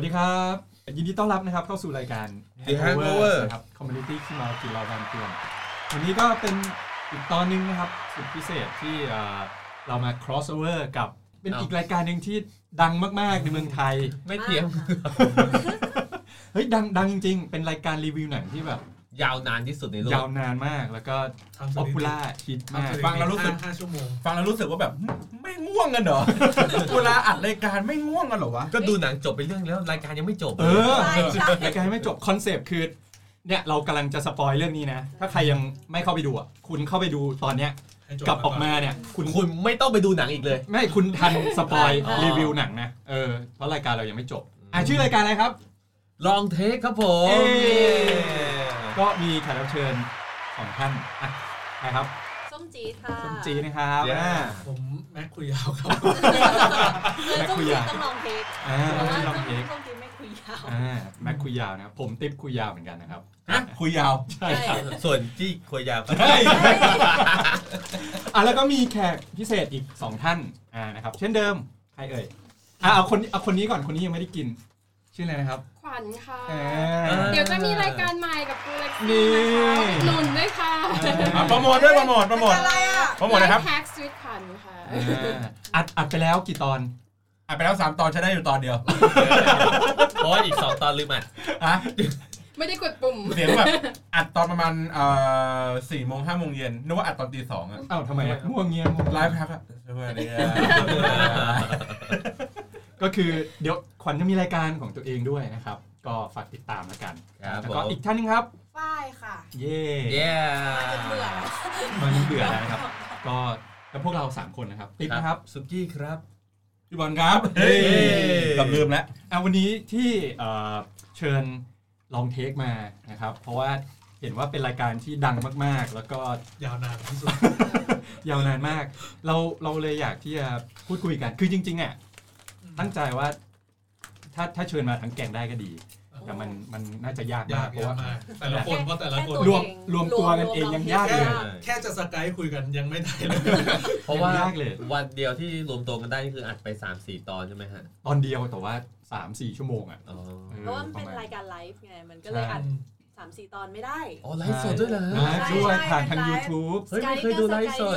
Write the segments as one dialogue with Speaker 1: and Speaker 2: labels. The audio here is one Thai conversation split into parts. Speaker 1: ยินดีต้อนรับนะครับเข้าสู่รายการ
Speaker 2: The Hangover
Speaker 1: นะครับคอมมูนิตี้ที่เมากินเราบ้านเพื่อนวันนี้ก็เป็นอีกตอนหนึงนะครับสุดพิเศษที่เอ่อเรามา crossover กับเป็น
Speaker 2: เอ้า
Speaker 1: อีกรายการหนึ่งที่ดังมาก ๆ ในเมืองไทย
Speaker 2: ไม่เทียม
Speaker 1: เฮ้ยดังดังจริง ๆ เป็นรายการรีวิวหนังที่แบบ
Speaker 2: ยาวนานที่สุดในโล
Speaker 1: ยาก วนานมากแล้วก็ป๊อปปูล่าฮิตมาก
Speaker 3: ฟังแล้วรู้สึก
Speaker 4: ห้าชั่วโมง
Speaker 3: ฟังแล้วรู้สึกว่าแบบไม่ง่วงกันเหรอ เวลาอัดรายการไม่ง่วงกันเหรอวะ
Speaker 2: ก็ดูหนังจบไปเรื่องแล้วรายการยังไม่จบ
Speaker 1: เออ
Speaker 5: ใช่ใช่
Speaker 1: รายการยังไม่จบคอนเซปต์คือเนี่ยเรากำลังจะสปอยเรื่องนี้นะ ถ้าใครยังไม่เข้าไปดูอ่ะคุณเข้าไปดูตอนเนี้ย
Speaker 4: ให้จบ
Speaker 1: กลับออกมาเนี่ยคุณ
Speaker 2: คุณไม่ต้องไปดูหนังอีกเลย
Speaker 1: ไม่คุณทันสปอย
Speaker 2: อ๋อ
Speaker 1: รีวิวหนังนะเออเพราะรายการเรายังไม่จบอ่ะชื่อรายการอะไรครับ
Speaker 2: ลองเทคครับผม
Speaker 1: เอ้ย ก็มีแขกรับเชิญสองท่านอ่ะนะครับ
Speaker 5: ส้มจีดค่ะ
Speaker 1: คุณจีนะครับ
Speaker 3: เย้
Speaker 1: อ่า
Speaker 4: ผมแม็กคุยยาวครับ
Speaker 5: เออ
Speaker 1: แม่
Speaker 5: ส้ม
Speaker 1: คุย
Speaker 5: จี
Speaker 1: ยาว
Speaker 5: ดต้องลองเทค
Speaker 1: อ่า
Speaker 5: เพราะว่า
Speaker 1: ชื่อล
Speaker 5: ส้
Speaker 1: อ
Speaker 5: ม
Speaker 1: ง
Speaker 5: จ
Speaker 1: เทคี
Speaker 5: ดไม่คุยยาว
Speaker 1: อ่าแม็กคุยยาวนะครับผมติ๊บคุยยาวเหมือนกันนะครับ
Speaker 3: ฮะคุยยาว
Speaker 1: ใช่ครับ
Speaker 2: ส่วนที่ครัวยาวก็
Speaker 3: เฮ้ย
Speaker 1: อ่ะแล้วก็มีแขกพิเศษอีกสองท่านอ่านะครับเช่นเดิมใครเอ่ยอ่ะเอาคนเอาคนนี้ก่อนคนนี้ยังไม่ได้กิน ชื่ออะไรนะครับ
Speaker 6: ขวัญค่ะ
Speaker 1: อ่า
Speaker 6: เดี๋ยวจะมีรายการใหม่กับกูเล็ก
Speaker 1: นี่
Speaker 6: ซี่นะคะหนุนด้วยค่ะ
Speaker 3: อ่ะโปรโมทด้วยโปรโมทโปรโมท
Speaker 5: อะไรอ่ะ
Speaker 3: โปรโมทนะครับ
Speaker 6: แท็กสวิตขวัญค่ะ
Speaker 1: อ่าอัดอัดไปแล้วกี่ตอน
Speaker 3: อ่ะไปแล้วสามตอนใช้ได้อยู่ตอนเดียว
Speaker 2: เพราะว่าอีกสองตอนลืมอ่ะ
Speaker 3: อ่ะ
Speaker 6: ไม่ได้กดปุ่ม
Speaker 3: เสียงแบบอัดตอนประมาณเอ่อสี่โมงห้าโมงเย็นนึกว่าอัดตอนตีสองอะ
Speaker 1: อ้าวทำไมอะง่วงเงียงวง
Speaker 3: ไล
Speaker 1: ร้าย
Speaker 3: ฟ์ครับสวัสดีครับ
Speaker 1: ก็คือเดี๋ยวขวัญจะมีรายการของตัวเองด้วยนะครับ ก็ฝากติดตามแล้วกัน
Speaker 2: ครับ
Speaker 1: แล้ว
Speaker 2: ผ
Speaker 1: ก็
Speaker 2: ม
Speaker 1: อีกท่านหนึงครับ
Speaker 5: ฝ้ายค่ะ
Speaker 1: เย่
Speaker 2: เย้
Speaker 5: จะเบื่อแล้ว
Speaker 1: มันเบื่อแล้วนะครับ ก็กับพวกเราสามคนนะครับติ๊บนะครับ
Speaker 2: สุกี้ครับ
Speaker 1: พี่บอลครับ
Speaker 3: เฮ้ย
Speaker 1: เย้
Speaker 3: กำลืมแล้ว
Speaker 1: อ่ะวันนี้ที่เอ่อเชิญลองเทคมานะครับ เพราะว่าเห็นว่าเป็นรายการที่ดังมากๆ แล้วก็
Speaker 4: ยาวนานที่สุด
Speaker 1: ยาวนานมาก เราเราเลยอยากที่จะพูดคุยกัน คือจริงๆอ่ะตั้งใจว่า ถ้าถ้าเชิญมาทั้งแกงได้ก็ดี แต่มันมันน่าจะยา
Speaker 4: ยาม
Speaker 1: กาก
Speaker 4: ก
Speaker 1: เพราะ
Speaker 4: ยาก
Speaker 1: ว่าม
Speaker 4: มากแต่ละคนเพราะแต่ละคน
Speaker 1: รวมรวมตัวกันเองยังยากเลย
Speaker 4: แค่จะสกายคุยกันยังไม่ได้เลย
Speaker 2: เพราะว่า
Speaker 1: เรียนยากเลย
Speaker 2: วันเดียวที่รวมตัวกันได้นี่คืออัดไป 3 4 ตอนใช่ไหมฮะ
Speaker 1: ตอนเดียวแต่ว่า 3 4 ชั่วโมงอ่ะ
Speaker 2: อ๋อ
Speaker 1: ออ
Speaker 5: เพราะว่ามันเป็น
Speaker 1: ปะมณ
Speaker 5: รายการไลฟ์ไง มันก็เลยอัดสามสี่ตอนไม่ได้
Speaker 2: อ๋อไลฟ์สดด้วยเหรอ
Speaker 1: ไลฟ์ด้วย
Speaker 5: ใช่
Speaker 1: ผ่านทาง
Speaker 5: เป็นไลฟ์
Speaker 1: YouTube
Speaker 2: เฮ้ยไม่เคยดูไลฟ์สด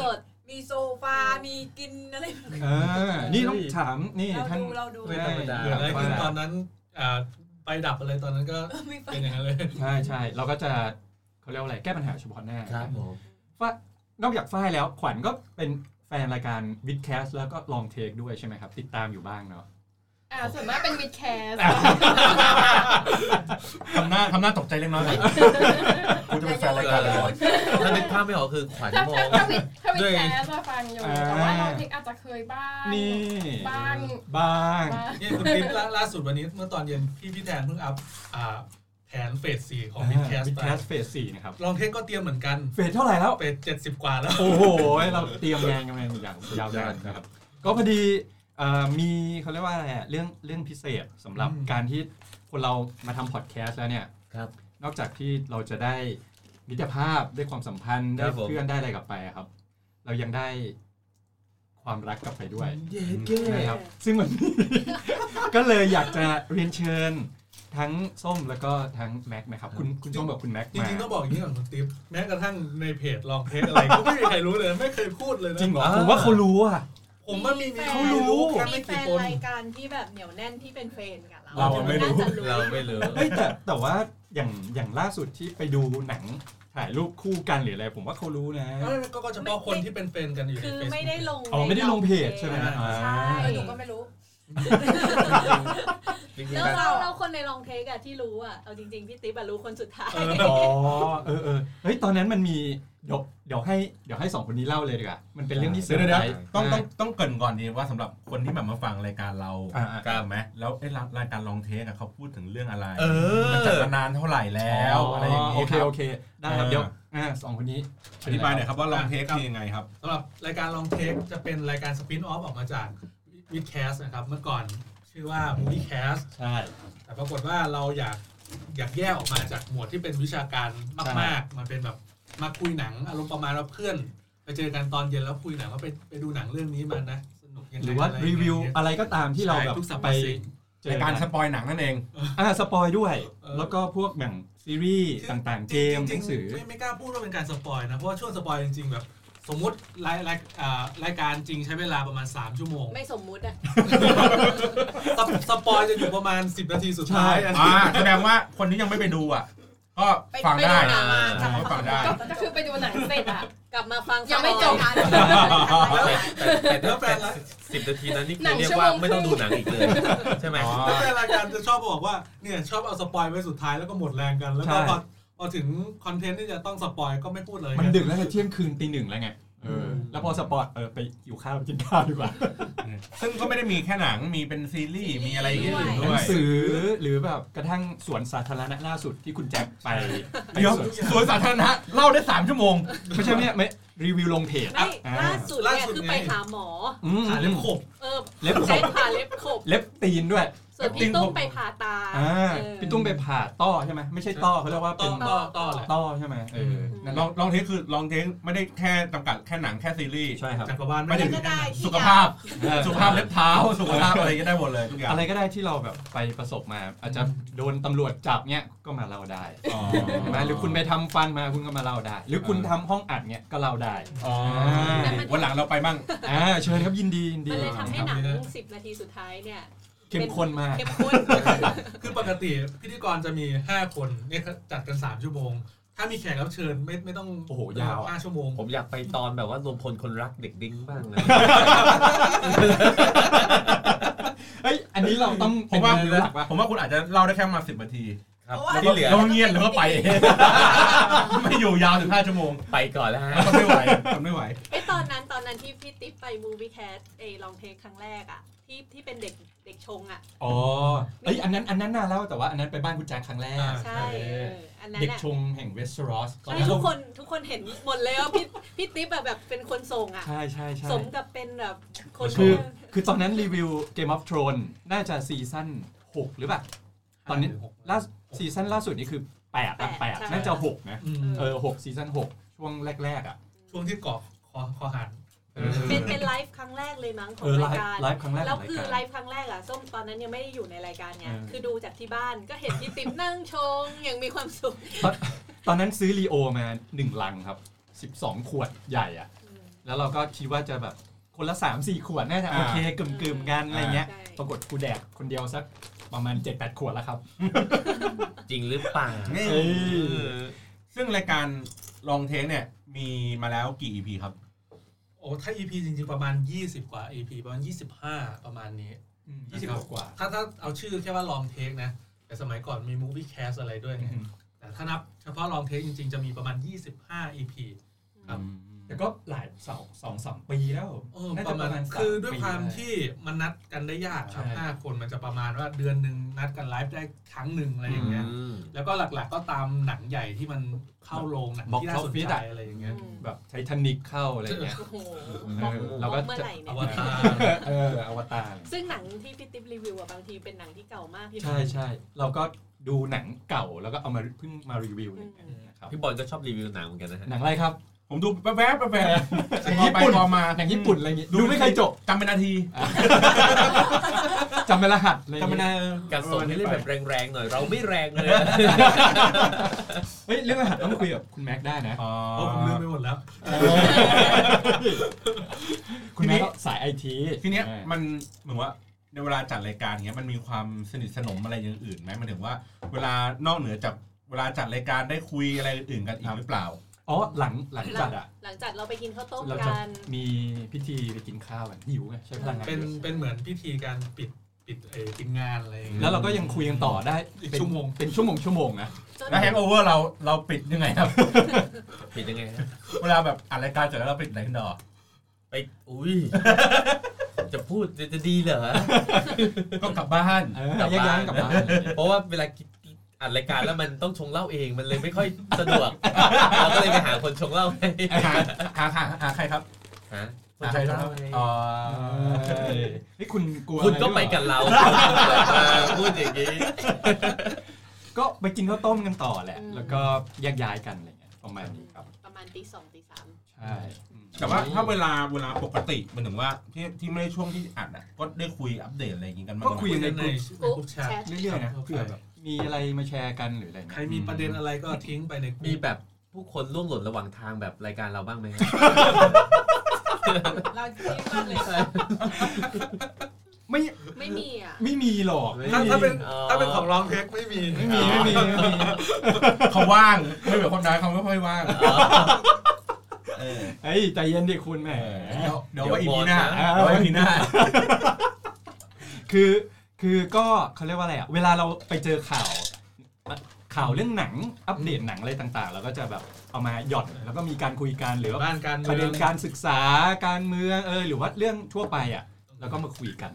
Speaker 5: มีโซฟา มีกินอะไร
Speaker 1: เออนี่ต้องถามนี่
Speaker 5: เรา
Speaker 1: ท่าน
Speaker 5: ดูเราดู
Speaker 2: ไม่ธรรมดา
Speaker 4: เกิดอะไรขึ้นตอนนั้นอ่าไปดับอะไรตอนนั้นก็
Speaker 5: มีไฟ
Speaker 4: เป็นอย่างนั้นเลย
Speaker 1: ใช่ใช่เราก็จะเขาเรียกว่าอะไรแก้ปัญหาเฉพาะหน้า
Speaker 2: ครับผม
Speaker 1: นอกจากฝ้ายแล้วขวัญก็เป็นแฟนรายการวิดแคสแล้วก็ลองเทคด้วยใช่ไหมครับ ติดตามอยู่บ้างเนาะ
Speaker 6: อ่าส่วนมากเป็นวิดแคส
Speaker 3: ทำหน้าทำหน้าตกใจเล็กน้อยกูจะเป็นแฟนรายการเลยเหรอ
Speaker 2: ถ้านึกภาพไม่ออกคือขวัญ
Speaker 6: ถ้าม
Speaker 2: อ
Speaker 6: ถ้าง ถ้าวิดถ้าวิ
Speaker 2: ด้
Speaker 6: ด
Speaker 2: วย
Speaker 6: แคสจะฟังอยู่
Speaker 1: อ่า
Speaker 6: แต่ว่าเราเทคอาจจะเคยบ้าง
Speaker 1: นี่
Speaker 6: บ้าง
Speaker 1: บ้าง
Speaker 6: บ้าง
Speaker 4: นี่คุณปิ๊บล่าล่าสุดวันนี้เมื่อตอนเย็นพี่พี่แทนเพิ่งอัพอ่าแผนเฟสสี่ของมิดแคส
Speaker 1: วิด
Speaker 4: ไป
Speaker 1: แคสเฟสสี่นะครับ
Speaker 4: ลองเทสก็เตรียมเหมือนกัน
Speaker 1: เฟสเท่าไหร่แล้ว
Speaker 4: เป็นเจ็ดสิบกว่าแล้ว
Speaker 1: โอ้โห เราเตรียมงานกันมาอย่างยาวนานนะครับ ก็พอดีเอ่อมีเขาเรียกว่าอะไรอะเรื่องเรื่องพิเศษสำหรับ
Speaker 4: อืม
Speaker 1: การที่คนเรามาทำพอดแคสต์แล้วเนี่ย
Speaker 2: ครับ
Speaker 1: นอกจากที่เราจะได้มิตรภาพได้ความสัมพันธ์ได้
Speaker 2: ครับผม
Speaker 1: เพื่อนได้อะไรกลับไปอะครับ เรายังได้ความรักกลับไปด้วย
Speaker 2: เย้เก้
Speaker 1: นะครับซึ่งวัน นี้ ก็เลยอยากจะเรียนเชิญทั้งส้มแล้วก็ทั้งแม็กนะครับ คุณคุณส้มกับคุณแม็ก
Speaker 4: จ
Speaker 1: มา
Speaker 4: ริงๆต้องบอกอย่างนี้ก่อนคุณติ๊บแม้กระทั่งในเพจลองเทสอะไรก็ ไม่มีใครรู้เลยไม่เคยพูดเลยนะ
Speaker 1: จริงเหรอผมว่าเขารู้อ่ะ
Speaker 4: ผมว่ามีมี
Speaker 1: เขารู้
Speaker 4: แค่
Speaker 5: มี
Speaker 4: ไม่
Speaker 5: แฟ
Speaker 4: กี่
Speaker 5: น
Speaker 4: คน
Speaker 5: รายการที่แบบเหนียวแน่นที่เป็นเฟรนด์กับเรา
Speaker 1: เราไม่รู้
Speaker 5: น่าจะ
Speaker 2: เราไม่รู้
Speaker 1: เฮ้ยแต่แต่ว่าอย่างอย่างล่าสุดที่ไปดูหนังถ่ายรูปคู่กันหรืออะไรผมว่าเขารู้นะ
Speaker 4: เออก็ก็เฉพาะคนที่เป็นเฟรนด์กันอยู่ใน
Speaker 5: คือ
Speaker 4: เฟซ
Speaker 5: ไม่ได้ล
Speaker 4: บุ๊ก
Speaker 5: ง
Speaker 1: อ๋อไม่ได้ลงเพจใช่ไหม
Speaker 5: ใ
Speaker 1: อ่า
Speaker 5: ช่
Speaker 6: เออหนูก็ไม่รู้
Speaker 2: จริงๆ
Speaker 5: แล้ว
Speaker 2: การ
Speaker 5: เราเราคนในลองเทคอะที่รู้อะเอาจริงๆพี่ติ๊บอะรู้คนสุดท้าย
Speaker 1: อ๋อเออเออเฮ้ยตอนนั้นมันมีเดี๋ยวเดี๋ยวให้เดี๋ยวให้สองคนนี้เล่าเลยดีกว่ามันเป็นเรื่องที่เซอ
Speaker 3: เดี๋ย
Speaker 1: ร์
Speaker 3: ว
Speaker 1: ไพ
Speaker 3: เดี๋ยว
Speaker 1: รส์
Speaker 3: เดี๋ยวต้องต้องต้องเกรินก่อนดีว่าสำหรับคนที่แบบมาฟังรายการเรา
Speaker 1: อ่าอ่า
Speaker 3: ถูกไหมแล้วไอ้รายการลองเทคอะเขาพูดถึงเรื่องอะไร
Speaker 2: เออ
Speaker 3: มันจัดมานานเท่าไหร่แล้วอะไรอย่าง
Speaker 1: โอ
Speaker 3: งี้
Speaker 1: เค
Speaker 3: ครับ
Speaker 1: โอเคได้ครับ
Speaker 3: เออ
Speaker 1: เดี๋ยวอ่าสองคนนี้
Speaker 3: อธิบายหน่อยครับว่าลองเทคคือยังไงครับ
Speaker 4: สำหรับรายการลองเทสจะเป็นรายการสปินออฟออกมาจากวิดแคสนะครับเมื่อก่อนชื่อว่า Movie Cast
Speaker 1: ใช่
Speaker 4: แต่ปรากฏว่าเราอยากอยากแยกออกมาจากหมวดที่เป็นวิชาการมากๆ มันเป็นแบบมาคุยหนังอารมณ์ประมาณว่าเพื่อน ไปเจอกันตอนเย็นแล้วคุยหนังว่าไปไปดูหนังเรื่องนี้มานะ สนุกยังไง
Speaker 1: หรือว่า
Speaker 4: ะไย่ง
Speaker 1: รี
Speaker 4: เงี้ย
Speaker 1: วิวอะไรก็ตามที่เรา
Speaker 4: ใช่
Speaker 1: แบบ
Speaker 4: ทุกสัป
Speaker 1: ไป
Speaker 4: ดาห์สิ่ง
Speaker 1: เจ
Speaker 3: ใน
Speaker 1: อ
Speaker 3: การสปอยหนังนั่นเอง
Speaker 1: อ่าสปอยด้วย
Speaker 4: เออ
Speaker 1: แล้วก็พวกหนังซีรีส์ต่างๆ เกมห
Speaker 4: จริ
Speaker 1: นั
Speaker 4: ง
Speaker 1: ง
Speaker 4: ๆ
Speaker 1: สือ
Speaker 4: ไม่ไม่กล้าพูดว่าเป็นการสปอยนะ เพราะว่าช่วงสปอยจริงๆ แบบ สมมติรายรายอ่ารายการจริงใช้เวลาประมาณ 3 ชั่วโมง
Speaker 5: ไม่สมมุติอะ
Speaker 4: สปสปอยจะอยู่ประมาณ 10 นาทีสุดท้ายอะ
Speaker 3: อ่าแสดงว่าคนที่ยังไม่ไปดูอ่ะ ก็
Speaker 6: ไป
Speaker 3: ฟัง
Speaker 6: ไป
Speaker 3: ได้
Speaker 6: ดูหนังมา
Speaker 3: ใช่ฟังได้
Speaker 6: ก็ก็คือไปดูหนังเสร็จอ่ะ
Speaker 5: กลับมาฟัง
Speaker 6: ยังไม่จบ
Speaker 5: สปอย
Speaker 2: แต่แต่แต่
Speaker 4: แล้วแฟนล่ะ
Speaker 2: สิบนาทีนั้นนี่คื
Speaker 6: หนั
Speaker 2: อง เรียก
Speaker 6: ชั่ว
Speaker 2: ว่า
Speaker 6: โมง
Speaker 2: ไม่ต้องดูหนังอีกเลย ใช่ไหม
Speaker 3: อ๋อ
Speaker 4: แล้วแฟนรายการจะชอบบอกว่าเนี่ยชอบเอาสปอยไว้สุดท้ายแล้วก็หมดแรงกัน แล้วก็พ
Speaker 1: ใช่
Speaker 4: อพอถึงคอนเทนต์ที่จะต้องสปอยก็ไม่พูดเลย
Speaker 1: มันดึกแล้วไงเที่ยงคืนตีหนึ่งแล้วไงเออ
Speaker 2: ม
Speaker 1: แล้วพอสปอยเออไปอยู่ข้าวกินข้าวดีกว่า
Speaker 3: ซึ่งก็ไม่ได้มีแค่หนัง มีเป็นซีรีส์ มีอะไรอย่างเงี้ย
Speaker 1: ห
Speaker 3: ด้
Speaker 1: นั
Speaker 3: ว
Speaker 1: ง
Speaker 3: ย
Speaker 1: สือหรือแบบกระทั่งสวนสาธารณะล่าสุดที่คุณแจ็คไปไป
Speaker 3: เดี๋ยว
Speaker 1: สวน
Speaker 3: สวนสาธารณะเล่าได้ 3 ชั่วโมง
Speaker 1: ไม่ใช่เนี่ยไม่รีวิวลงเพจ
Speaker 5: ไม่
Speaker 1: อ่า
Speaker 5: ล่าสุดเนี่ยคือไปหาหมอ
Speaker 1: อืม
Speaker 4: ขาเล็บขบ
Speaker 5: เออ
Speaker 1: เล็บข
Speaker 5: ใช้
Speaker 1: บ
Speaker 5: ผ่าเล็บขบ
Speaker 1: เล็บตีนด้วย
Speaker 5: ส่วนพี่ตุ้มไปผ่าตา
Speaker 1: อ่า
Speaker 5: เออ
Speaker 1: พี่ตุ้มไปผ่าต้อใช่ไหมไม่ใช่ต้อเขาเรียกว่า
Speaker 4: ต้
Speaker 1: เป็
Speaker 4: อนต้อต้อแหละ
Speaker 1: ต้อใช่ไหมเออนั่นแห
Speaker 3: ล
Speaker 1: ละ
Speaker 3: องลองเทคคือลองเทคไม่ได้แค่จำกัดแค่หนังแค่ซีรีส์
Speaker 1: ใช่ครับ
Speaker 4: จักรวาล
Speaker 3: ไม่ได้
Speaker 4: ถึง
Speaker 3: สุขภาพ
Speaker 1: เออ
Speaker 3: สุขภาพเล็บเท้า สุขภาพอะไรก็ได้หมดเลยทุกอย่าง
Speaker 1: อะไรก็ได้ที่เราแบบไปประสบมา อาจจะโดนตำรวจจับเนี่ยก็มาเล่าได้
Speaker 3: อ๋อ
Speaker 1: ใช่ไหมหรือคุณไปทำฟันมาคุณก็มาเล่าได้ หรือคุณทำห้องอัดเนี่ยก็เล่าได้
Speaker 3: อ๋อ
Speaker 5: นั่นมัน
Speaker 3: วันหลังเราไปบ้าง
Speaker 1: อ่าเชิญครับยินดียินดี
Speaker 5: มันเลยทำให้หนัง
Speaker 4: ครับ
Speaker 5: สิบนาทีสุดท้ายเนี่ย
Speaker 1: เข้มข้นมาก
Speaker 5: เข้มข้น
Speaker 4: คือปกติพิธีกรจะมี 5 คนเนี่ยจัดกัน 3 ชั่วโมง ถ้ามีแขกรับเชิญไม่ไม่ต้อง
Speaker 1: โอ้โหยาวอะ
Speaker 4: ห้าชั่วโมง
Speaker 2: ผมอยากไปตอนแบบว่ารวมพลคนรักเด็กดิ้งบ้างนะ
Speaker 1: เฮ้ยอันนี้เราต้อง
Speaker 3: ผมว่า
Speaker 1: เป็นหลักว่า
Speaker 3: ผมว่าคุณอาจจะเล่าได้แค่ประมาสิบนาที
Speaker 2: ครับ
Speaker 6: เพราะว่า
Speaker 2: แล้วที่เหลือ
Speaker 3: แล้วเงียบแล้วก็ไปเองไม่อยู่ยาวถึงห้าชั่วโมง
Speaker 2: ไปก่อนแล้วฮะ
Speaker 3: มันไม่ไหวมันไม่ไหว
Speaker 5: ไอตอนนั้นตอนนั้นที่พี่ติ๊บไปมูวี่แคสไอลองเทคครั้งแรกอะที่ที่เป็นเด็กเด็กชงอะ
Speaker 1: อ๋อเอ้ยอันนั้นอันนั้นน่าเล่าแต่ว่าอันนั้นไปบ้านคุณแจ็คครั้งแรก
Speaker 4: อ่า
Speaker 5: ใช่
Speaker 1: เออ
Speaker 5: เอออันนั้น
Speaker 1: เด็ก
Speaker 5: อะ
Speaker 1: ชงแห่งเวสต์รอส
Speaker 5: ใช่ทุกคนทุกคนเห็นหมดเลยว่าพี่พี่ติ๊บอะแบบเป็นคนส่งอะ
Speaker 1: ใช่ใช่ใช่
Speaker 5: สมกับเป็นแบบคน
Speaker 1: คือ คือตอนนั้นรีวิว Game of Thrones น่าจะซีซั่น6 หรือเปล่า ตอนนี้ ล่าสุดซีซั่นล่าสุดนี่คือ8อ่ะ8น่าจะ 6 นะ
Speaker 4: อืม
Speaker 1: เออ6ซีซั่น6 ช่วงแรก ๆ อ่ะ
Speaker 4: ช่วงที่เกาะคอคอหัน
Speaker 1: เออ
Speaker 5: เป็นเป็นไลฟ์ครั้งแรกเลยมั้งของ
Speaker 1: เออไล
Speaker 5: ราย
Speaker 1: ฟ์
Speaker 5: การ
Speaker 1: ไลฟ์ครั้งแรก
Speaker 5: แล้ว
Speaker 1: ของราย
Speaker 5: คือ
Speaker 1: การ
Speaker 5: ไลฟ์ครั้งแรกอะส้มตอนนั้นยังไม่ได้อยู่ในรายการไง
Speaker 1: เออ
Speaker 5: คือดูจากที่บ้านก็เห็นพี่ติ๊บนั่งชงอย่างมีความสุข
Speaker 1: ตอนนั้นซื้อรีโอมา 1 ลังครับ 12 ขวดใหญ่อ่ะ
Speaker 5: อืม
Speaker 1: แล้วเราก็คิดว่าจะแบบคนละ 3-4 ขวดน่าจะ
Speaker 3: อ่า
Speaker 1: โอเคกึ่มๆกันอะไรเงี้ย
Speaker 5: ใช่
Speaker 1: ปรากฏกูแดกคนเดียวสักประมาณ 7-8 ขวดแล้วครับ
Speaker 2: จริงหรือเปล่า
Speaker 3: นี่
Speaker 1: เออ
Speaker 3: ซึ่งรายการลองเทคเนี่ยมีมาแล้วกี่ EP ครับ
Speaker 4: โอ้ถ้า EP จริงๆ ประมาณ 20 กว่า EP ประมาณ 25 ประมาณนี้
Speaker 1: อืม20กว่า
Speaker 4: ถ้าถ้าเอาชื่อแค่ว่าลองเทคนะ แต่สมัยก่อนมี Movie Cast อะไรด้วยไงแต่ถ้านับเฉพาะลองเทคจริงๆ จะมีประมาณ 25 EP ครับ
Speaker 1: แต่ก็หลายสองสองสามปีแล้ว
Speaker 4: เออ
Speaker 1: น่จ
Speaker 4: ประมาณ
Speaker 1: ส
Speaker 4: คือด้วยความ
Speaker 1: ปี
Speaker 4: ที่มันนัดกันได้ยากครับ
Speaker 1: ใช่
Speaker 4: ห้าคนมันจะประมาณว่าเดือนหนึ่งนัดกันไลฟ์ได้ครั้งหนึ่งอะไรอย่างเงี้ย
Speaker 2: อืม
Speaker 4: แล้วก็หลักๆก็ตามหนังใหญ่ที่มันเข้าโรงหนังที่น่าสนใจอะไรอย่างเงี้ย
Speaker 1: แล้วแบบไททานิกเข้าอะไรอย่างเงี้ย
Speaker 5: โอ้โห
Speaker 1: เออเรา
Speaker 5: เรา
Speaker 1: ก็จะ
Speaker 5: ก็เมื่อไหร่เนี่
Speaker 4: อว
Speaker 5: ย
Speaker 4: ตาร
Speaker 1: เอออวตาร
Speaker 5: ซึ่งหนังที่พี่ติ๊บรีวิวอะบางทีเป็นหนังที่เก่ามากพี่
Speaker 1: ใช่ใช่เราก็ดูหนังเก่าแล้วก็เอามาเพิ่งมารีวิวอะไรอย่างเงี้ยนะครับ
Speaker 2: พี่บอลก็ชอบรีวิวหนังเหมือนกันนะฮะ
Speaker 1: หนังอะไรครับ
Speaker 3: ผมดูแป๊บๆแป๊บๆพอไปพอมา
Speaker 1: หนังญี่ปุ่นอะไรอย่างงี้
Speaker 3: ดู
Speaker 1: ดู
Speaker 3: ไม่
Speaker 1: ไม่
Speaker 3: เค
Speaker 1: เค
Speaker 3: ย
Speaker 1: ย
Speaker 3: จ
Speaker 1: จ
Speaker 3: บบ จำเป็นนาที
Speaker 1: จำเป็นรหัสอะไรอย่า
Speaker 3: จำ
Speaker 1: ง
Speaker 3: เป็น
Speaker 1: เงี้ย
Speaker 3: นา
Speaker 2: การส่งให้เล่นแบบแรงๆหน่อย เราไม่แรงเลย
Speaker 1: เฮ้ยเรื่องรหัสต้องคุยกับคุณแม็กได้นะ
Speaker 3: อ๋อ
Speaker 4: โอ้ผมลืมไปหมดแล้ว
Speaker 1: คุณแม็กก็สายไอที
Speaker 3: ทีเนี้ยมันเหมือนว่าในเวลาจัดรายการเงี้ยมันมีความสนิทสนมอะไรอย่างอื่นไหมมันถึงว่า เวลานอกเหนือจากเวลาจัดรายการได้คุยอะไรอื่นกันอีกหรือเปล่า
Speaker 1: อ๋อหลังหลังจัดอ่ะ
Speaker 5: หลังจากเราไปกินข้าวต้ม
Speaker 1: เราจะ
Speaker 5: กัน
Speaker 1: มีพิธีไปกินข้าวกันหิวไงใช้พลังงาน
Speaker 4: เป็น
Speaker 1: ยอะ
Speaker 4: เป็นเหมือนพิธีการปิดปิดเออปิดงานอะไรอย่างเงี้ย
Speaker 1: แล้วเราก็ยังคุยกันต่อได้
Speaker 4: อีก
Speaker 1: เป็น
Speaker 4: ชั่วโมง
Speaker 1: เป็นชั่วโมงชั่วโมงนะ
Speaker 5: จน
Speaker 3: แล้วแฮงโอเวอร์เราเราปิดยังไงครับ
Speaker 2: ผิดยังไงฮะ
Speaker 3: เวลาแบบอัดรายการเสร็จแล้วเราปิดไหนกันดอ
Speaker 2: ไป อุ้ย จะพูดจะจะดีเหรอ
Speaker 3: ก็กลับบ้าน
Speaker 1: เออก
Speaker 2: ลับ
Speaker 1: แยกย้า
Speaker 2: บ้าย น
Speaker 1: กลับบ้าน
Speaker 2: เพราะว่าเวลากินอัดรายการแล้วมันต้องชงเหล้าเองมันเลยไม่ค่อยสะดวก เราก็เลยไปหาคนชงเหล้าให้
Speaker 3: หาหาหาหาใครครับ
Speaker 2: หาคน
Speaker 3: หา
Speaker 2: ช
Speaker 3: ใครง ค
Speaker 2: เห
Speaker 3: รั
Speaker 2: ล้า
Speaker 3: บ
Speaker 2: ให้
Speaker 3: อ๋อ
Speaker 1: เฮ้ยคุณกลัว
Speaker 2: คุณก็
Speaker 1: อะรหรือเล่า
Speaker 2: ไปกับ เราพูดอย่างนี้
Speaker 1: ก็ไปกินข้าวต้มกันต่อแหละ แล้วก็แยกย้ายกันอะไรเงี้ยประมาณนี้ครับ
Speaker 5: ประมาณตีสองตีสาม
Speaker 1: ใช่อืม
Speaker 3: แต่ว่าถ้าเวลาเวลาปกติมันถึงว่าที่ที่ไม่ได้ช่วงที่อัดอ่ะก็ได้คุยอัปเดตอะไรอย่างงี้กันบ้าง
Speaker 1: ก็คุย
Speaker 4: ในในกลุ่มแชท
Speaker 5: แชท
Speaker 1: เรื่อยๆนะครับ เผื่อแบบมีอะไรมาแชร์กันหรืออะไร
Speaker 4: ใค
Speaker 1: เงี้
Speaker 4: ร
Speaker 1: ย
Speaker 4: มีประเด็นอะไรก็ทิ้งไปในกลุ่
Speaker 2: มีแบบผู้คนล่วงหล่นระหว่างทางแบบรายการเราบ้างไหมฮะ
Speaker 6: เราเท่มากเลย
Speaker 1: ไม่
Speaker 5: ไม่มีอ่ะ
Speaker 1: ไม่มีหรอก
Speaker 2: ไม่มี
Speaker 4: ถ้าถ้าเป็น
Speaker 2: อ๋อ
Speaker 4: ถ้าเป็นของร้องเทคไม่มี
Speaker 1: ไม่มีไม่มีไม่มี
Speaker 3: เขาว่างไม่เหมือนคนร้ายเขาไม่ค่อยว่างเออ
Speaker 1: เฮ้ยใจเย็นดิคุณแหม
Speaker 3: เออเดี๋ยวเดี๋ยวไว่าอีพีหน้า
Speaker 1: เดี๋ยวบอกนะ
Speaker 3: เดี๋ยวไว้อีพีหน้า
Speaker 1: คือคือก็เขาเรียกว่าอะไรอ่ะเวลาเราไปเจอข่าว ข่าวเรื่องหนังอัปเดตหนังอะไรต่างๆเราก็จะแบบเอามาหย่อนแล้วก็มีการคุยกันหรือว่า
Speaker 4: บ้านการมือง
Speaker 1: ประเด็นการศึกษาการเมืองเออหรือว่าเรื่องทั่วไปอ่ะแล้วก็มาคุยกัน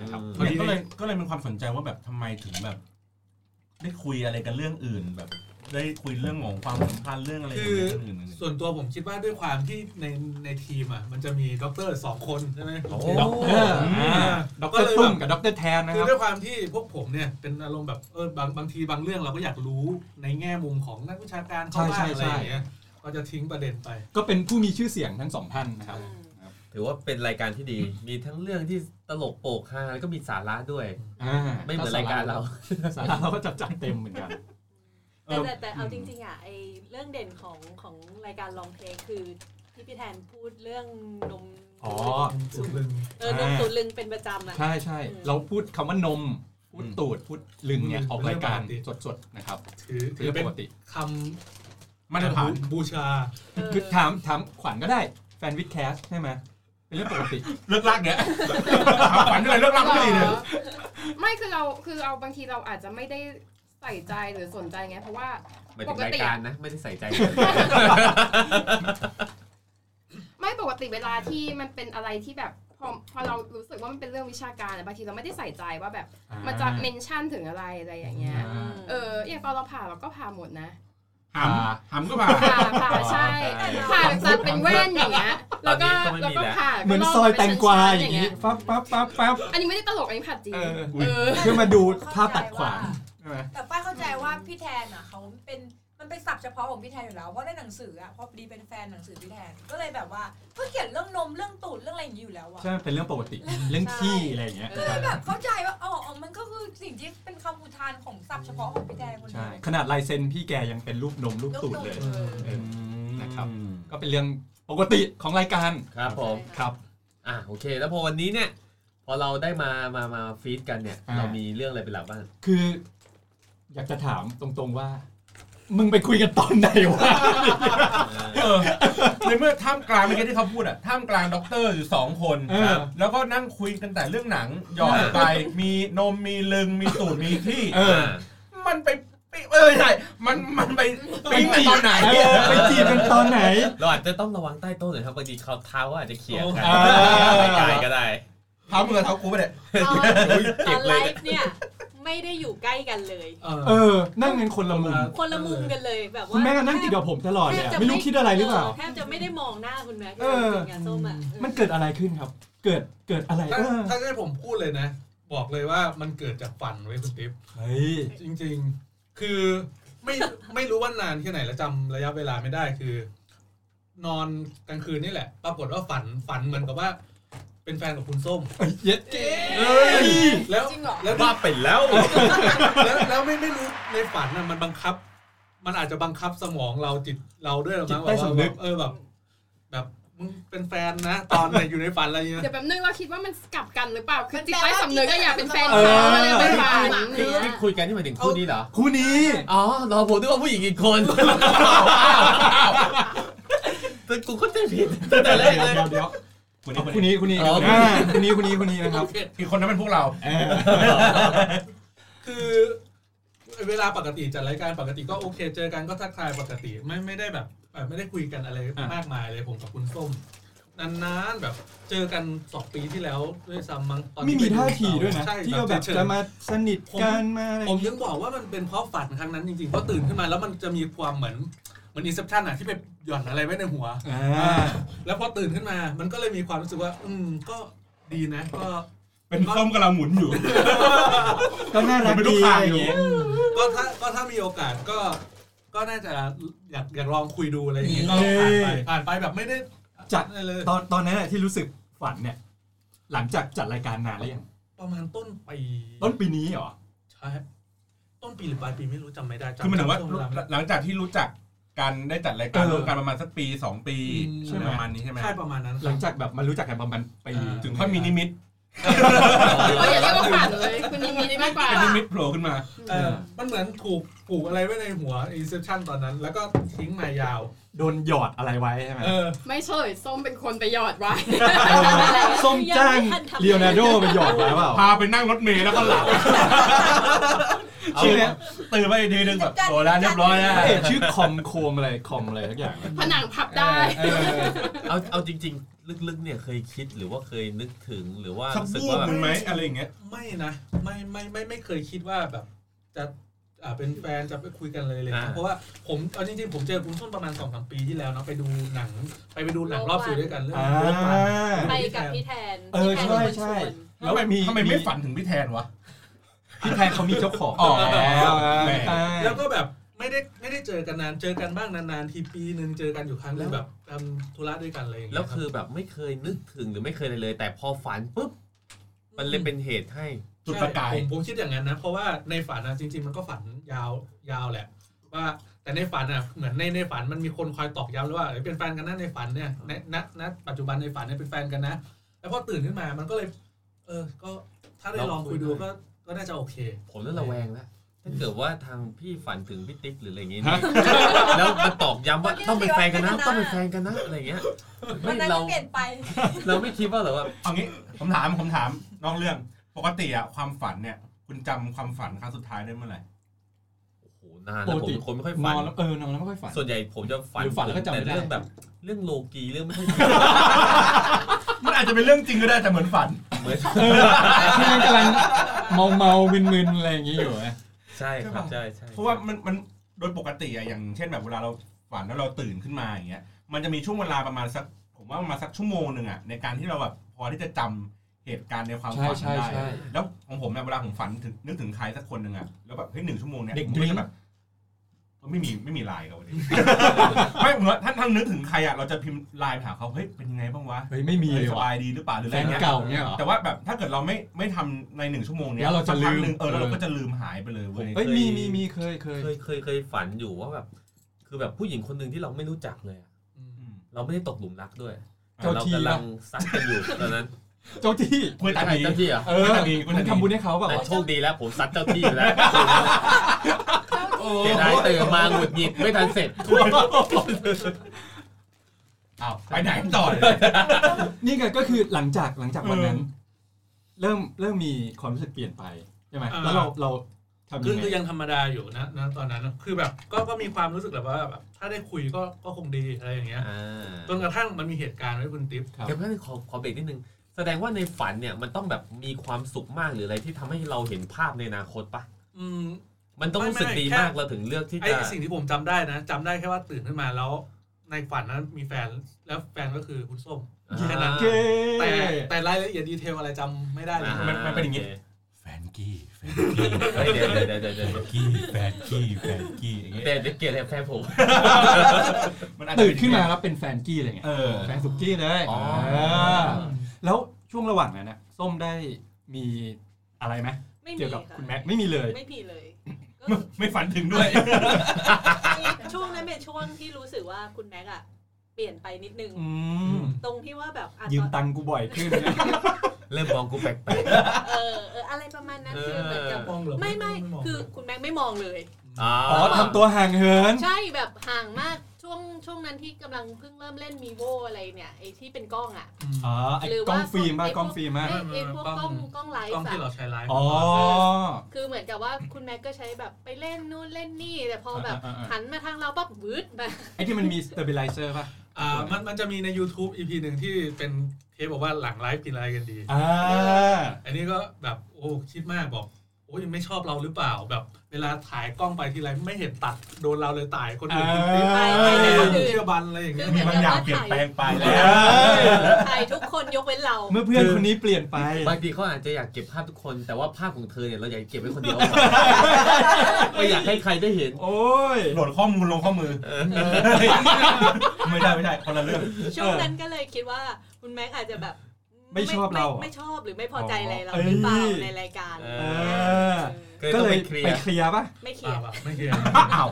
Speaker 1: นะครับ
Speaker 3: เนี่ยก็เลยก็เลยเป็นความสนใจว่าแบบทำไมถึงแบบ ได้คุยอะไรกันเรื่องอื่นแบบ ได้คุยเรื่องของความสัมพันธ์เรื่องอะไรอย่างเงี้ยเรื่องอื่นๆ
Speaker 4: ส่วนตัวผมคิดว่าด้วยความที่ในในทีมอ่ะมันจะมีด็อกเตอร์สองคนใช่ไหม
Speaker 2: โอ้
Speaker 1: ด็อกเตอร์
Speaker 3: อืม
Speaker 1: อ่าด็อกเตอร์ตุ้มกับด็อกเตอร์แทนนะ
Speaker 4: คื
Speaker 1: ค
Speaker 4: อ
Speaker 1: รับ
Speaker 4: ด้วยความที่พวกผมเนี่ยเป็นอารมณ์แบบเออบางบางทีบางเรื่องเราก็อยากรู้ในแง่มุมของนักวิชาการเขาบ้าง
Speaker 1: ใช่
Speaker 4: อะ
Speaker 1: ใช่
Speaker 4: ไรอย่างเงี้ยก็จะทิ้งประเด็นไป
Speaker 1: ก็เป็นผู้มีชื่อเสียงทั้งสองท่านนะครับ
Speaker 2: ถือว่าเป็นรายการที่ดี มีทั้งเรื่องที่ตลกโปกฮาแล้วก็มีสาระด้วย
Speaker 1: อ่า
Speaker 2: ไม่เหมือนรายการเรา
Speaker 1: สาระเราก็จับจัดเต็มเหมือนกัน
Speaker 5: แต่แต่แต่เอาจริงๆอ่ะไอเรื่องเด่นของของรายการลองเทคคือที่พี่แทนพูดเรื่องนม
Speaker 1: อ๋อ
Speaker 5: เออนมตูดลึงเป็นประจำอ่ะ
Speaker 1: ใช่ใช่
Speaker 5: อืม
Speaker 1: เราพูดคำว่านม พูดตูด พูดลึงเนี่ย
Speaker 4: อืม
Speaker 1: ออกรายการ
Speaker 4: เป็นเรื่องปกติ
Speaker 1: สดๆนะครับเป็
Speaker 4: ถือ
Speaker 1: น
Speaker 4: ถือ
Speaker 1: เรื่อง
Speaker 4: เป็
Speaker 1: ป
Speaker 4: น
Speaker 1: กติ
Speaker 4: คำ
Speaker 3: มาตรฐาน
Speaker 4: บูชา
Speaker 5: เออ
Speaker 1: คือถามถามขวัญก็ได้แฟนวิดแคสใช่ไหมเป็นเรื่องปกติ
Speaker 3: เลิกลากเนี่ยถามขวัญด้วยเลิกลากไม่ดีเลย
Speaker 6: ไม่คือเราคือเราบางทีเราอาจจะไม่ได้ใส่ใจหรือสนใจไงเพราะว่า
Speaker 2: หมายถึงรายการนะ ไม่ได้ใส่ใจ
Speaker 6: ไม่ปกติเวลาที่มันเป็นอะไรที่แบบพอพอเรารู้สึกว่ามันเป็นเรื่องวิชาการอะบางทีเราไม่ได้ใส่ใจว่าแบบมันจะเมนชั่นถึงอะไรอะไรอย่างเงี้ย
Speaker 1: อ่า
Speaker 6: เอออย่างตอนเราผ่าเราก็ผ่าหมดนะ
Speaker 3: หำหำก็ผ่า
Speaker 6: ผ่าผ่าใช่ผ่าจะเป็นแว่นอย่างเงี้ยแล้วก็
Speaker 2: ตอนนี้ก็ไม่มี
Speaker 6: แล้วก็
Speaker 2: แล้ว
Speaker 6: ผ่า
Speaker 1: เหมือน
Speaker 6: ก็
Speaker 1: ซอยแตงกวา
Speaker 6: เป็
Speaker 1: อน ย่า
Speaker 6: ชั้นๆ
Speaker 1: งนี้ปั๊บปั๊บปั๊บปั๊บ
Speaker 6: อันนี้ไม่ได้ตลกอันนี้ผ่าจริง
Speaker 1: เออ
Speaker 6: เออ
Speaker 1: เพื่อมาดูภาพตัดขวางใช่ไหม
Speaker 7: แต่ป้ายเข้าใจว่าพี่แทนอ่ะเขาเป็นมันเป็นศัพท์เฉพาะของพี่แทนอยู่แล้วเพราะในหนังสืออ่ะเพราะดีเป็นแฟนหนังสือพี่แทนก็เลยแบบว่าก็เขียนเรื่องนมเรื่องตูดเรื่องอะไรอย่างนี้อยู่แล้วอ่ะ
Speaker 1: ใช่ มันเป็นเรื่องปกติ เรื่องขี้อะไรอย่างเงี้ย
Speaker 7: ก็เลยแบบเข้าใจว่าอ๋ออ๋อมันก็คือสิ่งที่เป็นคำอุทานของศัพท์เฉพาะของพี่แทนคนเดี
Speaker 1: ใช่
Speaker 7: ยว
Speaker 1: ขนาดลายเซ็นพี่แกยังเป็นรูปนมรูป
Speaker 7: เรื่อง
Speaker 1: ตูด
Speaker 7: นม
Speaker 1: เลย
Speaker 7: ออ
Speaker 1: เออนะครับ ก็เป็นเรื่องปกติของรายการ
Speaker 2: ครับผม
Speaker 1: ครับ
Speaker 2: อ่ะโอเค แล้วพอวันนี้เนี่ย พอเราได้มามามาฟีดกันเนี่ย
Speaker 1: อ่า
Speaker 2: เรามีเรื่องอะไรเป็นหลักบ้าง
Speaker 1: คือ อยากจะถามตรงๆว่า มึงไปคุยกันตอนไหนวะ
Speaker 3: เออในเมื่อท่ามกลางเมื่อกี้ที่เขาพูดอะท่ามกลางด็อกเตอร์อยู่สองคน
Speaker 1: เออ
Speaker 3: ครับแล้วก็นั่งคุยกันแต่เรื่องหนังหยอดไป มีนมมีลึงมีตูดมีที่
Speaker 1: เออ
Speaker 3: มันไปปิ๊งเออใช่มันมันไปปิ๊งกันตอนไหน
Speaker 1: เออไปจีบกันตอนไหน
Speaker 2: เราอาจจะต้องระวังใต้โต๊ะหน่อยครับบางทีเขาเท้าอาจจะเขี่ยกัน
Speaker 1: โอ้อ่า
Speaker 2: ไม่ไกลก็ได้
Speaker 3: เท้ามึงกับเท้ากูไปเนี่ย
Speaker 5: ตอน
Speaker 2: เก็
Speaker 5: ตอบ น
Speaker 2: เล
Speaker 5: ไล
Speaker 2: ย
Speaker 5: ฟ์เนี่ยไม่ได้อยู่ใกล้กันเลย
Speaker 4: เออ
Speaker 1: เออ นั่งกันคนละมุม
Speaker 5: คนละมุมกันเลยแบบว่า
Speaker 1: คุณแม่ก็นั่งติดกับผมตลอด
Speaker 5: แท
Speaker 1: เลย
Speaker 5: บ
Speaker 1: อะ
Speaker 5: จะ
Speaker 1: ไม่รู้คิดอะไรหรือเปล่า
Speaker 5: แทบจะไม่ได้มองหน้าคุณแม่ที่
Speaker 1: เออ
Speaker 5: เรากินยาส้มอ่ะเออ
Speaker 1: มันเกิดอะไรขึ้นครับ เกิด เกิดอะไร
Speaker 4: ถ้า
Speaker 1: เออ
Speaker 4: ถ้าให้ผมพูดเลยนะ บอกเลยว่ามันเกิดจากฝันไว้ยคุณติ๊บ
Speaker 1: เฮ้ย
Speaker 4: จริง ๆ คือไม่ไม่รู้ว่านานแค่ไหนแล้วจำระยะเวลาไม่ได้คือ นอนกลางคืนนี่แหละ ปรากฏว่าฝันฝันเหมือนกับว่า เป็นแฟนกับคุณส้ม
Speaker 1: เย็ดเก๋
Speaker 4: เอ้ แล้ว
Speaker 7: จริงเหรอ
Speaker 4: แล้ว
Speaker 2: ว่าเป็นแล้ว
Speaker 4: แล้วแล้วไม่ไม่รู้ในฝันน่ะมันบังคับ มันอาจจะบังคับสมองเราจิตเราด้วยหรือ
Speaker 1: จิต
Speaker 4: มั้ง
Speaker 1: ใต้สำนึก
Speaker 4: เออแบบ แบบมึงเป็นแฟนนะ ตอนไหนอยู่ในฝันอะไรเงี้ย
Speaker 6: เดี๋ยวแป๊บนึงเราคิดว่ามันกลับกันหรือเปล่า คือ
Speaker 7: มันแปล
Speaker 6: จิตใต้สำนึกก็อยากเป็นแฟน
Speaker 1: เอ
Speaker 6: เขา
Speaker 1: อ
Speaker 6: อะไรเป็นแฟน
Speaker 7: มัน
Speaker 6: เนี่
Speaker 7: แปล
Speaker 6: ย
Speaker 7: ว่า
Speaker 2: ที่คุยกันที่หมายถึงคู่นี้เหรอ
Speaker 1: คู่นี้
Speaker 2: อ๋อรอผมด้วยว่าผู้หญิงอีกคนแต่กูก็จะผิดตั้งแต่แรก
Speaker 1: เดี๋ยว
Speaker 2: เลย
Speaker 1: เดี๋ยวเดี๋ยว
Speaker 3: คนนี้
Speaker 1: เอา
Speaker 3: คน
Speaker 1: คู่
Speaker 3: นี้
Speaker 1: นี้คู่นี้
Speaker 2: อ๋อ
Speaker 1: อ่าคู่นี้คู่นี้คู่นี้นะครับ
Speaker 3: อีกคนนั้นเป็นพวกเรา
Speaker 1: เออ
Speaker 4: คือ เวลาปกติจัดรายการปกติก็โอเค เจอกันก็ทักทายปกติ ไม่ไม่ได้แบบแบบไม่ได้คุยกันอะไรมากมายเลยผมกับคุณส้มนานๆแบบเจอกันสองปีที่แล้วด้วยซ้ำมั้งตอน
Speaker 1: ไม่มี
Speaker 4: ป
Speaker 1: ท่าทีด้วยนะ
Speaker 4: ใช่
Speaker 1: ที่เราแบบ
Speaker 4: เฉยๆ
Speaker 1: จะมาสนิทกันมาอะไร
Speaker 4: ผมยังบอกว่ามันเป็นเพราะฝันครั้งนั้นจริงๆ เพราะตื่นขึ้นมาแล้วมันจะมีความเหมือนเหมือนอินส p ปชันอะที่ไปหย่อนอะไรไว้ในหัว
Speaker 1: อ่า
Speaker 4: แล้วพอตื่นขึ้นมา มันก็เลยมีความรู้สึกว่า อืม ก็ดีนะ ก็
Speaker 3: เป็นส้มกำลังหมุนอยู่
Speaker 1: ก็น่ารัก
Speaker 3: เป็นลู
Speaker 1: ดี
Speaker 3: ก
Speaker 1: อะ
Speaker 3: ค้า
Speaker 1: ไร
Speaker 3: อ
Speaker 1: อย่ ย่างเงี้ย
Speaker 4: ก็ถ้าก็ถ้ามีโอกาสก็ ก็น่าจะอยากอยากลองคุยดูอะไรอย่างเงี้ยก็ผ่านไปผ่านไปแบบไม่ได้
Speaker 1: จาก
Speaker 4: ได้เลย
Speaker 1: ตอนตอนนั้นอะที่รู้สึกฝันเนี่ย หลังจากจัดรายการนานหรือยัง
Speaker 4: ประมาณต้นปี
Speaker 1: ต้นปีนี้เหรอ
Speaker 4: ใช่ต้นปีหรือปลายปีไม่รู้จำไม่ได้จำ
Speaker 3: คือหมันถึงว่า
Speaker 4: จำช่เไม่ได้
Speaker 3: หลังจากที่รู้จักกันได้จัดรายการ
Speaker 1: เออ
Speaker 3: ร่วมกันประมาณสักปีสองปี
Speaker 4: อืม
Speaker 1: ใช่ไหม
Speaker 3: ประมาณนี้ใช่ไหม
Speaker 4: ใช่ประมาณนั้น
Speaker 1: หลังจากแบบมารู้จักกันประมาณปี
Speaker 3: ถึงค่อยมีนิมิต
Speaker 6: เราอย่าเรียกว่าฝันเลยคุณนิมิตมากกว่า
Speaker 3: เป็นนิมิตโผล่ขึ้นมา
Speaker 4: เออมันเหมือนถูกผูกอะไรไว้ในหัวอินเซพชันตอนนั้น แล้วก็ทิ้งมายาว
Speaker 1: โดนหยอดอะไรไว้ใช่ไหม
Speaker 4: เออ
Speaker 6: ไม่เฉยส้มเป็นคนไปหยอดไว้
Speaker 1: ส้มจ้างเลียวนาโดไปหยอดไว้เปล่า
Speaker 3: พาไปนั่งรถเมล์แล้วก็หลับ
Speaker 1: ชื่อเนี้ย
Speaker 3: ตื่นมาอีกทีนึงแบบโตแล้วเรียบร้อยแล้ว
Speaker 1: พระเอกชื่อคอมโคมอะไรคอมอะไรทุกอย่างนะ
Speaker 6: ผนังพับได้
Speaker 1: เออ
Speaker 2: เอาเอาจริง ๆ ลึกๆเนี่ยเคยคิดหรือว่าเคยนึกถึงหรือว่ารู้
Speaker 3: สัก
Speaker 2: สึก
Speaker 3: บูบ
Speaker 2: ว่าแบ
Speaker 3: มั
Speaker 2: บ
Speaker 3: นไหมอะไรอย่างเงี้ย
Speaker 4: ไม่นะไม่ไม่ไม่ไม่เคยคิดว่าแบบ จะอ่าเป็นแฟนจะไปคุยกันเลยเลยนะเพราะว่าผมเอาจริงๆผมเจอคุณส้มประมาณสองสามปีที่แล้วเนาะไปดูหนัง ไปไปดูหนังรอบสื่อด้วยกันเรื่อง
Speaker 1: อ่า
Speaker 4: เรื่องมัน
Speaker 5: ไปกับพี่แทน
Speaker 1: เออ
Speaker 5: พี่แทน
Speaker 1: ใช่
Speaker 5: เ
Speaker 1: ใช่
Speaker 5: ป็นคนวน
Speaker 1: แล้วมี
Speaker 3: ทำไมไม่ฝันถึงพี่แทนวะ
Speaker 1: พี่แทนเขามีเจ้าของ
Speaker 3: อ๋อ
Speaker 1: แล้ว
Speaker 3: แหม
Speaker 1: ใช่
Speaker 4: แล้วก็แบบไม่ได้ไม่ได้เจอกันนานเจอกันบ้างนานๆทีปีหนึ่งเจอกันอยู่ครั้งหนึงแบบทำธุระด้วยกันอะไรอย่างเงี้ย
Speaker 2: แล้วคือแบบไม่เคยนึกถึงหรือไม่เคยเลยเลย แต่พอฝันปุ๊บมันเลยเป็นเหตุให้
Speaker 3: จุดประกาย
Speaker 4: ใช่ผมผมคิดอย่างนั้นนะ เพราะว่าในฝันนะจริง ๆ มันก็ฝันยาวยาวแหละ ว่าแต่ในฝันอ่ะเหมือนในในฝันมันมีคนคอยตอกย้ำเลยว่าเอ้ยเป็นแฟนกันนะในฝันเนี่ยในณณปัจจุบันในฝันเนี่ยเป็นแฟนกันนะ แล้วพอตื่นขึ้นมามันก็เลย เออก็ถ้าได้ลองคุยดูก็ก็น่าจะโอเค
Speaker 2: ผมเริ่มระแวงแล้วถ้าเกิดว่าทางพี่ฝันถึงพี่ติ๊กหรืออะไรอย่างเงี้ยแล้วมาตอกย้ำว่าต้องเป็นแฟนกันนะ ต้องเป็นแฟนกันนะอะไรอย่างเงี้ย
Speaker 7: วั
Speaker 2: ไม่
Speaker 7: นนั้น
Speaker 2: เรา
Speaker 7: ก็เปลี่ยนไป
Speaker 2: เราไม่คิดว่าหรอว่า
Speaker 3: เอางี้ผมถามผมถามนอกเรื่อง ปกติอะความฝันเนี่ย คุณจำความฝันครั้งสุดท้ายได้เมื่อไหร่
Speaker 2: โอ้โหนานแล้วผมเป็นคนไม่ค่อย
Speaker 1: น
Speaker 2: ฝัน
Speaker 1: อนแล้วเออนอนแล้วไม่ค่อยฝัน
Speaker 2: ส่วนใหญ่ผมจะฝัน
Speaker 1: หรือฝันแล้วก็จำไม่
Speaker 2: แต่
Speaker 1: ได้
Speaker 2: เรื่องแบบเรื่องโลกีเรื่อ งไม่ค่อย
Speaker 3: มันอาจจะเป็นเรื่องจริงก็ได้แต่เหมือนฝัน
Speaker 2: เหมือน
Speaker 1: เออที่มันกำลังเมาเมาๆมึนๆอะไรอย่างงี้อยู่ไหม
Speaker 2: ใช่ครับใช่ใช่
Speaker 3: เพราะว่ามันมันโดยปกติอะอย่างเช่นแบบเวลาเราฝันแล้วเราตื่นขึ้นมาอย่างเงี้ย มันจะมีช่วงเวลาประมาณสัก ผมว่าประมาณสักชั่วโมงหนึ่งอะในการที่เราแบบพอที่จะจำเหตุการณ์ในความฝัน
Speaker 1: ใช่
Speaker 3: ได้
Speaker 1: ใช่ใช่
Speaker 3: แล้วของผมเนี่ยเวลาผมฝันถึงนึกถึงใครสักคนหนึ่งอะแล้วแบบเฮ้ยหนึ่งชั่วโมงเนี่ย
Speaker 1: เด็ก
Speaker 3: ผมก็
Speaker 1: ดริ้ง
Speaker 3: จะแบบเออไม่มีไม่มีไลน์กับวันนี้ ไม่เหมือนท่านท่านนึกถึงใครอะเราจะพิมพ์ไลน์ไปหาเขาเฮ้ยเป็นยังไงบ้างวะ
Speaker 1: เฮ้ยไม่มีเล
Speaker 3: เฮ้
Speaker 1: ย ย
Speaker 3: ส
Speaker 1: ว่ะ
Speaker 3: บายดีหรือเปล่าหรืออะ
Speaker 1: แฟ
Speaker 3: ไร
Speaker 1: น
Speaker 3: เงี้ย
Speaker 1: เก่าเนี่ยเหรอ
Speaker 3: แต่ว่าแบบถ้าเกิดเราไม่ไม่ทำในหนึ่งชั่วโมงเนี้ย
Speaker 1: แล้วเราจะลืม
Speaker 3: สักพักหนึ่งเออแล้วเราก็จะลืมหายไปเลยเว้ย
Speaker 1: เอ้ยมีมีมีเคยเคย
Speaker 2: เคยเคยเคยฝันอยู่ว่าแบบ คือแบบผู้หญิงคนหนึ่งที่เราไม่รู้จักเลยอะเราไม่ได้ตกหลุมรักด้วย
Speaker 1: เจ้า
Speaker 2: เรา
Speaker 1: ที่
Speaker 2: กำลั
Speaker 1: ปะ
Speaker 2: งซัดกันอยู่ตอนนั้น
Speaker 1: เจ้าที่
Speaker 3: คุยตานี
Speaker 2: เจ้าที่เหรอ่ะ
Speaker 1: เออ
Speaker 3: คุยตานีคุย
Speaker 1: มึ
Speaker 3: ตางนี
Speaker 1: ทำบุญให้เขาเปล่า
Speaker 2: แต่
Speaker 1: วะ
Speaker 2: โชคดีแล้วผมซัดเจ้าที่ไปแล้วเสียดายตื่นมาหงุดหงิดไม่ทันเสร็จ
Speaker 3: อ้าวไปไหนต่อเลย
Speaker 1: นี่ไงก็คือหลังจากหลังจากวันนั้น
Speaker 3: เออ
Speaker 1: เริ่มเริ่มมีความรู้สึกเปลี่ยนไปใช่ไหม
Speaker 4: อ่า
Speaker 1: แล้วเราเราทำ
Speaker 4: คื
Speaker 1: ยัง
Speaker 4: อคือ
Speaker 1: ไง
Speaker 4: ยังธรรมดาอยู่นะนะตอนนั้นนะคือแบบก็ก็มีความรู้สึกแบบว่าแบบถ้าได้คุยก็ก็คงดีอะไรอย่างเงี้ย
Speaker 2: อ่า
Speaker 4: จนกระทั่งมันมีเหตุการณ์ไว้คุณติ๊บ
Speaker 2: เดี๋ยวเพื่อนขอขอเบรกนิดนึง แสดงว่าในฝันเนี่ยมันต้องแบบมีความสุขมากหรืออะไรที่ทำให้เราเห็นภาพในอนาคตปะ
Speaker 4: อืม
Speaker 2: มันต้องรู้สึก
Speaker 4: ไม่ไม่
Speaker 2: ดี
Speaker 4: แค่
Speaker 2: มากเราถึงเลือกที่
Speaker 4: ไอ้
Speaker 2: จะ
Speaker 4: สิ่งที่ผมจำได้นะจำได้แค่ว่าตื่นขึ้นมาแล้ว ในฝันนั้นมีแฟนแล้วแฟนก็คือคุณส้ม
Speaker 2: อ่า
Speaker 4: แค่นั้น
Speaker 1: เก้
Speaker 4: แต่แต่รายละเอียดดีเทลอะไรจำไม่ได้เล
Speaker 2: อ่าย ฮะ
Speaker 3: มันมันเป็นอย่างงี้
Speaker 2: โค
Speaker 3: แฟนกี้แฟนกี้
Speaker 2: เฮ้ยเดี๋ยวเดี๋ยวเดี๋ยวเดี๋ยวเดี๋ยว
Speaker 3: แฟนกี้แฟนกี้แฟนกี้อย่างเงี้ย
Speaker 2: เดี๋ยวเดี๋ยวเกลียดแฟนผม
Speaker 3: มันอจจะ
Speaker 1: ตื่นขึ้นมาแล้วเป็นแฟนกี้เลยไง
Speaker 3: เออ
Speaker 1: แฟนสุกี้เลย
Speaker 2: อ๋อ
Speaker 1: เออแล้วช่วงระหว่างนั้นนะส้มได้มีอะไรไหม
Speaker 5: ไม่มี
Speaker 1: เกี่ยวกับ
Speaker 5: ะ
Speaker 1: คุณแม็กซ์ไม่มีเลย
Speaker 5: ไม่มีเลยก็
Speaker 3: ไม่ฝันถึงด้วย
Speaker 5: ช่วงนั้นเป็นช่วงที่รู้สึกว่าคุณแม็กอะเปลี่ยนไปนิดนึง
Speaker 1: อื
Speaker 4: ม
Speaker 1: ม
Speaker 5: ตรงที่ว่าแบบอ่ะ
Speaker 1: ยืม
Speaker 5: ตอน
Speaker 1: ตังค์กูบ่อยขึ้นนะ
Speaker 2: เริ่มมองกูแปลก
Speaker 5: เออเอออะไรประมาณนั้นคือเหมือนกับ
Speaker 2: เ
Speaker 4: มองเหรอ
Speaker 5: ไม่ไม่
Speaker 4: มง
Speaker 5: คือคุณแม็กไม่มองเลย
Speaker 2: ๆอ๋อ
Speaker 1: อ๋อทำตัวห่างเหิน
Speaker 5: ใช่แบบห่างมากช่วงช่วงนั้นที่กำลังเพิ่งเริ่มเล่นมีโวอะไรเนี่ยไอ้ที่เป็นกล้องอะ
Speaker 4: ม
Speaker 1: อ๋อ ไอ้
Speaker 5: หรือก
Speaker 1: ล้
Speaker 5: ว่า
Speaker 1: องฟิล์มมาก
Speaker 5: ไอ้พวก
Speaker 1: กล้องฟิล์มมาก
Speaker 5: ไอ้ไอ้พวกกล้องกล้องไล
Speaker 4: กล้อง
Speaker 5: ฟ์
Speaker 4: ที่เรา
Speaker 5: อะ
Speaker 4: ใช้ไลฟ์
Speaker 1: อ๋อ
Speaker 5: คือเหมือนกับว่าคุณแม็กก็ใช้แบบไปเล่นนู่นเล่นนี่ แต่พอแบบ
Speaker 1: อ่าๆๆ
Speaker 5: หันมาทางเราปั๊บวืดมา
Speaker 1: ไอ้ที่มันมีสเตอร์ l ิ z เซอร์ป่ะ
Speaker 4: อ่ามันมันจะมีใน YouTube EP หนึ่งที่เป็นเทปบอกว่าหลังไลฟ์กินอะไรกันดี
Speaker 1: อ่า
Speaker 4: อันนี้ก็แบบโอ้คิดมากบอก โ โอ้ยไม่ชอบเราหรือเปล่าแบบ เวลาถ่ายกล้องไปทีไรไม่เห็นตัดโดนเราเลยตายคนอื่น
Speaker 1: เออ
Speaker 4: ติดตาย
Speaker 5: ไป
Speaker 4: ไม่
Speaker 5: ไป
Speaker 4: เห็น
Speaker 5: ไป
Speaker 4: เชื่อบันอะไรอย่างเงี้ย
Speaker 3: มีบางอย่างเปลี่ยนแปลงไปแล้ว
Speaker 5: ใครทุกคนยกเว้นเรา
Speaker 1: เมื่อเพื่อนคนนี้เปลี่ยนไป
Speaker 2: บางทีเขาอาจจะอยากเก็บภาพทุกคน แต่ว่าภาพของเธอเนี่ยเราอยากเก็บไว้ คนเดียว ไม่อยากให้ใครได้เห็น
Speaker 1: โอ้ย
Speaker 3: โหลดข้อมูลลงข้อมือ ไม่ได้ไม่ได้คนละเรื่อง
Speaker 5: ช่วงนั้นก็เลยคิดว่าคุณแม็กอาจจะแบบ
Speaker 1: ไม่ชอบเรา
Speaker 5: ไม่ไม่ชอบหรือไม่พอใจอะไรเรา
Speaker 1: อ๋อ
Speaker 5: หรือเปล่า
Speaker 1: เอ้ย
Speaker 5: ในรายการ
Speaker 2: เอ
Speaker 1: เออ
Speaker 5: เออ
Speaker 2: ก็เลย
Speaker 1: ก็เล
Speaker 2: ต้องไป
Speaker 1: ย
Speaker 2: เคลีย
Speaker 1: ไปเคลียร์
Speaker 2: ร์
Speaker 1: ป่ะ
Speaker 5: ไม่เคลี
Speaker 4: อ่าย
Speaker 5: ร์
Speaker 4: แบบไม่เขียน
Speaker 3: อ้าว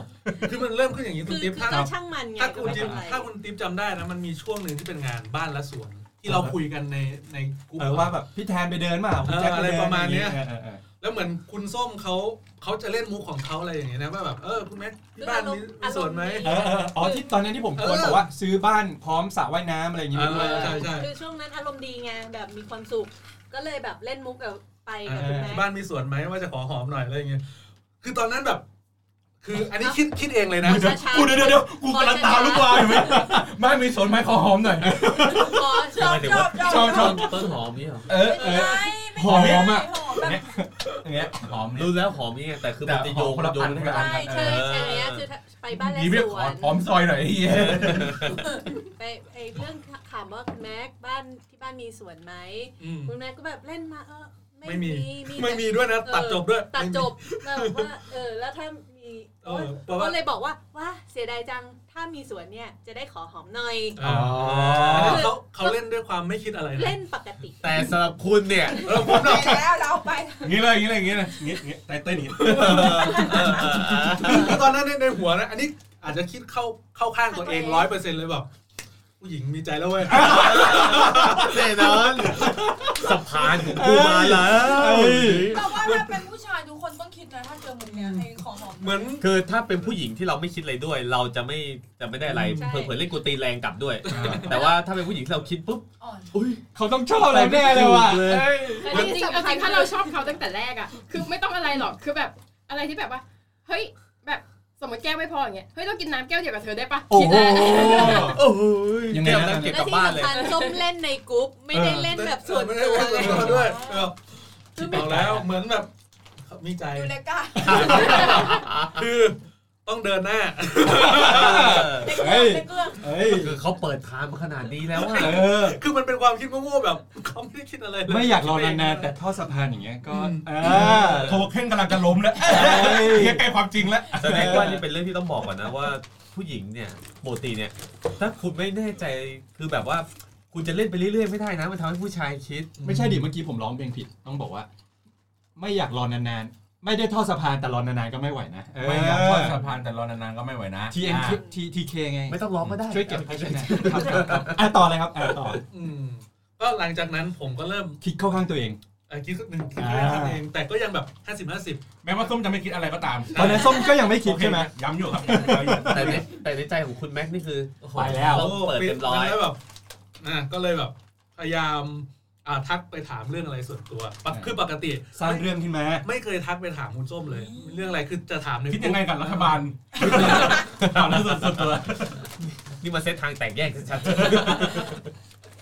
Speaker 4: คือมันเริ่มขึ้นอย่างนี้คุ
Speaker 5: คื
Speaker 4: ณ
Speaker 5: อ
Speaker 4: ติ๊บ
Speaker 5: คือ
Speaker 4: ถ้า
Speaker 5: ก็ช่างมันไง
Speaker 4: ถ้าคุณ
Speaker 5: ไม่
Speaker 4: จิ๊บ
Speaker 5: เป็นไร
Speaker 4: ถ้าคุณติ๊บจำได้นะมันมีช่วงหนึ่งที่เป็นงานบ้านและสวน ที่เราคุยกันในในกลุ่ม
Speaker 1: เออว่าแบบพี่แทนไปเดินมาคุณแจ็คปเดิ
Speaker 4: เอออะไรประมาณเนี้ย
Speaker 1: ออออเออ
Speaker 4: แล้วเหมือนคุณส้มเขาเขาจะเล่นมุกของเขาอะไรอย่างเงี้ยนะว่าแบบเออคุณแม่ที่บ้านมีมีสวนไหม
Speaker 5: คืออาร
Speaker 1: เออ
Speaker 5: มณ์
Speaker 1: เอออ๋อที่ตอนนั้นที่ผม
Speaker 4: เอ
Speaker 1: โพ
Speaker 4: อ
Speaker 1: สต์บอกว่าซื้อบ้านพร้อมสระว่ายน้ำอะไรอย่างงี้ไปด้วย
Speaker 4: เออใช่ใช่
Speaker 5: คือช่วงนั้นอารมณ์ดีไงแบบมีความสุข ก็เลยแบบเล่นมุกกับไป
Speaker 4: เอ
Speaker 5: กับ
Speaker 4: อ
Speaker 5: คุณแม็ก
Speaker 4: ที่บ้านมีสวนไหมว่าจะขอหอมหน่อยอะไรอย่างเงี้ยคือตอนนั้นแบบ คืออันนี้คิดคิดเองเลยนะ
Speaker 5: ช้าๆ
Speaker 3: กูเดี๋ยวเดี๋ยวเดี๋ยวกูกำลังตามลูกวายอยู่ไหมไม่มีสนไม้ขอหอมหน่อย
Speaker 5: ขอ
Speaker 7: ชอบชอบช
Speaker 3: ช
Speaker 7: อ
Speaker 3: อ
Speaker 7: บบ
Speaker 2: ต้นต้นหอมนี่เหรอ
Speaker 3: เออเออ
Speaker 7: ไม่
Speaker 1: หอมอะ
Speaker 7: หอมแบบ
Speaker 3: อย่างเงี้ยหอมเนี่ย
Speaker 2: รู้แล้วหอมนี่ไงแต่คือ
Speaker 3: แต่
Speaker 2: มันจะโยง
Speaker 3: หอมคนละ
Speaker 2: โย
Speaker 3: พั
Speaker 2: ง
Speaker 3: น
Speaker 2: ให้
Speaker 5: ใช่
Speaker 2: กันเออ
Speaker 5: ใช่ใช่อันเนี้ยคือถ้าไปบ้านและ
Speaker 3: มีเรียก
Speaker 5: ส
Speaker 3: ข
Speaker 5: ว
Speaker 3: อหอน มซอยหน่อยไอ้เหี้ย
Speaker 5: ไปไอ้เรื่องถามว่าคุณแม็กบ้านที่บ้านมีสวนไหม
Speaker 4: อืม
Speaker 5: คุณแม็กก็แบบเล่นมาเออ
Speaker 4: ไม่
Speaker 5: ไม่
Speaker 4: มี
Speaker 5: มี
Speaker 4: ไม่
Speaker 5: แต่
Speaker 4: มีด้วยนะ
Speaker 5: เออ
Speaker 4: ตัดจบด้วย
Speaker 5: ตัด
Speaker 4: ไม่มี
Speaker 5: จบแบบว่าเออแล้วถ้ามี
Speaker 4: เออเพราะว่า
Speaker 5: ก็เลยบอกว่าว่าเสียดายจังถ้ามีสวนเนี่ยจะได้ขอหอมหน่อย
Speaker 4: เออออันนั้นเขาเขาเล่นด้วยความไม่คิดอะไรนะ
Speaker 5: เล่นปกติ
Speaker 2: แต่สำหรับคุณเนี่ย
Speaker 4: เออผม
Speaker 7: ไป
Speaker 4: น่ะ
Speaker 7: แล้วเราไป
Speaker 3: อย่างงี้เลยอย่างงี้เลยอย่างงี้เลยอย่างงี้อย่างงี้ไตเติ้ลอย่างงี้
Speaker 4: คือตอนนั้นในในหัวนะ อันนี้อาจจะคิดเข้าเข้าข้างตัวเองร้อยเปอร์เซ็นต์เลยแบบผู้หญิงมีใจแล้วเว้ย
Speaker 2: แน่นอนสะพานของกูมาแล้ว
Speaker 1: เอ้ย
Speaker 7: แต่ว่าถ้าเป็นผู้ชายทุกคนต้องคิดนะถ้าเจอมุมเนี้ยไอ้ขอหอม
Speaker 4: เหมือน
Speaker 2: คือถ้าเป็นผู้หญิงที่เราไม่คิดอะไรด้วย เราจะไม่จะไม่ได้อะไร
Speaker 5: ใช่
Speaker 2: เผลอๆเล่นกูตีแรงกลับด้วย แต่ว่าถ้าเป็นผู้หญิงที่เราคิดปุ๊บ
Speaker 7: อ่อน
Speaker 2: อุ้ย
Speaker 1: เขาต้องชอบเราแน่เลยว่ะ
Speaker 2: เลย
Speaker 1: เอ้ย
Speaker 6: แต่จริงๆเอาจริงถ้าเราชอบเขาตั้งแต่แรกอ่ะ คือไม่ต้องอะไรหรอก คือแบบอะไรที่แบบว่า เฮ้ย แบบสมมติแก้วไม่พออย่างเงี้ย เฮ้ยเรากินน้ำแก้วเดียวกับเธอได้ปะคิดแล้ว
Speaker 2: โอ้โห
Speaker 1: ยังไง
Speaker 2: แก้ว
Speaker 1: นะ
Speaker 2: นั้นเก็บก
Speaker 5: และ
Speaker 2: ลับ
Speaker 5: ที่
Speaker 2: บ้านเลย
Speaker 5: สำคัญส้มเล่นในกรุ๊ปไม่ได้เล่นแบบส่วน
Speaker 4: ไม่ได้
Speaker 5: ตัว
Speaker 4: เล่น
Speaker 5: เล
Speaker 4: ส่วน
Speaker 5: ย
Speaker 4: ตัวด้วย
Speaker 7: เอ
Speaker 4: เอ
Speaker 7: อ
Speaker 4: อเอาแล้วเหมือนแบบมีใจ
Speaker 7: ดูเลก้า
Speaker 4: คือต้องเดินหน้า
Speaker 7: เด็ก
Speaker 1: เฮ้ย
Speaker 7: เกือกเด็กเกือก
Speaker 1: เอ้ย
Speaker 2: คือเขาเปิดทางมาขนาดนี้แล้วอะ
Speaker 1: เออ
Speaker 4: คือมันเป็นความคิดโง่ๆแบบเขาไม่ได้คิดอะไรเลย
Speaker 1: ไม่อยากรอนานๆแต่ท่อดสะพานอย่างเงี้ยก็เออ
Speaker 3: โทเค็นกำลังจะล้มแล้ว
Speaker 1: เอ้ย
Speaker 3: เหี้ยใกล้ความจริงแล้ว
Speaker 2: แสดงว่านี่เป็นเรื่องที่ต้องบอกก่อนนะว่าผู้หญิงเนี่ยปกติเนี่ย ถ้าคุณไม่แน่ใจคือแบบว่าคุณจะเล่นไปเรื่อยๆไม่ได้นะมันทำให้ผู้ชายคิด
Speaker 1: ไม่ใช่ดิเมื่อกี้ผมร้องเพลงผิดต้องบอกว่า ไม่อยากรอนานๆ ไม่ได้ท่อดสะพานแต่รอนานๆก็ไม่ไหวนะเออ
Speaker 3: ไม่อยากทอดสะพานแต่รอนานๆก็ไม่ไหวนะ
Speaker 1: TNK TK ไง
Speaker 2: ไม่ต้องร้องก็ได้
Speaker 1: ช่วยเก็บให้ด้วยนะครับครับครับอ่ะต่อเลยครับอ่ะต่อ
Speaker 4: อืมก็หลังจากนั้นผมก็เริ่ม
Speaker 1: คิดเข้าข้างตัวเอง
Speaker 4: เอ่อคิดหนึ่งคิดแค่นั้นเองแต่ก็ยังแบบ 50
Speaker 3: แม้ว่าส้มจะไม่คิดอะไรก็ตาม
Speaker 1: ตอนนั้นส้มก็ยังไม่คิดใช่ไหม
Speaker 3: โอเคย้ำอยู่ครับ
Speaker 2: แต่ในแต่ในใจของคุณแม็กซ์นี่คือโอ้โห
Speaker 1: ไปแล้ว
Speaker 4: 50
Speaker 2: เราเปิดเต็มร้อย
Speaker 4: แล้วแบบอ่ะก็เลยแบบ พยายามอ่ะทักไปถามเรื่องอะไรส่วนตัวปะคือปกติ
Speaker 1: สร้างเรื่องขึ้นมา
Speaker 4: ไม่เคยทักไปถามคุณส้มเลย เรื่องอะไรคือจะถามใน
Speaker 3: คิดยังไงกับรัฐบาลตอนนั้นสุดๆเลย
Speaker 2: นี่มาเซตทางแตกแยกชัด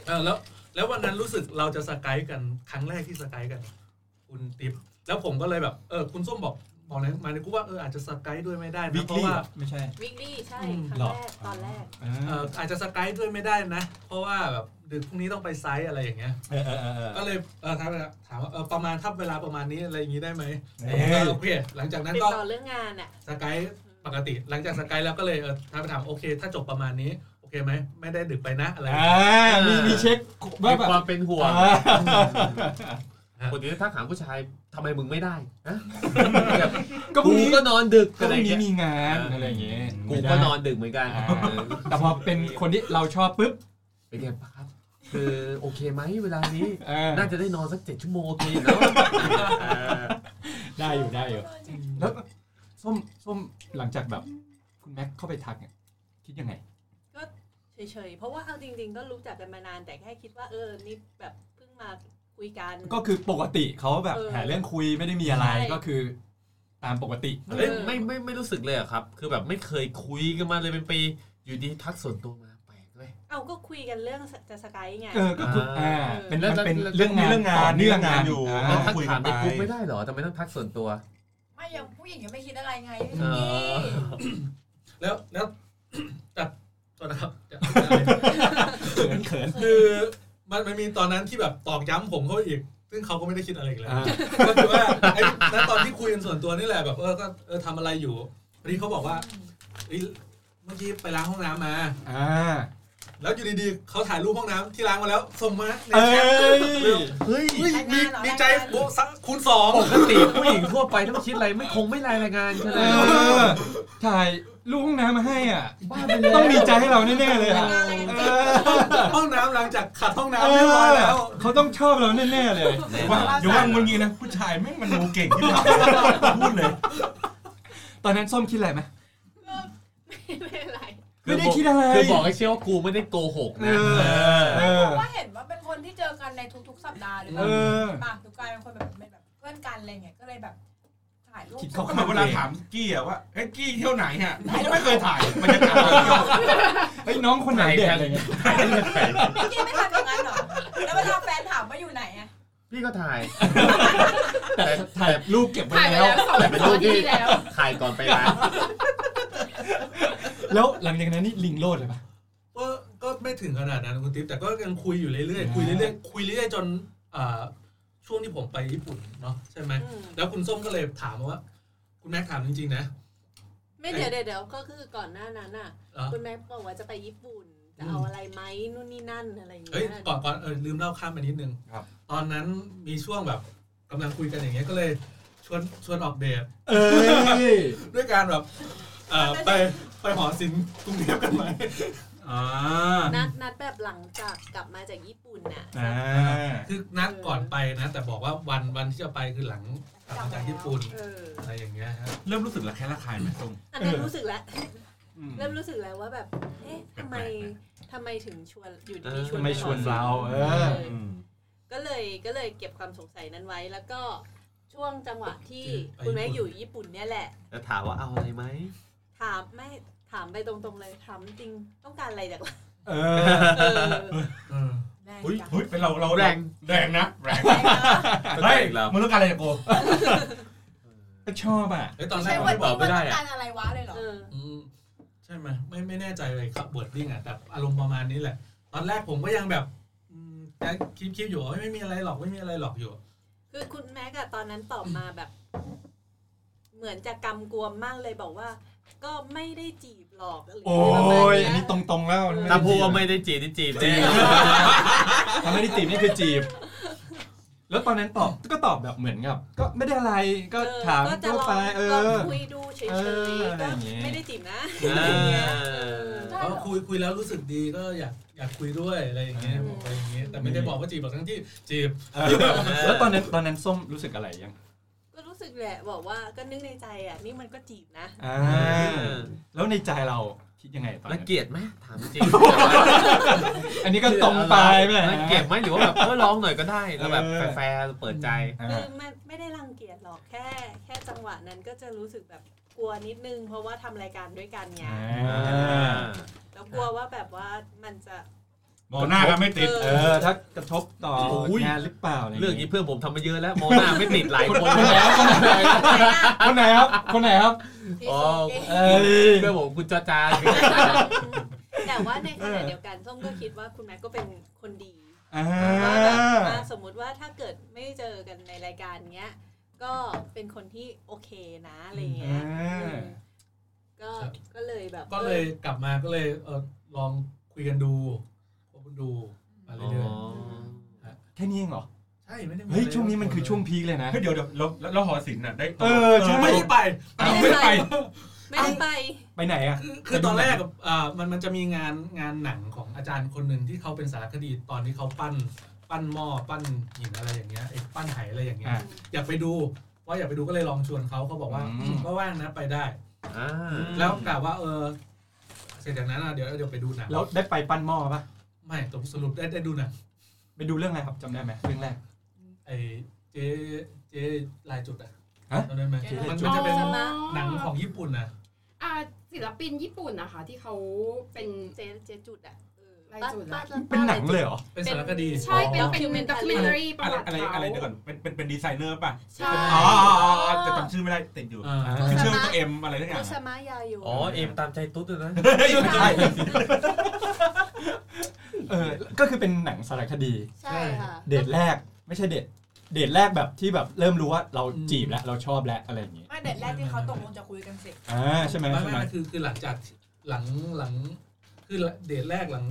Speaker 4: เออแล้วแล้ววันนั้นรู้สึกเราจะสกายกันครั้งแรกที่สกายกัน คุณติ๊บแล้วผมก็เลยแบบเออคุณส้มบอกบอกในมาในกูว่าเอออาจจะสกายด้วยไม่ได้นะเพราะ
Speaker 1: weekly
Speaker 4: ว่า
Speaker 1: ไม่ใช่
Speaker 5: วิกดี้ใช่
Speaker 4: อืม
Speaker 5: ครั้ง
Speaker 1: หรอ
Speaker 5: แรกตอนแรก
Speaker 1: เอ
Speaker 4: เอ
Speaker 1: อ
Speaker 4: ออาจจะสกายด้วยไม่ได้นะ เพราะว่าแบบดึกพรุ่งนี้ต้องไปไซต์อะไรอย่างเงี้ย
Speaker 1: เออเออเออ
Speaker 4: ก็เลยเออถามว่าถามว่าเออประมาณทับเวลาประมาณนี้อะไรอย่างงี้ได้ไหม
Speaker 1: เอ้ย
Speaker 4: โอเคหลังจากนั้น
Speaker 5: ติด
Speaker 4: ก็
Speaker 5: ต่อเรื่องงานอ่ะ
Speaker 4: สกายปกติ หลังจากสกายแล้วก็เลยเออถามไปถามโอเค ถ้าจบประมาณนี้โอเคไหมไม่ได้ดึกไปนะอะไรอย่าง
Speaker 1: อ่า
Speaker 4: เงี้ย
Speaker 1: มีมีเช็ค
Speaker 2: ๆ
Speaker 1: ว่า
Speaker 2: มี
Speaker 1: แบบ
Speaker 2: ความเป็นห่วง
Speaker 1: อ่า
Speaker 2: คนนี้ถ้าถามผู้ชายทำไมมึงไม่ได้ ฮะ
Speaker 1: ก็พ
Speaker 2: กู
Speaker 1: รุ่งนี้
Speaker 2: ก็นอนดึก
Speaker 1: ก็
Speaker 2: อะ
Speaker 1: พ
Speaker 2: ไร
Speaker 1: รุ่งนี้
Speaker 2: เงี้ย
Speaker 1: มีงานอะไรอย่างเงี้ย
Speaker 2: กู
Speaker 1: ไม่ได้
Speaker 2: ก็นอนดึกเหมือนกัน
Speaker 1: อ่า แต่พอเป็นคนที่เราชอบปุ๊บ
Speaker 2: เป็นไงปะครับ คือโอเคไหมเวลานี้
Speaker 1: เออ
Speaker 2: น่าจะได้นอนสักเจ็ดชั่วโมงโอเคอยู่แล้วอ่า
Speaker 1: ได้อยู่ได้อยู่ แล้วส้มส้มหลังจากแบบคุณแม็กเข้าไปทักเนี่ยคิดยังไง
Speaker 5: เฉยๆ เพราะว่าเอาจริง ๆ ก็รู้จักกันมานานแต่แค่คิดว่าเออนี่แบบเพิ่งมาคุยกัน
Speaker 1: ก็คือปกติเขาแบบ
Speaker 5: เออ
Speaker 1: หาเรื่องคุยไม่ได้มีอะไร
Speaker 5: ใช่
Speaker 1: ก็คือตามปกติ
Speaker 2: เอ้ยไม่ไม่ไม่รู้สึกเลยเหรอะครับ คือแบบไม่เคยคุยกันมาเลยเป็นปีอยู่ดีทักส่วนตัวมาแปลกเลย
Speaker 5: เอา เอาก็คุยกันเรื่องจะสกายไง
Speaker 1: เออก็คืออ่าเป็น
Speaker 2: แล้ว
Speaker 1: มันเป็น
Speaker 2: แล้ว
Speaker 1: เรื่องงาน
Speaker 3: เรื่องงา
Speaker 1: ต่อ
Speaker 3: น
Speaker 1: เนื่องงาน
Speaker 3: เรื่องงานอ
Speaker 1: อยู่ ยู่
Speaker 2: เรา
Speaker 1: า
Speaker 2: ทัก
Speaker 3: คุยกั
Speaker 2: ผ่าน
Speaker 3: น
Speaker 2: ใน
Speaker 3: ไป
Speaker 2: กลุ่มไม่ได้เหรอทำไมต้องทักส่วนตัว
Speaker 7: ไม่ยังผู้หญิงยังไม่คิดอะไรไง
Speaker 2: เออ
Speaker 4: แล้วแล้ว จับตัวนะครับ
Speaker 3: เขินเขิน
Speaker 4: คือมันมันมีตอนนั้นที่แบบตอกย้ำผมเข้าไปอีก ซึ่งเขาก็ไม่ได้คิดอะไรอีกแล้ว ก็คือว่าไอ้ณตอนที่คุยกันส่วนตัวนี่แหละแบบเออก็เออทำอะไรอยู่พอดีเขาบอกว่าเฮ้ยเมื่อกี้ไปล้างห้องน้ำมา
Speaker 1: อ่า
Speaker 4: แล้วอยู่ดีๆเขาถ่ายรูปห้องน้ำที่ล้างมาแล้ว ส่งมาใน
Speaker 1: เอ้
Speaker 4: แชท
Speaker 1: ย
Speaker 2: เฮ้ย
Speaker 4: เฮ้ยดีดีใจโอ้สักคูณสอง
Speaker 2: ปกติผู้หญิงทั่วไปถ้าไม่คิดอะไรไม่คงไม่รายงานใช่ไห
Speaker 1: เอ
Speaker 2: ม
Speaker 1: อถ่ายลูกห้องน้ำมาให้อ่ะ
Speaker 2: บ้าไปแล้ว
Speaker 1: ต้องมีใจให้เราแน่ๆเลยอ่ะเออ
Speaker 4: ห้องน้ำหลังจากขัดห้อง
Speaker 1: เอ
Speaker 4: น้ำเรียบร้อย
Speaker 1: อ
Speaker 4: แล้ว
Speaker 1: เขาต้องชอบเราแน่ๆเลย
Speaker 3: เดี๋ยวว่าเดี๋ยวว่างนงี้นะผู้ชายแม่งมันดูเก่งที่เราพูดเลย
Speaker 1: ตอนนั้นส้มคิดอะไรไหม
Speaker 5: ไม่เป็นไร
Speaker 1: ไม่ได้คิดอะไร
Speaker 2: คือบอกให้เชื่อว่ากูไม่ได้โกหก
Speaker 1: เอ
Speaker 2: นะ
Speaker 1: อเออ
Speaker 7: ว่าเห็นว่าเป็นคนที่เจอกันในทุกๆ สัปดาห์หรือ
Speaker 1: เออ
Speaker 7: ปากทุกการเป็นคนแบบเป็นแบบเพื่อนกันอะไรเงี้ยก็เลยแบบถ่ายรูป
Speaker 1: คิด
Speaker 3: เขาก็เหมือนเวลาถามกี้อะว่าเฮ้ยกี้เที่ยวไหนอะเขาก็ไม่เคยถ่ายบรรยากาศเที่ยว
Speaker 1: เฮ้ยน้องคนไหนเด็กอะไรเงี้ย
Speaker 7: พี่กี้ไม่ทำอย่างนั้นเหรอแล้วเวลาแฟนถามว่าอยู่ไหนอะ
Speaker 2: พี่ก็ถ่าย
Speaker 1: แต่ถ่ายรูปเก็บไว้
Speaker 6: ถ่ายไป
Speaker 1: แล้ว
Speaker 6: แล้วสองสองอาทิตย์ที่แล้ว
Speaker 2: ถ่ายก่อนไปร้าน
Speaker 1: แล้วหลังจากนั้นนี่ลิงโลดเลยปะ
Speaker 4: ก็ก็ไม่ถึงขนาดนั้นคุณติ๊บแต่ก็ยังคุยอยู่เรื่อย
Speaker 1: อ่า
Speaker 4: ๆคุยเรื่อยๆคุยเรื่อยๆจนอ่าช่วงที่ผมไปญี่ปุ่นเนาะใช่ไหม
Speaker 5: อืม
Speaker 4: แล้วคุณส้มก็เลยถามมาว่า คุณแม็กถามจริงๆนะ
Speaker 5: ไม่เดี๋ยวเดี๋ยวเดี๋ยวก็คือก่อนหน้านั้นอ่ะ
Speaker 4: เออ
Speaker 5: คุณแม่บอกว่าจะไปญี่ปุ่น จะเอาอะไรไหมนู่นนี่นั่นอะไรอย่าง
Speaker 4: เฮ้ย
Speaker 5: เงี้ย
Speaker 4: ก่อนก่อนเออลืมเล่าข้ามไปนิดนึง
Speaker 1: ครับ
Speaker 4: ตอนนั้นมีช่วงแบบกำลังคุยกันอย่างเงี้ยก็เลยชวนชวนออกเดท
Speaker 1: เอ้ย
Speaker 4: ด้วยการแบบเอ่อ ไปไปหอศิลป์กรุงเทพกันไหม
Speaker 3: อ่า
Speaker 5: นัดนัดแบบหลังจากกลับมาจากญี่ปุ่นน่ะ
Speaker 1: อ่า
Speaker 4: คือนัดก่อนไปนะ แต่บอกว่าวันวันที่จะไปคือหลังกลับมาจากญี่ปุ่น
Speaker 5: เออ
Speaker 4: อะไรอย่างเงี้ยฮะ
Speaker 3: เริ่มรู้สึกระแคะระคายไหมตรง
Speaker 5: อันนั้นรู้สึกแล้ว
Speaker 1: อืม
Speaker 5: เริ่มรู้สึกแล้วว่าแบบ เอ๊ะทำไมทำไมถึงชวนอยู่
Speaker 2: เอ
Speaker 5: ดี
Speaker 2: อ
Speaker 5: ๆชวน
Speaker 1: ทำไมชวนเราเออ
Speaker 5: ก็เลยก็เลยเก็บความสงสัยนั้นไว้ แล้วก็ช่วงจังหวะที่
Speaker 4: ไป
Speaker 5: คุณแม่
Speaker 4: ญี่ปุ่น
Speaker 5: อยู่ญี่ปุ่นเนี่ยแหละ
Speaker 2: แล้วถามว่าเอาอะไรไหม
Speaker 5: ถามไม่ถามไปตรงๆเลยถามจริงต้องการอะไรจากเรา
Speaker 1: เออ
Speaker 5: เออ
Speaker 4: เออ
Speaker 7: แรง
Speaker 3: เฮ้ย
Speaker 7: จัง
Speaker 3: เฮ้ยเป็นเราเรา
Speaker 2: แรง
Speaker 3: แรงนะแรง
Speaker 7: แรงนะ
Speaker 3: เฮ้ย
Speaker 2: เรา
Speaker 3: มึงต้องการอะไรจากกู
Speaker 1: ก็ชอบอ่ะ
Speaker 4: เอ้ยตอนแร
Speaker 7: ใช่
Speaker 4: ก
Speaker 7: วัน
Speaker 4: ไม่บ
Speaker 7: นี้ว่า
Speaker 4: อก
Speaker 2: ไม่
Speaker 7: ต้
Speaker 2: ได้
Speaker 7: อง
Speaker 2: อะ
Speaker 7: การอะไรวะเลยเหรอ
Speaker 5: เออ
Speaker 4: อืมใช่ไหมไม่ไม่แน่ใจเลยครับบทดิ้งอ่ะแต่อารมณ์ประมาณนี้แหละ ตอนแรกผมก็ยังแบบอืมยังคิดคิดอยู่ว่าเฮ้ยไม่มีอะไรหรอกไม่มีอะไรหรอกอยู่
Speaker 5: คือคุณแม็กอะตอนนั้นตอบมาแบบ เหมือนจะกำกวมมากเลยบอกว่า ก็ไม่ได้จีบหรอกอะไร
Speaker 1: โอ้
Speaker 5: ประมาณ
Speaker 1: ย
Speaker 5: เนี้
Speaker 1: อันนี้ตรงๆแล้วมันไม่
Speaker 2: ถ้า
Speaker 1: ได้
Speaker 2: พูด
Speaker 1: จีบ
Speaker 2: ว่าไม่ได้จีบนี่จีบแน่
Speaker 1: ถ้าไม่ได้จีบนี่คือจีบ แล้วตอนนั้นตอบก็ตอบแบบเหมือนกับ ก็ไม่ได้อะไรก็
Speaker 5: เออ
Speaker 1: ถาม
Speaker 5: ก็จะ
Speaker 1: ทั่ว
Speaker 5: ลอง
Speaker 1: ไปเอ
Speaker 5: ลอง
Speaker 1: อ
Speaker 5: คุยดูเฉย
Speaker 1: เออ
Speaker 5: ๆ
Speaker 1: อะไร
Speaker 5: ก็
Speaker 1: อย่างเงี้ย
Speaker 5: ไม่ได้จีบนะ
Speaker 2: อ่า
Speaker 4: ก็คุยคุยแล้วรู้สึกดีก็อยากอยากคุยด้วยอะไรอย่างเงี้ยบอกไปอย่างเงี้ยแต่ไม่ได้บอกว่าจีบหรอกทั้งที่จีบ
Speaker 1: เออแล้วตอนนั้นตอนนั้นส้มรู้สึกอะไรยัง
Speaker 5: ก็รู้สึกแหละบอกว่าก็นึกในใจอะนี่มันก็จีบนะ
Speaker 1: อ่า
Speaker 2: อ่า
Speaker 1: แล้วในใจเราคิดยังไงตอน
Speaker 2: รั
Speaker 1: นั้
Speaker 2: ง
Speaker 1: น
Speaker 2: เกียจไหมถามจริง
Speaker 1: อันนี้ก็ตรงไปไหม
Speaker 2: รังเกียจไหมหรือว่าแบบเออลองหน่อยก็ได้แล้วแบบ
Speaker 1: เออ
Speaker 2: แฟร์ๆเปิดใจ
Speaker 1: อ่า
Speaker 5: คือมันไม่ได้รังเกียจหรอกแค่ แค่จังหวะนั้นก็จะรู้สึกแบบกลัวนิดนึง เพราะว่าทำรายการด้วยกันไง
Speaker 1: อ่า
Speaker 5: แล้วกลัวว่าแบบว่ามันจะ
Speaker 3: มองหน้ากันไม่ติด
Speaker 1: เออถ้ากระทบต่อ
Speaker 2: โอ้ย
Speaker 1: งานหรือเปล่าะไย่า
Speaker 2: เรื่องนี้เพื่อนผมทำมาเยอะแล้วมองหน้าไม่ติดหลายคน
Speaker 1: คนไหนครับคนไหนครับคนไหนครับ
Speaker 2: อ๋อ
Speaker 1: เอ้ย
Speaker 2: เพื่อนผมคุณจอจาน
Speaker 5: แต่ว่าในขณะเดียวกันส้มก็คิดว่าคุณแม็กก็เป็นคนดี
Speaker 1: อ่า
Speaker 5: ว่าแบบอ่ะสมมุติว่าถ้าเกิดไม่เจอกันในรายการเนี้ย ก็เป็นคนที่โอเคนะอะไรเงี้ย
Speaker 1: อ่า
Speaker 5: เออก็ก็เลยแบบ
Speaker 4: ก็เลยกลับมาก็เลยเออลองคุยกันดูคบกันดูมาเรื่อย
Speaker 1: แค่นี้เองเหรอ
Speaker 4: ๆใช่ไม่ได้
Speaker 1: เฮ้ย ช่วงนี้มันคือช่วงพีคเลยนะ
Speaker 3: เฮ้ยเดี๋ยวเดี๋ยวแล้วแล้วหอศิลป์น่ะได้ตัว
Speaker 1: เออใช่
Speaker 4: ไม่ได้ไป
Speaker 3: เออไม่ได้ไป
Speaker 5: ไม่ได้ไป
Speaker 1: ไปไหนอ่ะ
Speaker 4: คือคือตอนแรกอะอ่ามันมันจะมีงานงานหนังของอาจารย์คนหนึ่งที่เขาเป็นสารคดีตอนที่เขาปั้น ปั้นหม้อปั้นหินอะไรอย่างเงี้ยไอ้ปั้นไหอะไรอย่างเงี้ย
Speaker 1: อ่ะ
Speaker 4: อยากไปดูว่าอยากไปดูก็เลยลองชวนเขาเขาบอกว่า
Speaker 1: อืม
Speaker 4: อืมก็ว่างนะไปได้ แล้วกล่าวว่าเออเสร็จจากนั้นอะเดี๋ยวเดี๋ยวไปดูหนัง
Speaker 1: แล้วได้ไปปั้นหม้อปะ
Speaker 4: ไม่ตรงสรุปได้ได้ดูหนัง
Speaker 1: ไปดูเรื่องอะไรครับจำได้ไหมเรื่องแรก
Speaker 4: ไอ้เจ๊เจ๊ลายจุดอะ
Speaker 1: ฮะ
Speaker 4: จำได้ไหม
Speaker 7: เจ๊ลายจุด
Speaker 4: มันมันจะเป็น
Speaker 6: อ๋อ
Speaker 4: หนังของญี่ปุ่นนะ
Speaker 6: อ่าศิลปินญี่ปุ่นนะคะที่เขาเป็น
Speaker 5: เจเจจุดอ่ะเออ
Speaker 6: รายจุด
Speaker 5: ป้า
Speaker 6: ละ
Speaker 1: เป็นหนังเลยเหรอ
Speaker 4: เป็นสารคดี
Speaker 6: ใช่เป็น
Speaker 1: อ๋อ
Speaker 6: เป็น documentary ป
Speaker 3: อะ
Speaker 6: ระ
Speaker 3: ไร
Speaker 6: วัติ
Speaker 3: อะไร
Speaker 6: เขา
Speaker 3: อะไรเดี๋ยวก่อนเป็นเป็นเป็นดีไซเนอร์ป่ะ
Speaker 5: ใช่
Speaker 3: อ๋ออ๋ออ๋ออ๋อแต่จำชื่อไม่ได้ติดอยู่
Speaker 4: อ่า
Speaker 3: คือชื่อตัวเอ็มอะไรทั้ง
Speaker 5: คุ
Speaker 3: อย่าง
Speaker 5: สมายาอยู่
Speaker 2: อ๋อเอมตามใจตุ๊ดเลยนะ
Speaker 3: เฮ้ยไม่ใช่
Speaker 1: เออก็คือเป็นหนังสารคดี
Speaker 5: ใช่ค่ะ
Speaker 1: เดทแรกไม่ใช่เดทเดทแรกแบบที่แบบเริ่มรู้ว่าเราจีบแล้วเราชอบแล้วอะไรอย่างงี้
Speaker 7: ไม่เด็ดแรกที่เขาตกลงจะคุยกันเสร็จ
Speaker 1: อ่าใช่ไหม
Speaker 4: ไม่
Speaker 1: ใช่
Speaker 4: ไม่
Speaker 1: ไหม
Speaker 4: ไม่คือคือหลังจากหลังหลังคือเดทแรกหลัง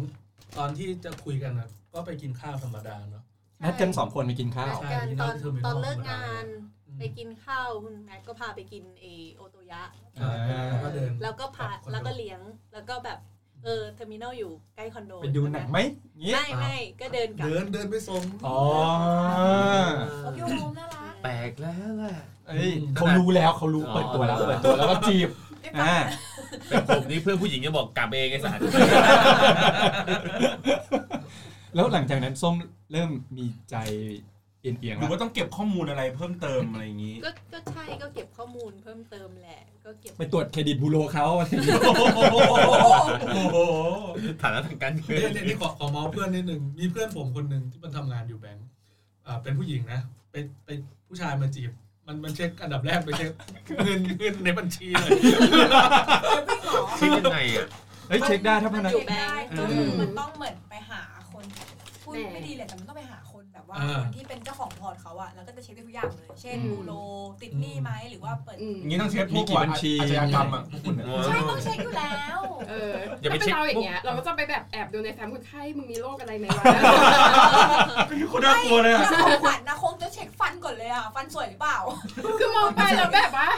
Speaker 4: ตอนที่จะคุยกันนะก็ไปกินข้าวธรรมดาเนาะ
Speaker 1: นัดกันสองคนไปกินข้า
Speaker 5: นั
Speaker 1: ว
Speaker 5: ดกันตอน
Speaker 4: ใช่ที่นั่น
Speaker 5: ตอนเลิกงาน
Speaker 4: อืม
Speaker 5: ไปกินข้าวคุณแมทก็พาไปกินเอโอโตยะ
Speaker 1: อ่า
Speaker 4: แล้วก็เดิน
Speaker 5: แล้วก็พา
Speaker 4: แบบคอนโด
Speaker 5: แล้วก็เลี้ยงแล้วก็แบบเออเทอร์มินอลอยู่ใกล้คอนโด
Speaker 1: ไปดูหนังไหมงี้
Speaker 5: ไม่ไม่ก็เดินกลับ
Speaker 4: เดินเดินไปสม
Speaker 1: อ๋อ
Speaker 7: โอเคโอมน่ารัก
Speaker 2: แปลกแล้วแหละ
Speaker 1: เอ้ยเขารู้แล้วเขารู้
Speaker 2: อ๋อ
Speaker 1: เปิดตัวแล้วเปิดตัวแล้วก็จีบ
Speaker 7: ได้ปะ
Speaker 1: อ่า
Speaker 2: เป็นผมนี่เพื่อนผู้หญิงจะบอกกลับเองไอ้สาร
Speaker 1: แล้วหลังจากนั้นส้มเริ่มมีใจเอียงเอียง
Speaker 3: หรือ
Speaker 1: แล้ว
Speaker 3: ว่าต้องเก็บข้อมูลอะไรเพิ่มเติมอะไรอย่างนี้
Speaker 5: ก็ก็ใช่ก็เก็บข้อมูลเพิ่มเติมแหละ ก็เก็บ
Speaker 1: ไปตรวจเครดิตบูโรเขาอะไรอย่างงี้
Speaker 2: ฐานะทางการเงิ
Speaker 4: เดี๋ยวน เดี๋ยวนี่ขอขอเมาส์เพื่อนนิดนึงมีเพื่อนผมคนหนึ่งที่มันทำงานอยู่แบงก์อ่าเป็นผู้หญิงนะไปไปผู้ชายมาจีบ มันมันเช็คอันดับแรกไปเช็คเงินเงินในบัญชีเลย
Speaker 7: ไม่หรอ
Speaker 2: คิดยังไงอ่ะ
Speaker 1: เฮ้ยเช็คได้ถ้าพ
Speaker 7: มัน
Speaker 1: นัก
Speaker 7: เช็คได้ก็คือมันต้องเหมือนไปหาคนพูดไม่ดีเลยแต่มันต้องไปหาคนแบบว่า
Speaker 4: อ่า
Speaker 7: คนที่เป็นเจ้าของพอร์ตเขาอะแล้วก็จะเช็คได้ทุกอย่างเลย เช่นบูโรติดหนี้ไหมหรือว่าเปิด
Speaker 6: อืม
Speaker 3: อย่างนี้ต้องเช็คพ
Speaker 1: มี
Speaker 3: วก
Speaker 1: กี่บัญชี
Speaker 3: อาชญากรรมอ่ะพวกคุณเนี่ย
Speaker 7: ใช่ต้องเช็คอยู่แล้ว
Speaker 6: เออ
Speaker 2: อย่าไป
Speaker 6: ถ้าเป็น
Speaker 2: เช็ค
Speaker 6: เราอย่างเงี้ยเราก็จะไปแบบแอบดูในแฟ้มคนไข้มึงมีโรคอะไรไหมวะ
Speaker 3: คนน่ากลัวเลย
Speaker 7: แล้
Speaker 3: อะ
Speaker 7: วของขวัญนะคงจะเช็คฟันก่อนเลยอะฟันสวยหรือเปล่า
Speaker 6: คือมองไปแล้วแบบว่า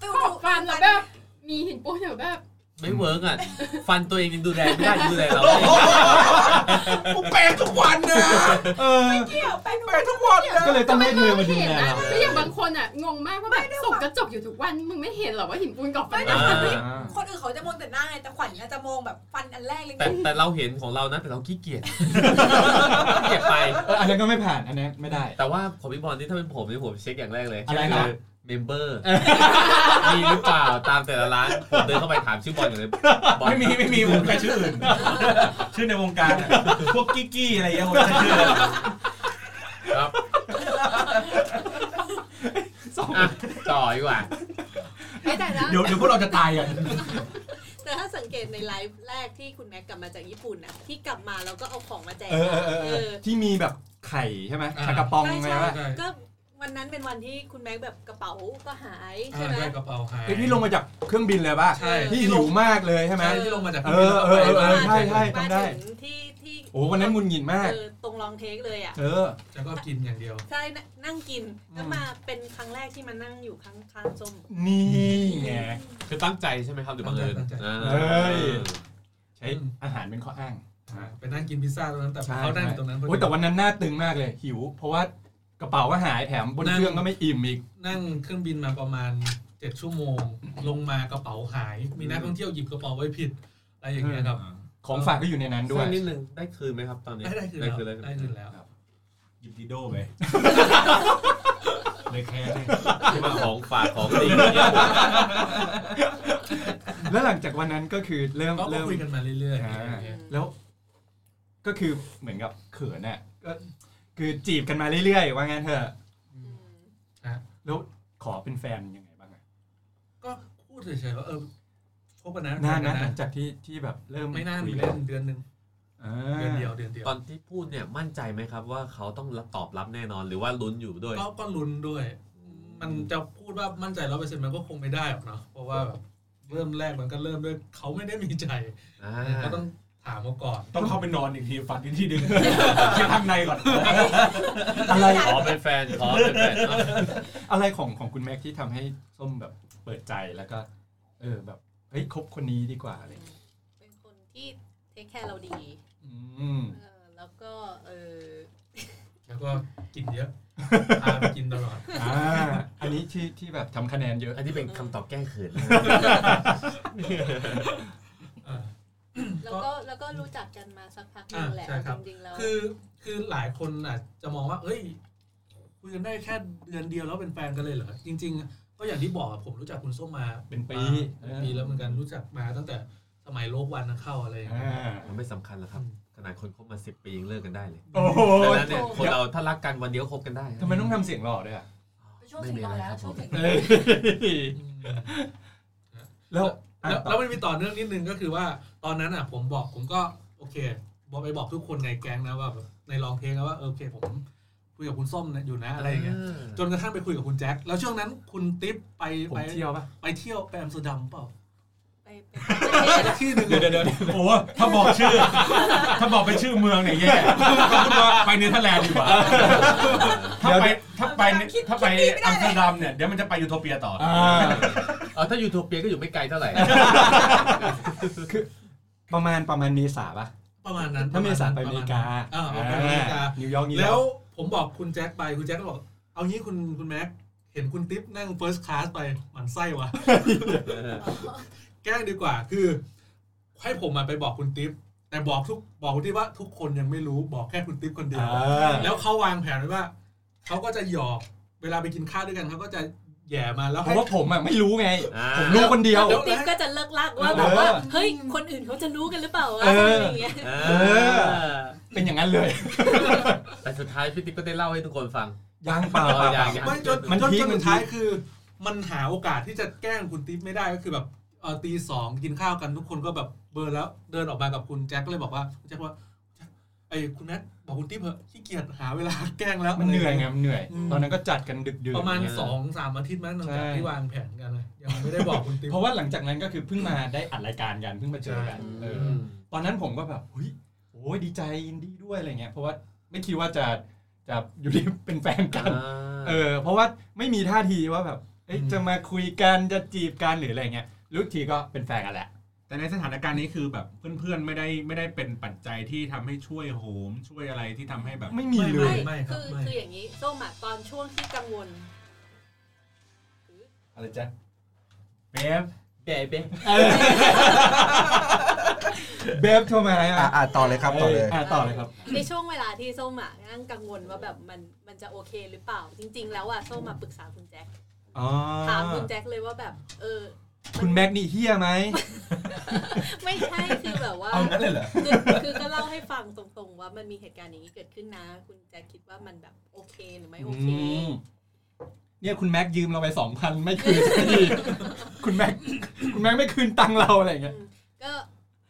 Speaker 7: ฟิ
Speaker 6: ป
Speaker 7: ล
Speaker 6: วดฟันแล้วแบบมีหินปูนอยู่แบบ
Speaker 2: ไม่เวิร์กอ่ะ ฟันตัวเองยังดูแลไม่ได้ยังดูแลเรา
Speaker 3: กูแปลงทุกวันนะ
Speaker 1: เออ
Speaker 7: เกี่ยวไปดู
Speaker 3: แปลงทุกวันนะ
Speaker 1: ก็เลยต้องให้เธอมาดูแลเรา
Speaker 6: คืออย่างบางคนอ่ะงงมากว่าแบบส่องกระจกอยู่ทุกวันมึงไม่เห็นเหรอว่าหินปูนกรอบฟัน
Speaker 2: อ่า
Speaker 7: คนอื่นเขาจะมองแต่หน้าไงแต่ขวัญอาจจะมองแบบฟันอันแรกเลย
Speaker 2: แต่แต่เราเห็นของเรานะ แต่เราขี้เกียจขี้เกียจไป
Speaker 1: เอออันนั้นก็ไม่ผ่านอันนั้นไม่ได้
Speaker 2: แต่ว่าผมพี่บอลนี่ถ้าเป็นผมนี่ผมเช็คอย่างแรกเลย
Speaker 1: อะไร
Speaker 2: คื
Speaker 1: นะ
Speaker 2: เมมเบอร์มีหรือเปล่าตามแต่ละร้านผมเดินเข้าไปถามชื่อบอลอย่างเลยบอล
Speaker 3: ไม่มีไม่มีผมแค่ชื่ออื่น ชื่อในวงการอะพวกกิ๊กกี้อะไรอย่างเงี้ยผมใช้ชื่อ
Speaker 2: ครับ
Speaker 1: สอง
Speaker 2: อ่ะต่อดีกว่า
Speaker 5: ไม่แต่ละ
Speaker 3: เดี๋ยวเดี๋ยวพวกเราจะตายกัน
Speaker 5: แต่ถ้าสังเกตในไลฟ์แรกที่คุณแม็กกลับมาจากญี่ปุ่นนะที่กลับมาแล้วก็เอาของมาแจก
Speaker 1: เออเออเออ
Speaker 5: เอ
Speaker 1: เออ
Speaker 5: อ
Speaker 1: ที่มีแบบไข่ใช่ไหม
Speaker 4: อ่า
Speaker 1: ชากระปอง
Speaker 5: ใช่
Speaker 1: ไง
Speaker 5: ใช่
Speaker 1: วะ
Speaker 4: ใช่
Speaker 5: ก็วันนั้นเป็นวันที่คุณแม็กแบบกระเป๋าก็หายใช่
Speaker 4: อ่า
Speaker 5: ไหม
Speaker 4: ใช่กระเป๋าหาย
Speaker 1: ไอ้ที่ลงมาจากเครื่องบินเลยป่ะ
Speaker 4: ใช่
Speaker 1: ที่หิวมากเลยใช่ไหม
Speaker 4: ใช่ที่ลงมาจาก
Speaker 1: เออเออเออเออใช่ใช่ ทำได้
Speaker 5: มาถึงที่ที่
Speaker 1: โอ้วันนั้นหงุนหงิดมาก
Speaker 5: เออตรงลองเทคเลยอ่ะ
Speaker 1: เออ
Speaker 4: แล้วก็กินอย่างเดียว
Speaker 5: ใช่นะนั่งกินก็มาเป็นครั้งแรกที่มานั่งอยู่ข้างข้างส้ม
Speaker 1: นี่ไง
Speaker 2: คือตั้งใจใช่ไหมครับหรือบังเอิญ
Speaker 4: ตั้งใจ
Speaker 2: อ่า
Speaker 1: เฮ้ย ใช้อาหารเป็นข้ออ้าง
Speaker 4: อ่าไปนั่งกินพิซซ่าตรงนั้นแต่
Speaker 1: ใช่
Speaker 4: เขานั่งอยู่ตรงนั้นพอ
Speaker 1: โอ้ย
Speaker 4: ดี
Speaker 1: แต่วันนั้นหน้าตึงมากเลยหิว เพราะว่ากระเป๋าก็หายแถมบน
Speaker 4: นั่ง
Speaker 1: เครื่องก็ไม่อิ่มอีก
Speaker 4: นั่งเครื่องบินมาประมาณ 7 ชั่วโมง ลงมากระเป๋าหาย มีนักท่องเที่ยวหยิบกระเป๋าไว้ผิด อะไรอย่างเงี้ยครับ
Speaker 1: ของฝากก็อยู่ในนั้น
Speaker 2: ด้
Speaker 1: ด้
Speaker 2: ว
Speaker 1: วย ย
Speaker 2: นิดนึงได้คืนไหมครับตอนนี้
Speaker 4: ได้ได้คืนแล้ว
Speaker 2: ได้
Speaker 4: ได้
Speaker 2: คื
Speaker 4: คื
Speaker 2: น
Speaker 4: น
Speaker 2: แล้ว
Speaker 4: แล้ว
Speaker 3: หยิบดีโด้ไปเลยแค่เนี่ย
Speaker 2: ที่มาของฝากของดี
Speaker 1: แล้วหลังจากวันนั้นก็คือเริ่ม
Speaker 4: ก็
Speaker 1: เริ่ม
Speaker 4: คุยกันมาเรื่อยๆ
Speaker 1: อ่า
Speaker 4: อย่างเงี้ย
Speaker 1: แล้วก็คือเหมือนกับเขินน่ะก็คือจีบกันมาเรื่อยๆ ว่างั้นเถอะ
Speaker 5: อืม
Speaker 1: แล้วขอเป็นแฟนยังไงบ้างอะ
Speaker 4: ก็พูดเฉยๆว่าเออคบกันนะ
Speaker 1: นานนะ
Speaker 4: คบกั
Speaker 1: หลังจากที่ที่แบบเริ่ม
Speaker 4: ไม่นาน
Speaker 1: คุย
Speaker 4: เดื
Speaker 1: กั
Speaker 4: อน นเดือนหนึ่ง
Speaker 1: อ่า
Speaker 4: เดือนเดียวเดือนเดียว
Speaker 2: ตอนที่พูดเนี่ยมั่นใจไหมครับว่าเขาต้องรับตอบรับแน่นอนหรือว่าลุ้นอยู่ด้วย
Speaker 4: ก็ก็ลุ้นด้วย มันจะพูดว่ามั่นใจร้อยเปอร์เซ็นต์มันก็คงไม่ได้หรอกเนาะเพราะว่าแบบเริ่มแรกมันก็เริ่มด้วยเขาไม่ได้มีใจ
Speaker 2: อ่า
Speaker 4: ก็ต้องถามเขาก่อน
Speaker 3: ต้องเข้าไปนอนอีกทีฝันอีกทีดึงเช็คข้างในก่อน
Speaker 1: อะไร
Speaker 2: ขอเป็นแฟนขอเป็นแฟนอ่ะ
Speaker 1: อะไรของของคุณแม็กที่ทำให้ส้มแบบเปิดใจแล้วก็ เออแบบเฮ้ยคบคนนี้ดีกว่าอะไรอย่างเงี้ย
Speaker 5: เป็นคนที่เทคแคร์เราดี
Speaker 1: อืม
Speaker 5: เออแล้วก็เออ
Speaker 4: แล้วก็กินเยอะพาไปกินตลอด
Speaker 1: อ่าอันนี้ที่ที่แบบทำคะแนนเยอะ
Speaker 2: อันนี้เป็นคำตอบแก้เขิน
Speaker 4: อ่า
Speaker 5: แล้วก็แล้วก็รู้จักกันมาสักพักหนึงแหละ
Speaker 4: อ่าใช่ครับ
Speaker 5: จริงๆแล้ว
Speaker 4: คือคือหลายคนอาจจะมองว่า เอ้ยคุยกันได้แค่เดือนเดียวแล้วเป็นแฟนกันเลยเหรอจริง ๆ ก็อย่างที่บอกอะผมรู้จักคุณส้มมา
Speaker 1: เป็นปี
Speaker 4: มาเป็นปีแล้วเหมือนกันรู้จักมาตั้งแต่ สมัยโลกวันเข้าอะไรอย่างเงี้ย
Speaker 1: อ่า
Speaker 2: มันไม่สำคัญหรอกครับ
Speaker 4: อืม
Speaker 2: ขนาดคนคบมาสิบปียังเลิกกันได้เลย
Speaker 3: โอ้โห
Speaker 2: ดังนั้นเนี่ยคนเราถ้ารักกันวันเดียวคบกันได้
Speaker 1: ทำไมต้องทำเสียงหล่อด้วยอ่ะ
Speaker 7: ช่วงถึงรอแล้วช่วงถึง
Speaker 1: เอ้ยแล้วอ่ะ
Speaker 4: แล้ว
Speaker 1: ต่อ
Speaker 4: แล้วมันมีต่อเนื่องนิดนึงก็คือว่าตอนนั้นอ่ะ ผมบอกผมก็โอเค บอกไปบอกทุกคนในแก๊งนะว่าแบบในลองเพลงนะว่าเออโอเคผมคุยกับคุณส้มอยู่นะอะไรอย่างเงี้ยจนกระทั่งไปคุยกับคุณแจ็คแล้วช่วงนั้นคุณติ๊บไป
Speaker 1: ผม
Speaker 4: ไป
Speaker 1: เที่ยวปะ
Speaker 4: ไปเที่ยวไปอัมสเตอร์ดัมเปล่า
Speaker 5: ไปไป
Speaker 4: ที่หนึ่ง
Speaker 1: เดี๋ยวเดี๋ยวเดี๋ยว
Speaker 3: โอ้โหถ้าบอกชื่อ ถ้าบอกไปนชื่อเมืองเนี่ยแย่ก็พูดว่าไปเนเธอร์แลนด์ดีกว่าถ้าไปถ้าไปถ้าไปอัมสเตอร์ดัมเนี่ยเดี๋ยวมันจะไปยูโทเปียต่ออ
Speaker 1: อ่า
Speaker 2: เออถ้ายูโทเปียก็อยู่ไม่ไกลเท่าไหร่
Speaker 1: ประมาณประมาณเมษาปะ
Speaker 4: ประมาณนั้น
Speaker 1: ถ้าเมษาไป
Speaker 4: ระ
Speaker 1: อเม
Speaker 4: ณ
Speaker 1: ริกา
Speaker 4: อ่าไปอเมริกา
Speaker 1: อ่นิวยอร์กนิวย
Speaker 4: แล้
Speaker 1: อ
Speaker 4: ว
Speaker 1: ร์ก
Speaker 4: ผมบอกคุณแจ็คไปคุณแจ็คก็บอก เอางี้คุณคุณแม็กเห็นคุณติ๊บนั่ง first class ไปหมันไส้วะ แกล้งดีกว่าคือ ให้ผมมาไปบอกคุณติ๊บแต่บอกทุกบอกคุณติ๊บว่าทุกคนยังไม่รู้บอกแค่คุณติ๊บคนเดียว
Speaker 1: อ่า
Speaker 4: แล้วเขาวางแผนไว้ว่าเขาก็จะหยอกเวลาไปกินข้าวด้วยกันเขาก็จะแหย่มาแล้ว
Speaker 1: เพ
Speaker 4: ให้
Speaker 1: ราะว่าผมอ่ะไม่รู้ไง
Speaker 2: อ่า
Speaker 1: ผมรู้คนเดียว
Speaker 4: แล้ว
Speaker 5: ติ๊กก็จะเลิกลากว่าแบบว่า เฮ้ย คนอื่นเขาจะรู้กันหรือเปล่าวะ
Speaker 1: เอออ
Speaker 5: อะไรอย่างเงี้ย
Speaker 2: เออ
Speaker 1: เป็นอย่างนั้นเลย
Speaker 2: แต่สุดท้ายพี่ติ๊กก็ได้เล่าให้ทุกคนฟัง
Speaker 1: ยางเปล่าเปล่าเปล่า
Speaker 2: ยัง
Speaker 4: ไม่จน
Speaker 1: มัน
Speaker 4: จน
Speaker 1: พีค
Speaker 4: จ
Speaker 1: มั
Speaker 4: น
Speaker 1: น
Speaker 4: สุดท้าย
Speaker 1: พีค
Speaker 4: คือ มันหาโอกาสที่จะแกล้งคุณติ๊บไม่ได้ก็คือแบบเออตีสองกินข้าวกันทุกคนก็แบบเบอร์แล้วเดินออกมากับคุณแจ็คก็เลยบอกว่าคุณแจ็คว่าแจ็คไอ้คุณแมทบอกคุณติ๊บเหอะขี้เกียจหาเวลาแกล้งแล้ว
Speaker 1: มันเหนื่อยไงมันเหนื่อย
Speaker 4: อืม
Speaker 1: ตอนนั้นก็จัดกันดึกดื่น
Speaker 4: ประมาณ
Speaker 2: เนี่ย
Speaker 4: สองสามอาทิตย์มั้งหลังจาก
Speaker 1: ใช่
Speaker 4: ที่วางแผนกันนะยังไม่ได้บอกคุณติ๊บ
Speaker 1: เพราะว่าหลังจากนั้นก็คือเพิ่งมาได้อัดรายการกันเพิ่งมาเจอกัน
Speaker 4: ใช่
Speaker 1: เอออตอนนั้นผมก็แบบเฮ้ยโอ้ยดีใจยินดีด้วยอะไรเงี้ยเพราะว่าไม่คิดว่าจะจะอยู่ดีเป็นแฟนกัน เออเพราะว่าไม่มีท่าทีว่าแบบเอ้ย
Speaker 4: อืม
Speaker 1: จะมาคุยกันจะจีบกันหรืออะไรเงี้ยรู้อีกทีก็เป็นแฟนกันแหละ
Speaker 3: แต่ในสถานการณ์นี้คือแบบเพื่อนๆไม่ได้ไม่ได้เป็นปัจจัยที่ทำให้ช่วยโหม ช่วยอะไรที่ทำให้แบบ
Speaker 1: ไม่มีเลย
Speaker 4: ไม่
Speaker 5: ไม่
Speaker 4: ครั
Speaker 5: คื
Speaker 4: บ
Speaker 5: อ
Speaker 4: ไม่
Speaker 5: คืออย่างนี้ส้มอะตอนช่วงที่กังวล
Speaker 3: อะไรจ๊ะเบฟ
Speaker 2: เบ๊ะเบ๊ะ
Speaker 1: เบฟโทรมา
Speaker 8: อ่ะ
Speaker 1: อ่ะ
Speaker 8: อ่ะต่อเลยครับต่อเลย
Speaker 1: อ่ะต่อเลยครับ
Speaker 5: ในช่วงเวลาที่ส้มอ่ะนั่งกังวลว่าแบบมันมันจะโอเคหรือเปล่า จริง ๆ แล้วอ่ะส้มมาปรึกษาคุณแจ็ค
Speaker 1: อ๋อ
Speaker 5: ถามคุณแจ็คเลยว่าแบบ เออ
Speaker 1: คุณแม็กนี่เฮียไหม
Speaker 5: ไม่ใช่คือแบบว่า
Speaker 3: เอางั้นเลยเหรอ
Speaker 5: คือคือก็เล่าให้ฟังตรงๆ ว่ามันมีเหตุการณ์อย่างนี้เกิดขึ้นนะ คุณแจ็คคิดว่ามันแบบโอเคหรือไม่โอเค
Speaker 1: อืมเนี่ยคุณแม็กยืมเราไปสองพันไม่คืนสักทีคุณแม็กคุณแม็กไม่คืนตังค์เราอะไรเงี้ย
Speaker 5: ก็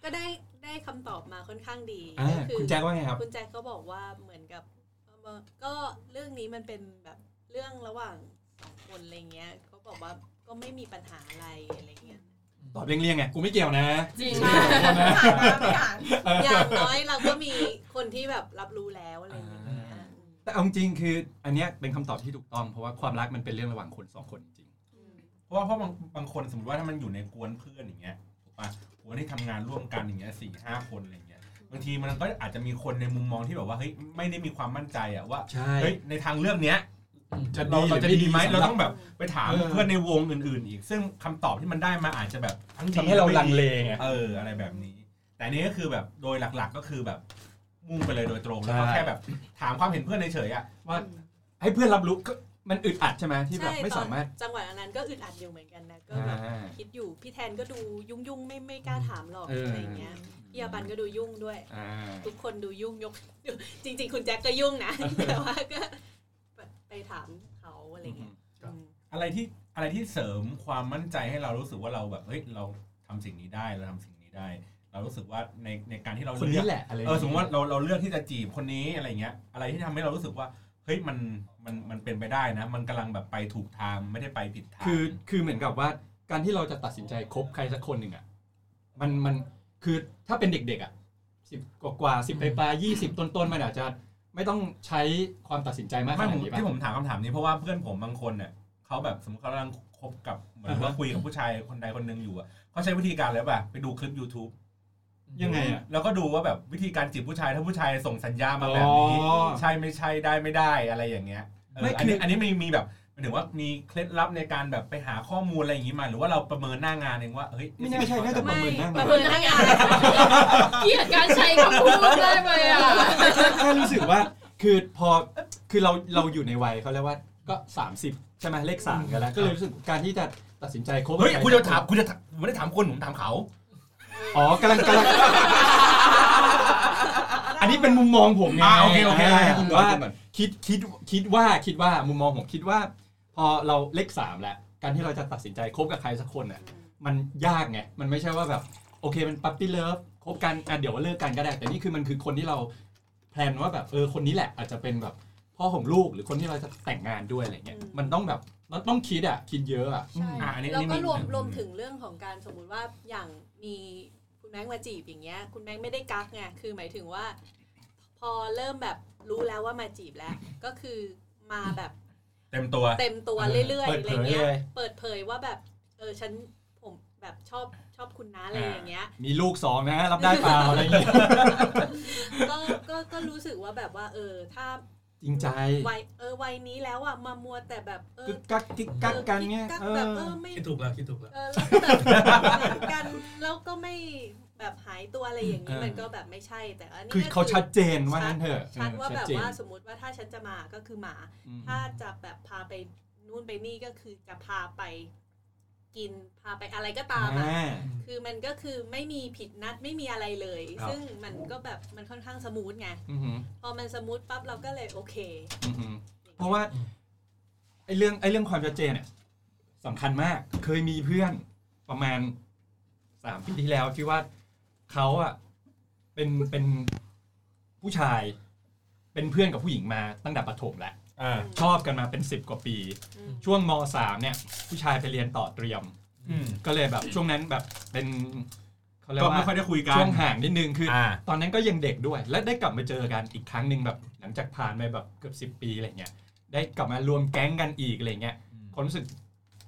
Speaker 5: ก็ได้ได้คำตอบมาค่อนข้างดี
Speaker 1: อ่า
Speaker 5: ก็คือ
Speaker 1: คุณแจ็คว่าไงครับ
Speaker 5: คุณแจ็คก็บอกว่าเหมือนกับเอ่อก็เรื่องนี้มันเป็นแบบเรื่องระหว่างสองคนอะไรเงี้ยเขาบอกว่าก็ไม่มีปัญหาอะไรอะไรเงี้ย
Speaker 1: ตอบเลี่ยงๆไงกูไม่เกี่ยวนะ
Speaker 6: จริง
Speaker 7: ผ่านมาไม่อ่าน
Speaker 5: อย่างน้อยเราก็มีคนที่แบบรับรู้แล้วอะไรอย่างเงี้ย
Speaker 1: แต่เอาจริงๆคือ อันเนี้ยเป็นคำตอบที่ถูกต้องเพราะว่าความรักมันเป็นเรื่องระหว่างคนสองคนจริง
Speaker 5: อืม
Speaker 3: เพราะว่าเพราะบางบางคนสมมติว่าถ้ามันอยู่ในกวนเพื่อนอย่างเงี้ยถูกปะกวนที่ทำงานร่วมกันอย่างเงี้ยสี่ห้าคนอะไรอย่างเงี้ยบางทีมันก็อาจจะมีคนในมุมมองที่แบบว่าเฮ้ยไม่ได้มีความมั่นใจอะว่า
Speaker 1: ใช่
Speaker 3: เฮ้ยในทางเลือกเนี้ย
Speaker 1: จะ
Speaker 3: เรา
Speaker 1: ดีห
Speaker 3: เรา
Speaker 1: รือ
Speaker 3: จะ
Speaker 1: ไม่
Speaker 3: ดี
Speaker 1: ดี
Speaker 3: ไหมเราต้องแบบไปถาม
Speaker 1: เออ
Speaker 3: เพื่อนในวงอื่น ๆ อีก ซึ่งคำตอบที่มันได้มาอาจจะแบบทั้งดี
Speaker 1: ทำให้เราลังเลไง
Speaker 3: เอออะไรแบบนี้ แต่อันนี้ก็คือแบบโดยหลักๆก็คือแบบมุ่งไปเลยโดยตรงแล้วก็
Speaker 1: ใช่
Speaker 3: แค่แบบถามความเห็นเพื่อนเฉยๆอะ
Speaker 1: ว่าให้เพื่อนรับรู้ก็มันอึดอัดใช่ไหมที่แบบไม่สามารถ
Speaker 5: ใช่ตอนจังหวะนั้นก็อึดอัดอยู่เหมือนกันนะก็
Speaker 1: อ่
Speaker 5: แบบ
Speaker 1: า
Speaker 5: คิดอยู่พี่แทนก็ดูยุ่งยุ่งๆไม่ไม่กล้าถามหรอก
Speaker 1: เอออ
Speaker 5: อะไรเงี้ยพี่อาบันก็ดูยุ่งด้วย
Speaker 1: อ่า
Speaker 5: ทุกคนดูยุ่งยก จริง ๆ คุณแจ็คก็ยุ่งนะ แต่ว่าก็ไปถามเขาอะไรเงี้ยอืม
Speaker 3: อะไรที่อะไรที่เสริมความมั่นใจให้เรารู้สึกว่าเราแบบเฮ้ยเราทำสิ่งนี้ได้เราทำสิ่งนี้ได้ เรารู้สึกว่าในในการที่เรา
Speaker 1: คน
Speaker 3: เลือ
Speaker 1: นี้
Speaker 3: ก
Speaker 1: แหละอะไร
Speaker 3: เออสมมติว่าเราเราเลือกที่จะจีบคนนี้อะไรเงี้ย อะไรที่ทำให้เรารู้สึกว่าเฮ้ยมันมันมันเป็นไปได้นะ มันกำลังแบบไปถูกทางไม่ได้ไปผิดทาง
Speaker 1: คือคือเหมือนกับว่าการที่เราจะตัดสินใจคบใครสักคนหนึ่งอ่ะมันมันคือถ้าเป็นเด็กๆอ่ะสิบกว่ากว่าสิบปลายยี่สิบต้นต้นๆมันอาจจะไม่ต้องใช้ความตัดสินใจมากข
Speaker 3: ไม่
Speaker 1: นา
Speaker 3: ผ
Speaker 1: ด
Speaker 3: ม
Speaker 1: นี้ป่ะ
Speaker 3: ที่ผมถามคำถามนี้เพราะว่าเพื่อนผมบางคนเนี่ยเขาแบบสมมติเขากำลังคบกับเหมือนว่า
Speaker 1: อ่าฮะ
Speaker 3: คุยกับผู้ชายคนใดคนหนึ่งอยู่อะเขาใช้วิธีการแล้วป่ะไปดูคลิป YouTube
Speaker 1: ยังไงอ่ะ
Speaker 3: แล้วก็ดูว่าแบบวิธีการจีบผู้ชายถ้าผู้ชายส่งสัญญามาแบบนี้
Speaker 1: อ๋อ
Speaker 3: ใช่ไม่ใช่ได้ไม่ได้อะไรอย่างเงี้ยเออ
Speaker 1: ไม่
Speaker 3: อัน
Speaker 1: คื
Speaker 3: นี้
Speaker 1: ออั
Speaker 3: อันนี้มีมีแบบหมายถึงว่ามีเคล็ดลับในการแบบไปหาข้อมูลอะไรอย่างงี้มา หรือว่าเราประเมินหน้างานเองว่าเฮ้ย
Speaker 1: ไม่น่าใช่น่าจะป
Speaker 5: ไม่
Speaker 1: ระเมินหน้า
Speaker 5: ป
Speaker 1: งา
Speaker 5: ระ
Speaker 1: น
Speaker 5: เมิน
Speaker 6: เกลียดการใช้คำพูดได้ไหมอ่ะ
Speaker 1: แค่รู้สึกว่าคือพอคือเราเราอยู่ในวัยเขาเรียกว่าก็ 30 ใช่ไหมเลขสามกันแล้ว ก็เลยรู้สึกการที่จะตัดสินใจคบกับ
Speaker 3: เฮ้ย
Speaker 1: ใร
Speaker 3: คุณจะถามคุณจะถามผมไม่ได้ถามคนผมถามเขา
Speaker 5: เออ
Speaker 1: อ๋อกำลังกำลังอันนี้เป็นมุมมองผมไง
Speaker 3: อ่าโอเคโอเคโอเค
Speaker 1: า
Speaker 3: คุณก่อน
Speaker 1: ว่า
Speaker 3: คุณก่อน
Speaker 1: คิดคิดคิดว่าคิดว่ามุมมองผมคิดว่า พอเราเลขสามแล้วการที่เราจะตัดสินใจคบกับใครสักคนน่ะ มันยากไง มันไม่ใช่ว่าแบบ โอเคมันปั๊ปปี้เลิฟคบกันอ่ะเดี๋ยวเลิกกันก็ได้ แต่นี่คือมันคือคนที่เราแพลนว่าแบบเออคนนี้แหละ อาจจะเป็นแบบพ่อของลูกหรือคนที่เราจะแต่งงานด้วยอะไรเงี้ย
Speaker 5: อืม
Speaker 1: มันต้องแบบมันต้องคิดอ่ะคิดเยอะอ่ะ
Speaker 5: ใช่
Speaker 3: อ่ะอันนี้
Speaker 5: แล้ว
Speaker 3: อันนี้
Speaker 5: ก็
Speaker 3: มี
Speaker 5: รวม
Speaker 3: อืม
Speaker 5: รวมถึงเรื่องของการสมมุติว่าอย่างมีคุณแบงค์มาจีบอย่างเงี้ย คุณแบงค์ไม่ได้กักไงคือหมายถึงว่า พอเริ่มแบบรู้แล้วว่ามาจีบแล้ว ก็คือมาแบบ
Speaker 3: เต็มตัว
Speaker 5: เต็มตัว
Speaker 1: เออ
Speaker 5: เรื่อยๆ
Speaker 1: เปิด
Speaker 5: อะ
Speaker 1: เผ
Speaker 5: ไร
Speaker 1: ย
Speaker 5: เงี้ย
Speaker 1: เลย
Speaker 5: เปิดเผยว่าแบบเออฉันผมแบบชอบชอบคุณนะอะไรอย่างเงี้ย
Speaker 1: มีลูกสองนะรับได้เปล่าอะไรเงี้ย
Speaker 5: ก็ก็ก็รู้สึกว่าแบบว่า เออ ถ้า
Speaker 1: จริงใจ
Speaker 5: วัยเออวัยนี้แล้วอ่ะมามัวแต่แบบเออก
Speaker 1: ึกกักกิ๊กกักกันเงี้ย
Speaker 5: กัก
Speaker 1: เอ
Speaker 5: แบบเอ
Speaker 1: อ
Speaker 5: อไม่
Speaker 4: คิดถูกแล้วคิดถูกแล้ว
Speaker 5: เออแล้วก็แบบเหมือนกันแล้วก็ไม่แบบหายตัวอะไรอย่างนี้
Speaker 1: เออ
Speaker 5: มันก็แบบไม่ใช่แต่อันนี้
Speaker 1: คือ
Speaker 5: ก็
Speaker 1: เขาชัดเจนว่านั้นเถอะ
Speaker 5: ชัดว่าแบบ
Speaker 1: เจน
Speaker 5: ว่าสมมติว่าถ้าฉันจะมาก็คือมา
Speaker 1: อืม
Speaker 5: ถ้าจะแบบพาไปนู่นไปนี่ก็คือจะพาไป กินพาไปอะไรก็ตามอะคือมันก็คือไม่มีผิดนัดไม่มีอะไรเลย
Speaker 1: ครับ
Speaker 5: ซึ่งมันก็แบบมันค่อนข้างสมูทไง
Speaker 1: อือหือ
Speaker 5: พอมันสมูทปั๊บเราก็เลยโอเค
Speaker 1: อือหือ เพราะว่าไอ้เรื่องไอ้เรื่องความชัดเจนเนี่ยสำคัญมาก เคยมีเพื่อนประมาณสามปีที่แล้วที่ว่าเขาอะเป็นเป็นผู้ชาย เป็นเพื่อนกับผู้หญิงมาตั้งแต่ประถมแหละ
Speaker 3: อ่า
Speaker 1: ชอบกันมาเป็นสิบกว่าปี
Speaker 5: อืม
Speaker 1: ช่วงมสามเนี่ย ผู้ชายไปเรียนต่อเตรียม
Speaker 3: อืม
Speaker 1: ก็เลยแบบช่วงนั้นแบบเป็นเขาเรียก
Speaker 3: ก็
Speaker 1: ว่า
Speaker 3: ไม่ค่อยได้คุยกัน
Speaker 1: ช่วงห่างนิดนึงคืออ
Speaker 3: อ่า
Speaker 1: ตอนนั้นก็ยังเด็กด้วย และได้กลับมาเจอกันอีกครั้งหนึ่งแบบ หลังจากผ่านไปแบบเกือบสิบ10 ปีอะไรเงี้ยได้กลับมารวมแก๊งกันอีกอะไรเงี้ย
Speaker 3: อืม
Speaker 1: ความรู้สึก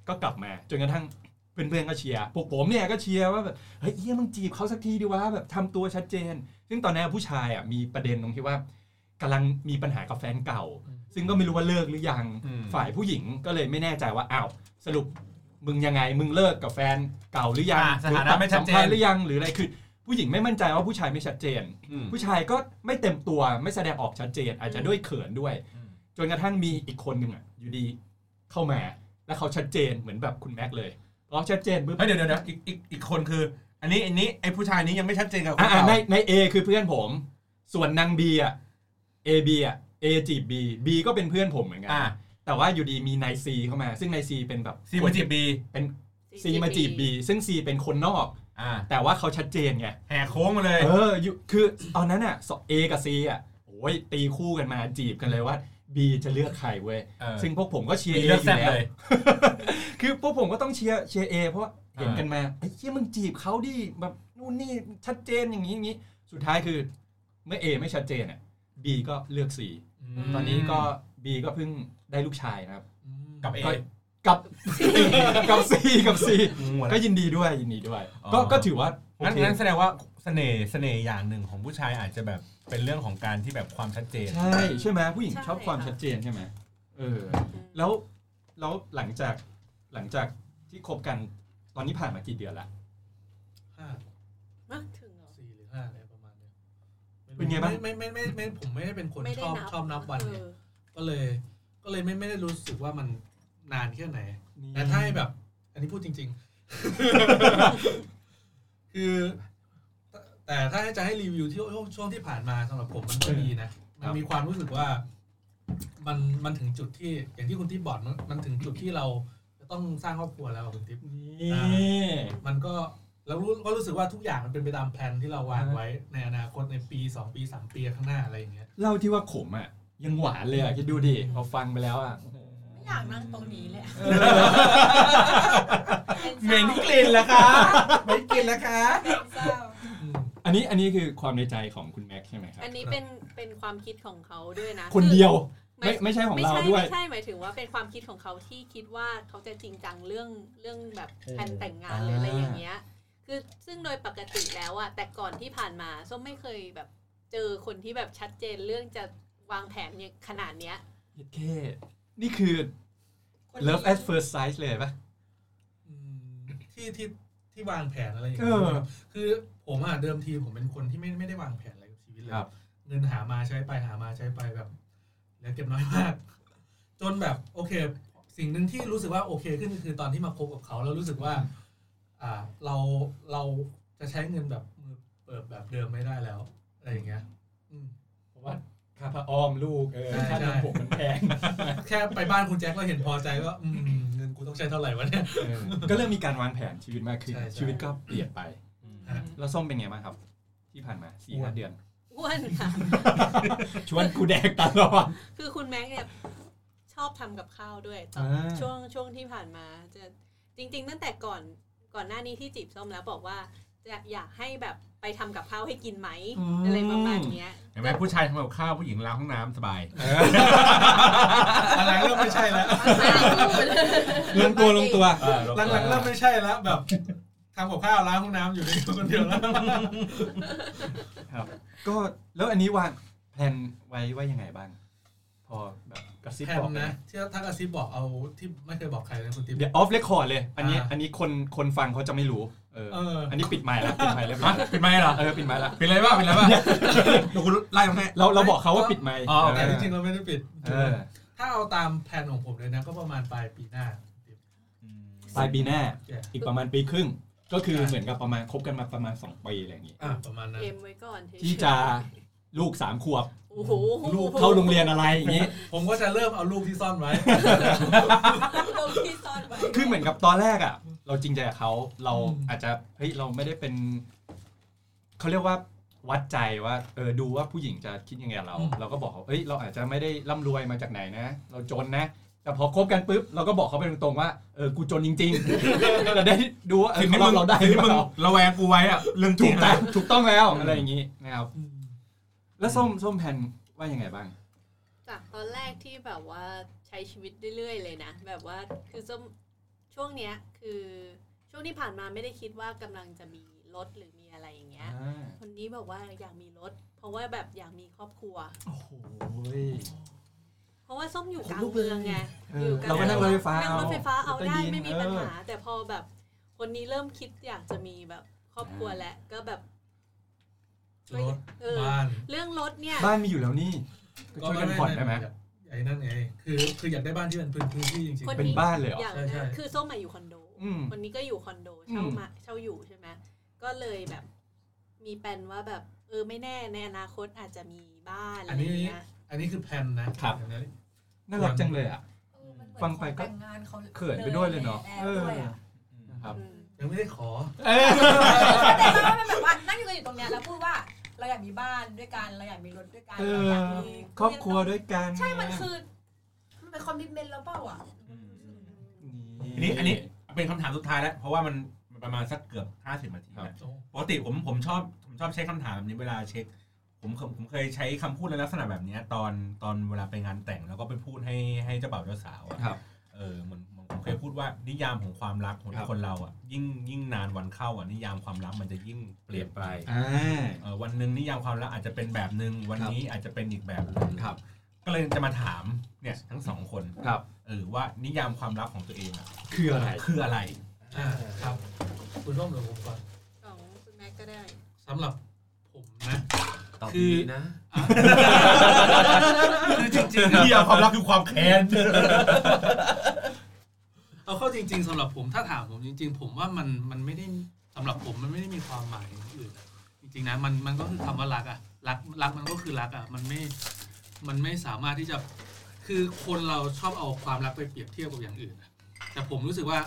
Speaker 1: ก็กลับมา จนกระทั่งเพื่อนๆก็เชียร์พวกผมเนี่ยก็เชียร์ว่าแบบเฮ้ยเอี้ยมึงจีบเขาสักทีดีวะแบบทำตัวชัดเจน ซึ่งตอนนั้นผู้ชายอ่ะมีประเด็นตรงที่ว่ากำลังมีปัญหากับแฟนเก่า ซึ่งก็ไม่รู้ว่าเลิกหรือยัง
Speaker 3: อืม
Speaker 1: ฝ่ายผู้หญิงก็เลยไม่แน่ใจว่าอ้าวสรุปมึงยังไงมึงเลิกกับแฟนเก่าหรือยัง
Speaker 3: อ่ะสถานะไม่ชัดเจน
Speaker 1: สัพัธ์หรือยังหรืออะไรคือผู้หญิงไม่มั่นใจว่าผู้ชายไม่ชัดเจน
Speaker 3: อืม
Speaker 1: ผู้ชายก็ไม่เต็มตัวไม่แสดงออกชัดเจน อาจจะด้วยเขินด้วย
Speaker 3: อืม
Speaker 1: จนกระทั่งมีอีกคนหนึ่งอ่ะอยู่ดีเข้ามาแล้วเขาชัดเจนเหมือนแบบคุณแม็กเลยพอชัดเจนปุ๊บ
Speaker 3: เฮ้ยเดี๋ยวเดี๋ยวเดี๋ยวอีกอีกอีกคนคือ อันนี้อันนี้ไอ้ผู้ชายนี้ยังไม่ชัดเจนกับคน
Speaker 1: อ่า
Speaker 3: เก่า
Speaker 1: ในในเอคือเพื่อนผม ส่วนนางบีอ่ะเอบีอ่ะเอจีบบีบีก็เป็นเพื่อนผมเหมือนกัน
Speaker 3: อ่า
Speaker 1: แต่ว่าอยู่ดีมีนายซีเข้ามา ซึ่งนายซีเป็นแบบ
Speaker 3: ซีมาจีบบี
Speaker 1: เป็น ซีมาจีบบีซึ่งซีเป็นคนนอก
Speaker 3: อ่า
Speaker 1: แต่ว่าเขาชัดเจนไง
Speaker 3: แห่โค้งมาเลย
Speaker 1: เอออยู่คือตอนนั้นอ่ะเอกับซีอ่ะโอ้ยตีคู่กันมาจีบกันเลยว่าบีจะเลือกใครเว้ย
Speaker 3: เออ
Speaker 1: ซึ่งพวกผมก็เชียร์ A
Speaker 3: มี
Speaker 1: อ
Speaker 3: เลือก
Speaker 1: ยู่
Speaker 3: แซ่บ
Speaker 1: แล้ว
Speaker 3: เลย
Speaker 1: คือพวกผมก็ต้องเชียร์เชียร์เอเพราะเห็น
Speaker 3: อ่ากั
Speaker 1: กันมาไอ้เชี่ยมึงจีบเขาดิแบบนู่นนี่ชัดเจนอย่างนี้อย่างนี้ สุดท้ายคือ เมื่อเอไม่ชัดเจนอ่ะบีก็เลือกซี
Speaker 3: ม
Speaker 1: ตอนนี้ก็บีก็เพิ่งได้ลูกชายนะครับ
Speaker 3: กับเอ
Speaker 1: ก็ กับ กับซีกับซี
Speaker 3: งัว
Speaker 1: ก็
Speaker 3: แล้ว
Speaker 1: ยินดีด้วยยินดีด้วย
Speaker 3: อ๋อ
Speaker 1: ก็ก็ถือว่า
Speaker 3: งั้น
Speaker 1: โอเค
Speaker 3: งั้นแสดงว่าเสน่ห์เสน่ห์อย่างหนึ่งของผู้ชายอาจจะแบบเป็นเรื่องของการที่แบบความชัดเจน
Speaker 1: ใช่ใช่ไหมผู้หญิง
Speaker 5: ใช่
Speaker 1: ชอบความ
Speaker 5: ค่ะ
Speaker 1: ชัดเจนใช่ไหมเออ
Speaker 5: อืม
Speaker 1: แล้วแล้วหลังจากหลังจากที่คบกันตอนนี้ผ่านมากี่เดือนละ
Speaker 4: ห้า
Speaker 5: มาถึงเหรอ
Speaker 4: สี่หรือห้าอะไรประมาณเนี้ยม่รู้ไม่ไม่ไม่ไม่ผมไม่ได้เป็นคน
Speaker 5: ไม่
Speaker 4: ช
Speaker 5: ได้
Speaker 4: อบ
Speaker 5: นับ
Speaker 4: ชอบนับวัน
Speaker 5: เอ
Speaker 4: ไง
Speaker 5: อ
Speaker 4: ก็เลย ก็เลยไม่ไม่ได้รู้สึกว่ามันนานแค่ไหน แต่ถ้าให้แบบ อันนี้พูดจริง ๆ คือ แต่ถ้าจะให้รีวิวที่ช่วงที่ผ่านมาสำหรับผมมันก็ดีนะมันมีความรู้สึกว่า มันมันถึงจุดที่ อย่างที่คุณทิพย์บอกมันมันถึงจุดที่เราจะต้องสร้างครอบครัวแล้วอะคุณทิพย์
Speaker 1: นี่
Speaker 4: อ่ มันก็เรารู้ก็รู้สึกว่าทุกอย่างมันเป็นไปตามแผนที่เราวางไว้ในอนาคตในปี 2 ปี 3 ปีข้างหน้าอะไรอย่างเงี้ย
Speaker 1: เล่าที่ว่าขมอ่ะ ยังหวานเลยอ่ะคิดดูดิพอฟังไปแล้วอ่ะโอ้โห
Speaker 7: ไม่อยากนั่งตรงนี้เลยอะ
Speaker 3: เหม็นกลิ่นละคะเหม็นกลิ่นละคะ
Speaker 7: เป็นเศร้า
Speaker 4: อืม
Speaker 1: อันนี้อันนี้คือความในใจของคุณแม็กซ์ใช่ไหมครับ
Speaker 5: อันนี้เป็นเป็นความคิดของเขาด้วยนะ
Speaker 1: คน
Speaker 5: อ
Speaker 1: เดียว
Speaker 5: ไม่
Speaker 1: ไม่ไม่ใช่ของ
Speaker 5: ไม่
Speaker 1: เรา
Speaker 5: ใช่
Speaker 1: ด้วย
Speaker 5: ไม่ใช่หมายถึงว่าเป็นความคิดของเขาที่คิดว่าเขาจะจริงจังเรื่องเรื่องแบบ
Speaker 1: เออ
Speaker 5: แผนแต่งงาน
Speaker 1: อ่า
Speaker 5: หรืออะไรอย่างเงี้ย คือซึ่งโดยปกติแล้วอะแต่ก่อนที่ผ่านมาส้มไม่เคยแบบเจอคนที่แบบชัดเจนเรื่องจะวางแผนเนี่ยขนาดเนี้ย
Speaker 1: เย็ดเคนี่คือ
Speaker 7: คน
Speaker 1: love at first sight เลยปะ
Speaker 4: อืมที่ที่ที่วางแผนอะไรอย่าง
Speaker 1: เอ
Speaker 4: เงี้
Speaker 1: อ
Speaker 4: ยคือผมอ่ะเดิมทีผมเป็นคนที่ไม่ไม่ได้วางแผนอะไรกับชีวิตเลยเงินหามาใช้ไปหามาใช้ไปแบบแล้วเก็บน้อยมาก จนแบบโอเค สิ่งหนึ่งที่รู้สึกว่าโอเคขึ้นคือตอนที่มาคบกับเขาแล้วรู้สึกว่า อ่าเราเรา จะใช้เงินแบบมือเปิดแบบเดิมไม่ได้แล้วอะไรอย่างเงี้ยอืม
Speaker 1: เพราะว่าค่าผ้าอ้อมลูกเออ
Speaker 4: ใช่
Speaker 1: ค่า
Speaker 4: ใช่
Speaker 1: ทำผมมันแพง
Speaker 4: แค่ไปบ้านคุณแจ็คก็เห็นพอใจก็อืมเงินกูต้องใช้เท่าไหร่วะเนี่ย
Speaker 1: เออก็เริ่มมีการวางแผนชีวิตมากขึ้น
Speaker 4: ใช่ใช่
Speaker 1: ชีวิตก็เปลี่ยนไป
Speaker 4: ฮะ
Speaker 1: แล้วส้มเป็นไงบ้างครับ ที่ผ่านมาสี่
Speaker 4: อ้ว
Speaker 1: ห้าน เดือน
Speaker 5: อ้วนค่ะ
Speaker 1: ชวนกูแดกตลอด
Speaker 5: คือคุณแม็กซ์เนี่ยชอบทำกับข้าวด้วยต
Speaker 1: อ่
Speaker 5: อนา ช่วงช่วงที่ผ่านมาจะจริง ๆ ตั้งแต่ก่อนก่อนหน้านี้ที่จีบส้มแล้วบอกว่าจะอยากให้แบบไปทำกับข้าวให้กินไหมอะไรประมาณเนี้ย
Speaker 3: เห็นไหมผู้ชายทำกับข้าวผู้หญิงล้างห้องน้ำสบาย
Speaker 4: หลังๆเริ่มไม่ใช่แล้ว
Speaker 1: ลงตัวลงตัว
Speaker 4: หลังๆเริ่มไม่ใช่แล้วแบบทำกับข้าวล้างห้องน้ำอยู่ในคนเดียวแล้ว
Speaker 1: ก็แล้วอันนี้วางแพลนไว้ว่ายังไงบ้าง พอแบบกระซิบ
Speaker 4: แผ่น
Speaker 1: บอก
Speaker 4: นะ
Speaker 1: นะ
Speaker 4: ที่ทักอาซิบบอกเอาที่ไม่เคยบอกใครเลยคุณติ๊บ
Speaker 1: เดี๋ยวออฟเรคคอร์ดเลย อันนี้
Speaker 4: อ่า
Speaker 1: อันนี้คนคนฟังเขาจะไม่รู้เออ
Speaker 4: เออ
Speaker 1: อันนี้ปิดไมค์แล้วปิดไมค์เรียบร้อย
Speaker 3: เป็นไหมเหรอ
Speaker 1: เออปิดไมค์ละ
Speaker 3: เป็นไรบ้างเป็นไรบ้างเราคุณไล่มาให้
Speaker 1: เราเราบอกเขาว่าปิดไมค์
Speaker 3: อ๋อโอเค
Speaker 4: แต่ที่จริงเราไม่ได้ปิด
Speaker 1: เออ
Speaker 4: ถ้าเอาตามแผนของผมเลยนะ ก็ประมาณปลายปีหน้าคุณติ๊บ
Speaker 1: ปลายปีหน้า
Speaker 4: แย่
Speaker 1: อีกประมาณปีครึ่ง ก็คือเหมือนกับประมาณคบกันมาประมาณ 2 ปีอะไรอย่างงี้
Speaker 4: อ่ะประมาณนั้น
Speaker 5: เอ็มไว้ก่อนเฉยๆ
Speaker 1: ที่จะลูก 3 ขวบ
Speaker 5: โอ้โห
Speaker 1: ลูกเข้าโรงเรียนอะไรอย่างงี้
Speaker 4: ผมก็จะเริ่มเอารูปที่ซ่อนไว้
Speaker 5: ลงที่ซ่อนไว้
Speaker 1: คือเหมือนกับตอนแรกอ่ะ เราจริงใจกับเขาเรา
Speaker 4: อืม
Speaker 1: อาจจะเฮ้ยเราไม่ได้เป็นเขาเรียกว่าวัดใจว่าเออดูว่าผู้หญิงจะคิดยังไงกับเรา เราก็บอกเขาเอ้ยเราอาจจะไม่ได้ร่ำรวยมาจากไหนนะ เราจนนะ แต่พอคบกันปุ๊บเราก็บอกเขาไปตรงๆว่าเออกูจนจริงๆ เราได้ดูว่าเออ
Speaker 3: สิ่งที่
Speaker 1: เรา
Speaker 3: มึง
Speaker 1: เราได้
Speaker 3: สิ่ง
Speaker 1: หรือ
Speaker 3: ที่มึ
Speaker 1: เป
Speaker 3: ง
Speaker 1: ล่า
Speaker 3: ระแวงกูไว้อะเรื่องจ
Speaker 1: ถู
Speaker 3: ริง
Speaker 1: กต้
Speaker 3: นะ
Speaker 1: องถูกต้องแล้วอะไรอย่างนี้นะครับ แล้วส้มส้มแผ่นว่ายังไงบ้าง
Speaker 5: จากตอนแรกที่แบบว่าใช้ชีวิตเรื่อยๆเลยนะ แบบว่าคือส้มช่วงเนี้ยคือช่วงที่ผ่านมาไม่ได้คิดว่ากำลังจะมีรถหรือมีอะไรอย่างเงี้ย คนนี้บอกว่าอยากมีรถ เพราะว่าแบบอยากมีครอบครัว
Speaker 1: โอ้โห
Speaker 5: เพราะว่าส้มอยู่กลางเมืองไง
Speaker 1: เอออยู่
Speaker 5: ล
Speaker 1: เราก็นั่งรถไฟฟ้า
Speaker 5: นั่งรถไฟฟ้าเอา
Speaker 1: เอา
Speaker 5: ได้
Speaker 1: ใต้ดิน
Speaker 5: ไม่มีปัญหา
Speaker 1: เออ
Speaker 5: แต่พอแบบคนนี้เริ่มคิดอยากจะมีแบบครอบครัวแล้วก็แบบช่วย
Speaker 4: รถ
Speaker 5: เออ
Speaker 4: บ้าน
Speaker 5: เรื่องรถเนี่ย
Speaker 1: บ้านมีอยู่แล้วนี่ก็ช่วยกันผ่อนได้ไหม
Speaker 4: ไอ้นั่นไงคือคืออยากได้บ้านที่มันพื้นพื้นที่จริง
Speaker 5: คน
Speaker 1: เป็นบ้านเลยเหรอ
Speaker 5: อย่าง
Speaker 4: ใช่ใช่
Speaker 5: นะคือส้มมาอยู่คอนโด
Speaker 1: อืม
Speaker 5: คนนี้ก็อยู่คอนโดเช่ามาเช่าอยู่ใช่ไหมก็เลยแบบ มีแผนว่าแบบเออไม่แน่ในอนาคตอาจจะมีบ้านอะไรอย่างเงี้ย
Speaker 4: ๆอันนี้คือแผนนะครับ อย่างนั้น
Speaker 1: น่ารักจังเลยอ่ะ
Speaker 7: เออมันเหมือน
Speaker 1: ฟังไปก็
Speaker 7: ของแต่งงานเขา
Speaker 1: เขินไปด้วยเลยเนาะ
Speaker 7: แอบด้วยอะ
Speaker 1: ครับ
Speaker 4: ยังไม่ได้ขอ
Speaker 1: เอ้ย
Speaker 7: แต่ว่ามันแบบว่านั่งอยู่กันอยู่ตรงเนี้ยแล้วพูดว่าเราอยากมีบ้านด้วยกันเราอยากมีรถด้วยกัน
Speaker 1: เอ
Speaker 7: เรา
Speaker 1: อ
Speaker 7: อยากมี
Speaker 1: ครอบครัวด้วยกัน
Speaker 7: ใช่มันคือมันเป็นคอมมิชเมนต์แล้วเปล่าอ่ะ
Speaker 3: อันนี้อันนี้เป็นคำถามสุดท้ายแล้ว เพราะว่ามันมันประมาณสักเกือบ50นาทีแล้ว ปกติผมผมชอบผมชอบใช้คำถามแบบนี้เวลาเช็ค ผมผมผมเคยใช้คำพูดในลักษณะแบบเนี้ยตอนตอนเวลาไปงานแต่งแล้วก็ไปพูดให้ให้เจ้าบ่าวเจ้าสาวอะ
Speaker 1: ครับ
Speaker 3: เออเหมือนเหมือนผมเคยพูดว่านิยามของความรักของ
Speaker 1: ครับ
Speaker 3: คนเราอ่ะยิ่งยิ่งนานวันเข้าอ่ะนิยามความรักมันจะยิ่งเป
Speaker 2: เป
Speaker 3: ลี่
Speaker 2: ลี่
Speaker 3: ย
Speaker 2: ย
Speaker 3: น
Speaker 2: น
Speaker 3: ไป
Speaker 2: ไป
Speaker 1: อ่า
Speaker 3: เออวันหนึ่งนิยามความรักอาจจะเป็นแบบหนึ่งวัน
Speaker 1: ครับ
Speaker 3: นี้อาจจะเป็นอีกแบบหนึ่ง
Speaker 1: ครับ
Speaker 3: ก็เลยจะมาถามเนี่ยทั้งสองคน
Speaker 1: ครับ
Speaker 3: เออว่านิยามความรักของตัวเองอ่ะ
Speaker 1: คืออะไร
Speaker 3: คืออะไร
Speaker 4: อ่าครับ คุณร่วมหรือผมก่อน
Speaker 5: ของคุณแม็กก็ได้
Speaker 4: สำหรับผมนะ
Speaker 2: ตอบ
Speaker 4: คือ
Speaker 2: ดีนะ
Speaker 3: คือจริงๆนิยามความรักคือความแค้น
Speaker 4: เอาเข้าจริง ๆสำหรับผมถ้าถามผมจริง ๆ ผมว่ามันมันไม่ได้สำหรับผมมันไม่ได้มีความหมายอย่างอื่นอะจริงๆนะมันมันก็คือคำว่ารักอะรักรักมันก็คือรักอะมันไม่มันไม่สามารถที่จะคือคนเราชอบเอาความรักไปเปรียบเทียบกับอย่างอื่นอะแต่ผมรู้สึกว่า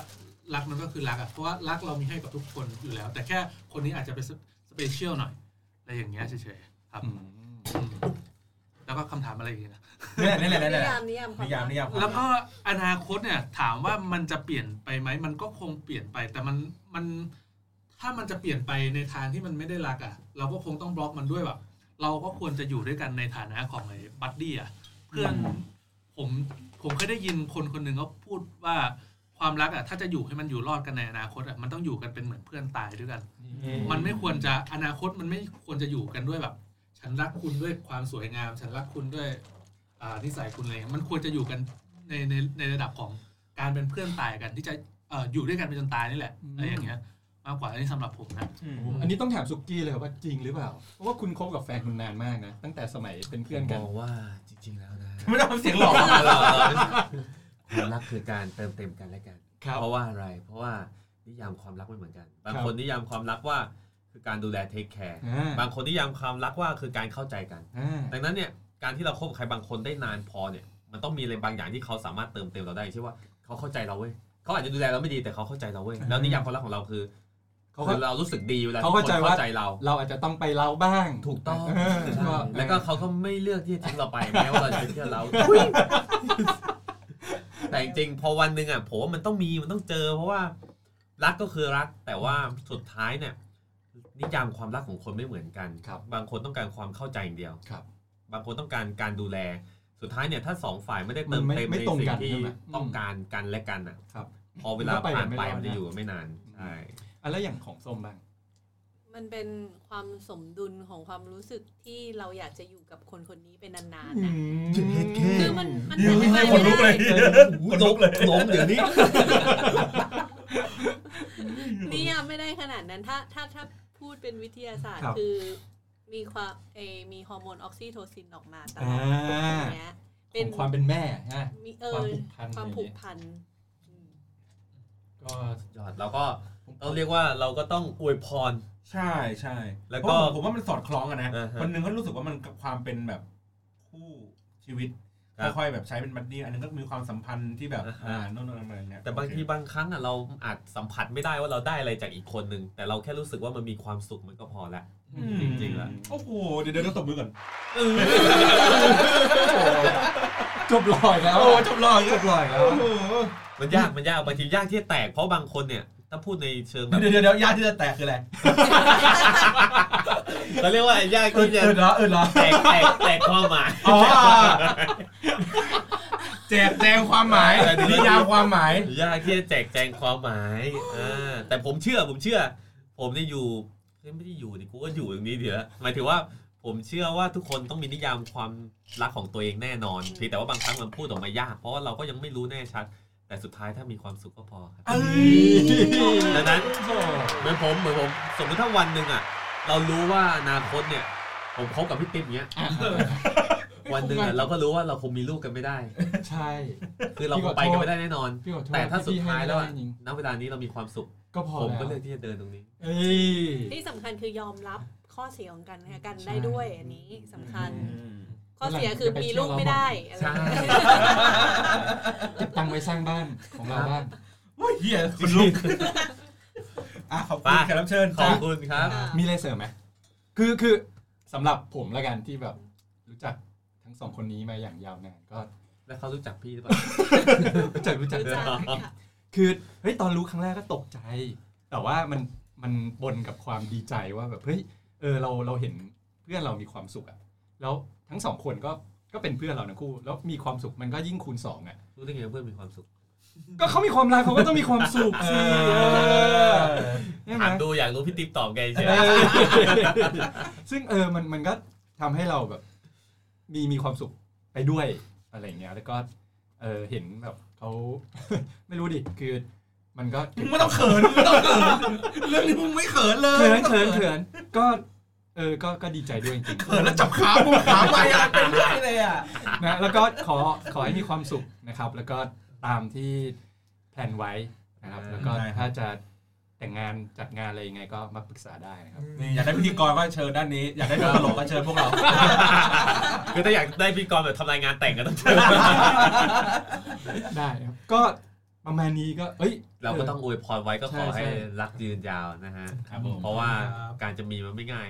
Speaker 4: รักมันก็คือรักอะเพราะว่ารักเรามีให้กับทุกคนอยู่แล้ว แต่แค่คนนี้อาจจะเป็นสเปเชียลหน่อยอะไรอย่างเงี้ยเฉยๆครับอืมแล้วก็คำถามอะไรอีกนะ
Speaker 3: นี่ยนี่แหละนี่แห
Speaker 5: นิ
Speaker 3: ละ
Speaker 5: ยามนิยามความ
Speaker 3: นิยามนิยาม
Speaker 4: แล้วก็อนาคตเนี่ยถามว่ามันจะเปลี่ยนไปไหมมันก็คงเปลี่ยนไป แต่มันมันถ้ามันจะเปลี่ยนไปในทางที่มันไม่ได้รักอะ่ะ เราก็คงต้องบล็อกมันด้วยแบบเราก็ควรจะอยู่ด้วยกันในฐานะของไอ้บัดดี้อ่ะเพื่อนผมผมเคยได้ยินคนคนหนึ่งเขาพูดว่าความรักอะ่ะถ้าจะอยู่ให้มันอยู่รอดกันในอนาคตอะ่ะมันต้องอยู่กันเป็นเหมือนเพื่อนตายด้วยกัน มันไม่ควรจะอนาคตมันไม่ควรจะอยู่กันด้วยแบบ ฉันรักคุณด้วยความสวยงาม ฉันรักคุณด้วยอ่านิสัยคุณอะไรเงี้ยมันควรจะอยู่กันในในในระดับของการเป็นเพื่อนตายกันที่จะเอ่ออยู่ด้วยกันไปจนตายนี่แหละ
Speaker 1: อืม
Speaker 4: อะไรอย่างเงี้ยมากกว่าอันนี้สำหรับผมนะ
Speaker 1: อันนี้ต้องถามสุกี้เลยว่าจริงหรือเปล่า เพราะว่าคุณคบกับแฟนคุณนานมากนะ ตั้งแต่สมัยเป็นเพื่อนกัน
Speaker 2: มองว่าจริง ๆ แล้วนะ
Speaker 3: ไม่ต้องทำเสียงหลอก
Speaker 2: ความรักคือการเติมเต็มกันและกัน
Speaker 1: ครับ
Speaker 2: เพราะว่าอะไร เพราะว่านิยามความรักไม่เหมือนกัน บาง
Speaker 1: ครับ
Speaker 2: คนนิยามความรักว่า คือการดูแลเทคแคร์
Speaker 1: อ่า
Speaker 2: บางคนที่ยามความรักว่าคือการเข้าใจกัน
Speaker 1: อ่า
Speaker 2: ดังนั้นเนี่ยการที่เราคบกับใครบางคนได้นานพอเนี่ยมันต้องมีอะไรบางอย่างที่เขาสามารถเติมเต็มเราได้เช่นว่าเขาเข้าใจเราเว้ยเขาอาจจะดูแลเราไม่ดีแต่เขาเข้าใจเราเว้ยแล้วนิยามความรักของเราคือ
Speaker 1: เขาก็
Speaker 2: คือเรารู้สึกดีเวลา
Speaker 1: เขา
Speaker 2: ที่
Speaker 1: เข้าน
Speaker 2: ค
Speaker 1: ใจว่า
Speaker 2: เข้าใจเรา
Speaker 1: เราอาจจะต้องไปเล่าบ้าง
Speaker 2: ถูกต้อง
Speaker 1: เออ
Speaker 2: ใช่
Speaker 1: ก็
Speaker 2: แล้วก็เขาก็ไม่เลือกที่จะทิ้ง เราไปแม้ว่าเราจะไปเที่ยวเราแต่จริงๆพอวันหนึ่งอ่ะผมว่ามันต้องมีมันต้องเจอ เพราะว่ารักก็คือรัก แต่ว่าสุดท้ายเนี่ย นิยามความรักของคนไม่เหมือนกัน
Speaker 1: ครับ
Speaker 2: งคนต้องการความเข้าใจอย่างเดียว
Speaker 1: ครับ
Speaker 2: บางคนต้องการการดูแล สุดท้ายเนี่ย ถ้าสองฝ่ายไม่ได้เติม
Speaker 1: มันไม่
Speaker 2: เต็ม
Speaker 1: ไม่
Speaker 2: ใน
Speaker 1: ตรง
Speaker 2: สิ่
Speaker 1: กัน
Speaker 2: งที่
Speaker 1: ใช่ไหม
Speaker 2: ต้องการกันและกันอ่ะ
Speaker 1: ครับ
Speaker 2: พอเวลา
Speaker 1: ก็ไป
Speaker 2: ผ่าน
Speaker 1: แบบไม่
Speaker 2: ไป
Speaker 1: รอด
Speaker 2: มันจะ
Speaker 1: นะ
Speaker 2: อยู่ไม่นานใช่
Speaker 1: อ่ะแล้วอย่างของส้มบ้าง
Speaker 5: มันเป็นความสมดุลของความรู้สึกที่เราอยากจะอยู่กับคนคนนี้เป็นนานๆนะคือมันมัน
Speaker 3: ยื
Speaker 5: เป็นไป
Speaker 3: นค
Speaker 5: ไม่
Speaker 3: นลุกเล
Speaker 5: ได้
Speaker 3: ยคนลุกเลย
Speaker 2: หลงเดี๋ยวนี้
Speaker 5: นิยามไม่ได้ขนาดนั้นถ้าถ้าถ้าพูดเป็นวิทยาศาสตร์
Speaker 1: ครับ
Speaker 5: คือมีความเออมีฮอร์โมนออกซิโทซินออกมาตลอ
Speaker 1: อ่า
Speaker 5: ดอย่างเงี้ยเป็น
Speaker 1: ของความเป็นแม่ฮะ
Speaker 5: มีเออ
Speaker 1: ความผูกพัน
Speaker 5: ความผูกพัน
Speaker 4: ก็
Speaker 2: ยอดแล้วก็ต้องเรียกว่าเราก็ต้องอวยพร
Speaker 3: ใช่ใช่
Speaker 2: แล้วก็
Speaker 3: เพราะผมผมว่ามันสอดคล้องกันนะ
Speaker 2: อ่าฮะ
Speaker 3: คนหนึงเขารู้สึกว่ามันกับความเป็นแบบคู่ชีวิต
Speaker 2: ครับ
Speaker 3: ค่อยๆแบบใช้เป็นบัดดี้อันนึงก็มีความสัมพันธ์ที่แบบอ่าโน่นๆอะไรเงี้ย
Speaker 2: แต่บางทีบางครั้งอ่ะเราอาจสัมผัสไม่ได้ว่าเราได้อะไรจากอีกคนนึง แต่เราแค่รู้สึกว่ามันมีความสุขมันก็พอละ
Speaker 3: อืม
Speaker 2: จริงๆละ
Speaker 3: โอ้โหเดี๋ยวเดี๋ยวเราตบมือก่อน
Speaker 1: จบลอยแล้ว
Speaker 3: โอ้จบลอย
Speaker 1: จบลอยแล้ว
Speaker 2: มันยากมันยากบางทียากที่จะแตกเพราะบางคนเนี่ยถ้าพูดในเชิงแบบ
Speaker 3: เดี๋ยวเดี๋ยวเดี๋ยวยาที่จะแตกคืออะไร
Speaker 2: เขาเรียกว่ายาก
Speaker 3: เออ
Speaker 2: ที่
Speaker 3: เอ
Speaker 2: จะ
Speaker 3: อเหรอเออเหรอ
Speaker 2: แตกแตกแตกความหมาย
Speaker 3: อ๋อแจกแจงความหมาย
Speaker 2: แต่ทีนี้
Speaker 3: นิยามความหมาย
Speaker 2: ยากที่จะแจกแจงความหมายอ่าแต่ผมเชื่อผมเชื่อ ผมเนี่ยอยู่เฮ้ยไม่ได้อยู่ดิกูก็อยู่อย่างนี้เดี๋ยวหมายถึงว่าผมเชื่อว่าทุกคนต้องมีนิยามความรักของตัวเองแน่นอนเพียงแต่ว่าบางครั้งมันพูดออกมายาก เพราะว่าเราก็ยังไม่รู้แน่ชัด แต่สุดท้ายถ้ามีความสุขก็พอครับ
Speaker 3: เอ้ย
Speaker 2: ดังนั้นเหมือนผมเหมือนผมสมมติถ้าวันหนึ่งอ่ะ เรารู้ว่าอนาคตเนี่ย ผมคบกับพี่ติ๊มเนี้ย วันหนึ่งอ่ะเราก็รู้ว่าเราคงมีลูกกันไม่ได้
Speaker 1: ใช่
Speaker 2: คือเราคงไปกันไม่ได้แน่นอน
Speaker 1: พี่ขอโทษ
Speaker 2: แต่ถ้าสุดท้ายแล้ว
Speaker 1: พี่
Speaker 2: อะ
Speaker 1: ให้ไม่ได้จริง
Speaker 2: ณเวลานี้เรามีความสุข
Speaker 1: ก็พอ
Speaker 2: ผมก็เลื
Speaker 1: แล้
Speaker 2: อ
Speaker 1: ว
Speaker 2: กที่จะเดินตรงนี้
Speaker 1: เอ้ย
Speaker 5: ที่สำคัญคือยอมรับข้อเสียของกันและกัน
Speaker 1: ใช่
Speaker 5: ได้ด้วยอันนี้สำคัญ
Speaker 1: อืม
Speaker 5: ข้อเสียคือมีลูกไม่ได้อะไร
Speaker 2: ใช่
Speaker 1: เก็บตังค์ไว้สร้างบ้านของเราบ้าง
Speaker 3: โอ้ยเฮียคนลุกอ่ะขอบคุณ
Speaker 2: ไป
Speaker 3: แขกรับเชิญ
Speaker 2: ขอบคุณครับ
Speaker 5: อ่า
Speaker 1: มีอะไรเสริมไหม คือคือสำหรับผมละกันที่แบบรู้จักทั้งสองคนนี้มาอย่างยาวนานก็
Speaker 2: แล้วเขารู้จักพี่หรือเปล่า
Speaker 1: รู้จักรู้จัก
Speaker 5: รู้จักค่ะ
Speaker 1: คือเฮ้ยตอนรู้ครั้งแรกก็ตกใจ แต่ว่ามันมันบนกับความดีใจว่าแบบเฮ้ยเออเราเราเห็นเพื่อนเรามีความสุขอะแล้วทั้งสองคนก็ก็เป็นเพื่อนเราทั้งคู่ แล้วมีความสุขมันก็ยิ่งคูณสองอะ
Speaker 2: รู้ได้ไงว่าเพื่อนมีความสุข
Speaker 1: ก็เขามีความรักเขาก็ต้องมีความสุ ข
Speaker 3: เอ
Speaker 1: สิ
Speaker 3: อ
Speaker 1: ใช่ไหม
Speaker 2: ถามดูอยากรู้พี่ติ๊บตอบไงเชีย
Speaker 1: เอ
Speaker 2: ว
Speaker 1: อซึ่งเออมันมันก็ทำให้เราแบบ มีมีความสุขไปด้วยอะไรอย่างเงี้ยแล้วก็เออเห็นแบบเขา ไม่รู้ดิคือ มันก็
Speaker 3: มึงไม่ต้องเขินมึงไม่ต้องเขินเรื่องนี้มึงไม่เขินเลย
Speaker 1: เขินเขินเขินก็ เออก็ก็ดีใจด้วยจริง
Speaker 3: เขินแล้วจับขามึงขาไปอ่ะเป็นไรเลยอ่ะ
Speaker 1: ๆนะแล้วก็ขอขอให้มีความสุขนะครับ แล้วก็ตามที่แผนไว้นะครับ แล้วก็ถ้าจะแต่งงานจัดงานอะไรยังไงก็มาปรึกษาได้นะครับ
Speaker 3: นี่อยากได้พิธีกรก็เชิญด้านนี้ อยากได้ตลกก็เชิญพวกเรา
Speaker 2: คือถ้าอยากได้พี่กรณ์แบบทำรายงานแต่งก็ต้องเจอ
Speaker 1: ได้ครับก็ประมาณนี้ก็เอ้ย
Speaker 2: เราก็ต้องอวยพรไว้ก็ขอ
Speaker 1: ใช่
Speaker 2: ให้
Speaker 1: ใช่
Speaker 2: รักยืนยาวนะฮะ
Speaker 3: ครับผม
Speaker 2: เพราะว่าการจะมีมันไม่ง่าย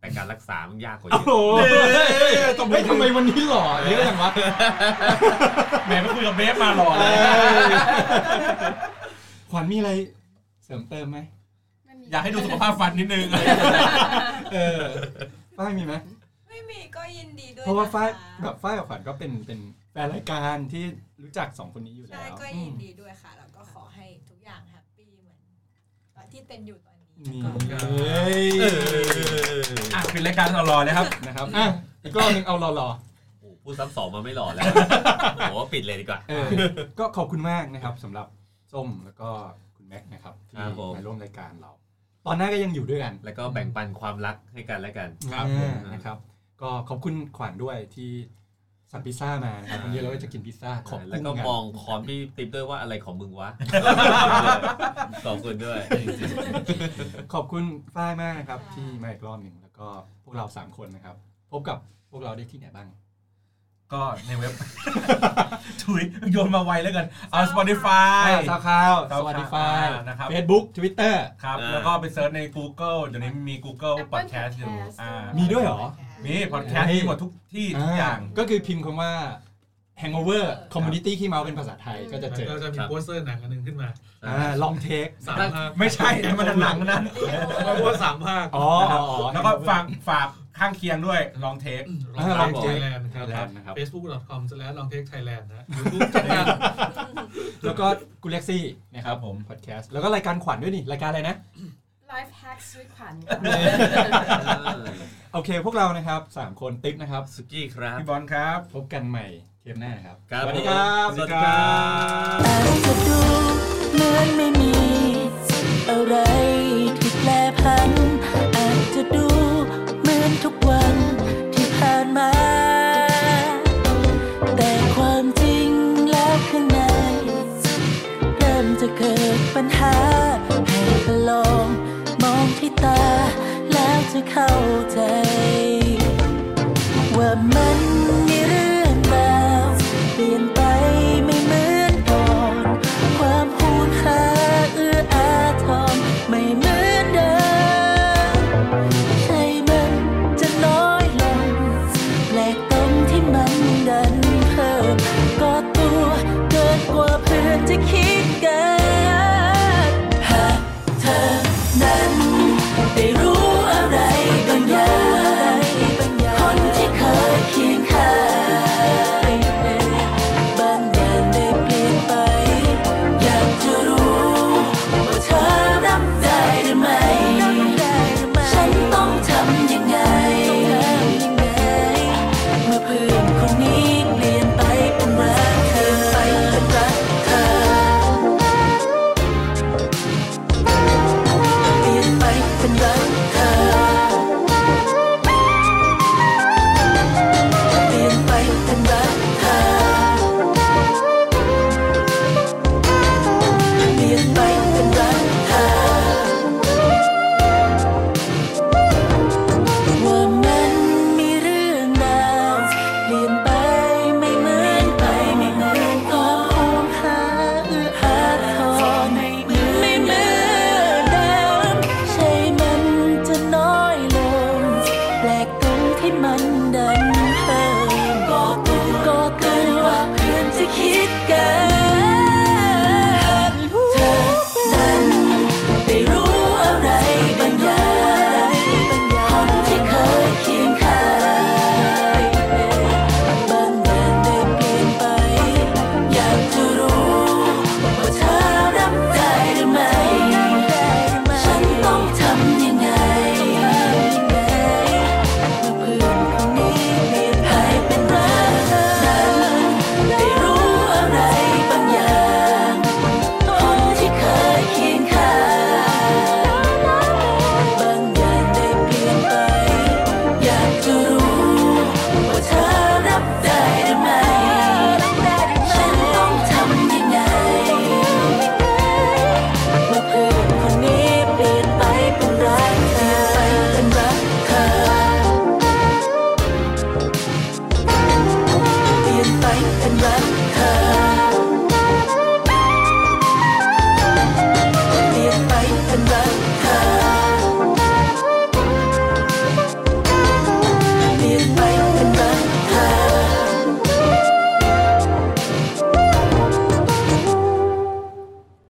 Speaker 2: แต่การรักษามันยากกว่าเย
Speaker 1: โอ้
Speaker 2: อะ
Speaker 1: โห
Speaker 3: ตบมื
Speaker 1: เฮ้
Speaker 3: อย
Speaker 1: ทำไมวันนี้หล่อเยอะจังวะ
Speaker 3: แหมไปคุยกับเบฟมาหล่อเลย
Speaker 1: ขวัญมีอะไรเสริมเติมไหม
Speaker 6: ไม่มี
Speaker 3: อยากให้ดูสุขภาพฟันนิดนึง
Speaker 1: เออฝ้ายมีไหม
Speaker 7: ไม่มีก็ยินดีด้วย
Speaker 1: เพราะว่าฝ้าย
Speaker 7: นค
Speaker 1: แบบฝ้ายกับขวัญก็เป็นเป็นแฟนรายการที่รู้จักสองคนนี้อยู่
Speaker 7: ใช่
Speaker 1: แล้ว
Speaker 7: ก็
Speaker 1: อื
Speaker 7: ยิ
Speaker 1: ม
Speaker 7: นดีด้วยค่ะ แล้วก็ขอให้ทุกอย่างแฮปปี้เหมือนตอนที่เป็นอยู่ตอนนี้
Speaker 1: นี่
Speaker 7: ก็
Speaker 1: เอ้ย
Speaker 2: เออ
Speaker 3: อ่ะเป็นรายการเรารอเลยครับ
Speaker 1: นะครับอ่ะอีกรอบหนึงเอาหล่อ
Speaker 2: โอ้โหพูดซ้ำสองมาไม่หล่อแล้วผมว่าปิดเลยดีกว่า
Speaker 1: ๆเออก็ขอบคุณมากนะครับสำหรับส้มแล้วก็คุณแม็กซ์นะครับที่
Speaker 2: ครับผม
Speaker 1: มาร่วมรายการเรา ตอนหน้าก็ยังอยู่ด้วยกัน
Speaker 2: แล้วก็แบ่งปันความรักให้กันและกัน
Speaker 3: ครับ
Speaker 1: อ่านะครับ ก็ขอบคุณขวัญด้วยที่ สั่งพิซซ่ามานะครับวันนี้เราก็จะกินพิซซ่าขอบ
Speaker 2: แล้ว
Speaker 1: คุณ
Speaker 2: ก็
Speaker 1: กัน
Speaker 2: มองคอมพี่ติ๊บด้วยว่าอะไรของมึงวะ ขอบคุณด้วย
Speaker 1: ขอบคุณฝ้ายมากนะครับ ที่มาอีกรอบหนึ่งแล้วก็พวกเราสามคนนะครับ พบกับพวกเราได้ที่ไหนบ้าง
Speaker 3: ก็ในเว็บ ถุยโยนมาไวแล้วกันเอา Spotify
Speaker 1: ซาวคลาวส
Speaker 3: SoundCloud
Speaker 1: วัสดีฟ้า
Speaker 3: นะครับ
Speaker 1: เฟซบุ๊กทวิตเตอร์
Speaker 3: ครับ
Speaker 2: อ่า
Speaker 3: แล้วก็ไปเซิร์ชใน Google เดี๋ยวนี้มี Google
Speaker 6: Apple
Speaker 3: Podcast อยู่
Speaker 6: Podcast
Speaker 3: อ่า
Speaker 1: มีด้วยเหรอ
Speaker 3: มีพอดแคสต์มีหมดทุกที่ทุกอย่าง
Speaker 1: ก็คือพิมพ์คำว่า Hangover Community ขี้เมาเป็นภาษาไทยก็จะเจอ
Speaker 4: เราจะมีโปสเตอร์หนังอันหนึงขึ้นมา
Speaker 1: ลองเทค
Speaker 4: สามภาค
Speaker 3: ไม่ใช่นะมันหนังนั้น
Speaker 4: มาโพสสามภาค
Speaker 1: อ๋อ
Speaker 3: แล้วก็ฟังฝากข้างเคียงด้วยลองเทค
Speaker 4: ลองเทคไทยแลนด์
Speaker 1: ค
Speaker 4: ครั
Speaker 1: รับบ นะครับ
Speaker 4: facebook.com ลองเทคไทยแลนด์นะ YouTube ช่องทาง
Speaker 1: แล้วก็กูเล็กซี่นะครับ
Speaker 3: ครับผม
Speaker 1: พอดแคสต์แล้วก็รายการขวัญด้วยนี่รายการอะไรนะ
Speaker 6: Life Hacks with ขวัญ
Speaker 1: โอเคพวกเรานะครับ 3 คนติ๊บนะครับ
Speaker 2: สุกี้ครับ
Speaker 3: พี่บอลครับ
Speaker 1: พบกันใหม่เทปหน้าครับ
Speaker 2: ครับ
Speaker 1: สวัสดีครับ
Speaker 2: สวัสดีครับ
Speaker 8: อะไรจะดูเหมือนไม่มี อะไรที่แปลพันอาจจะดูเหมือนทุกวันที่ผ่านมา แต่ความจริงแล้วข้างใน เริ่มจะเกิดปัญหา ให้ประลองมองที่ตาแล้วจะเข้าใจ ว่ามัน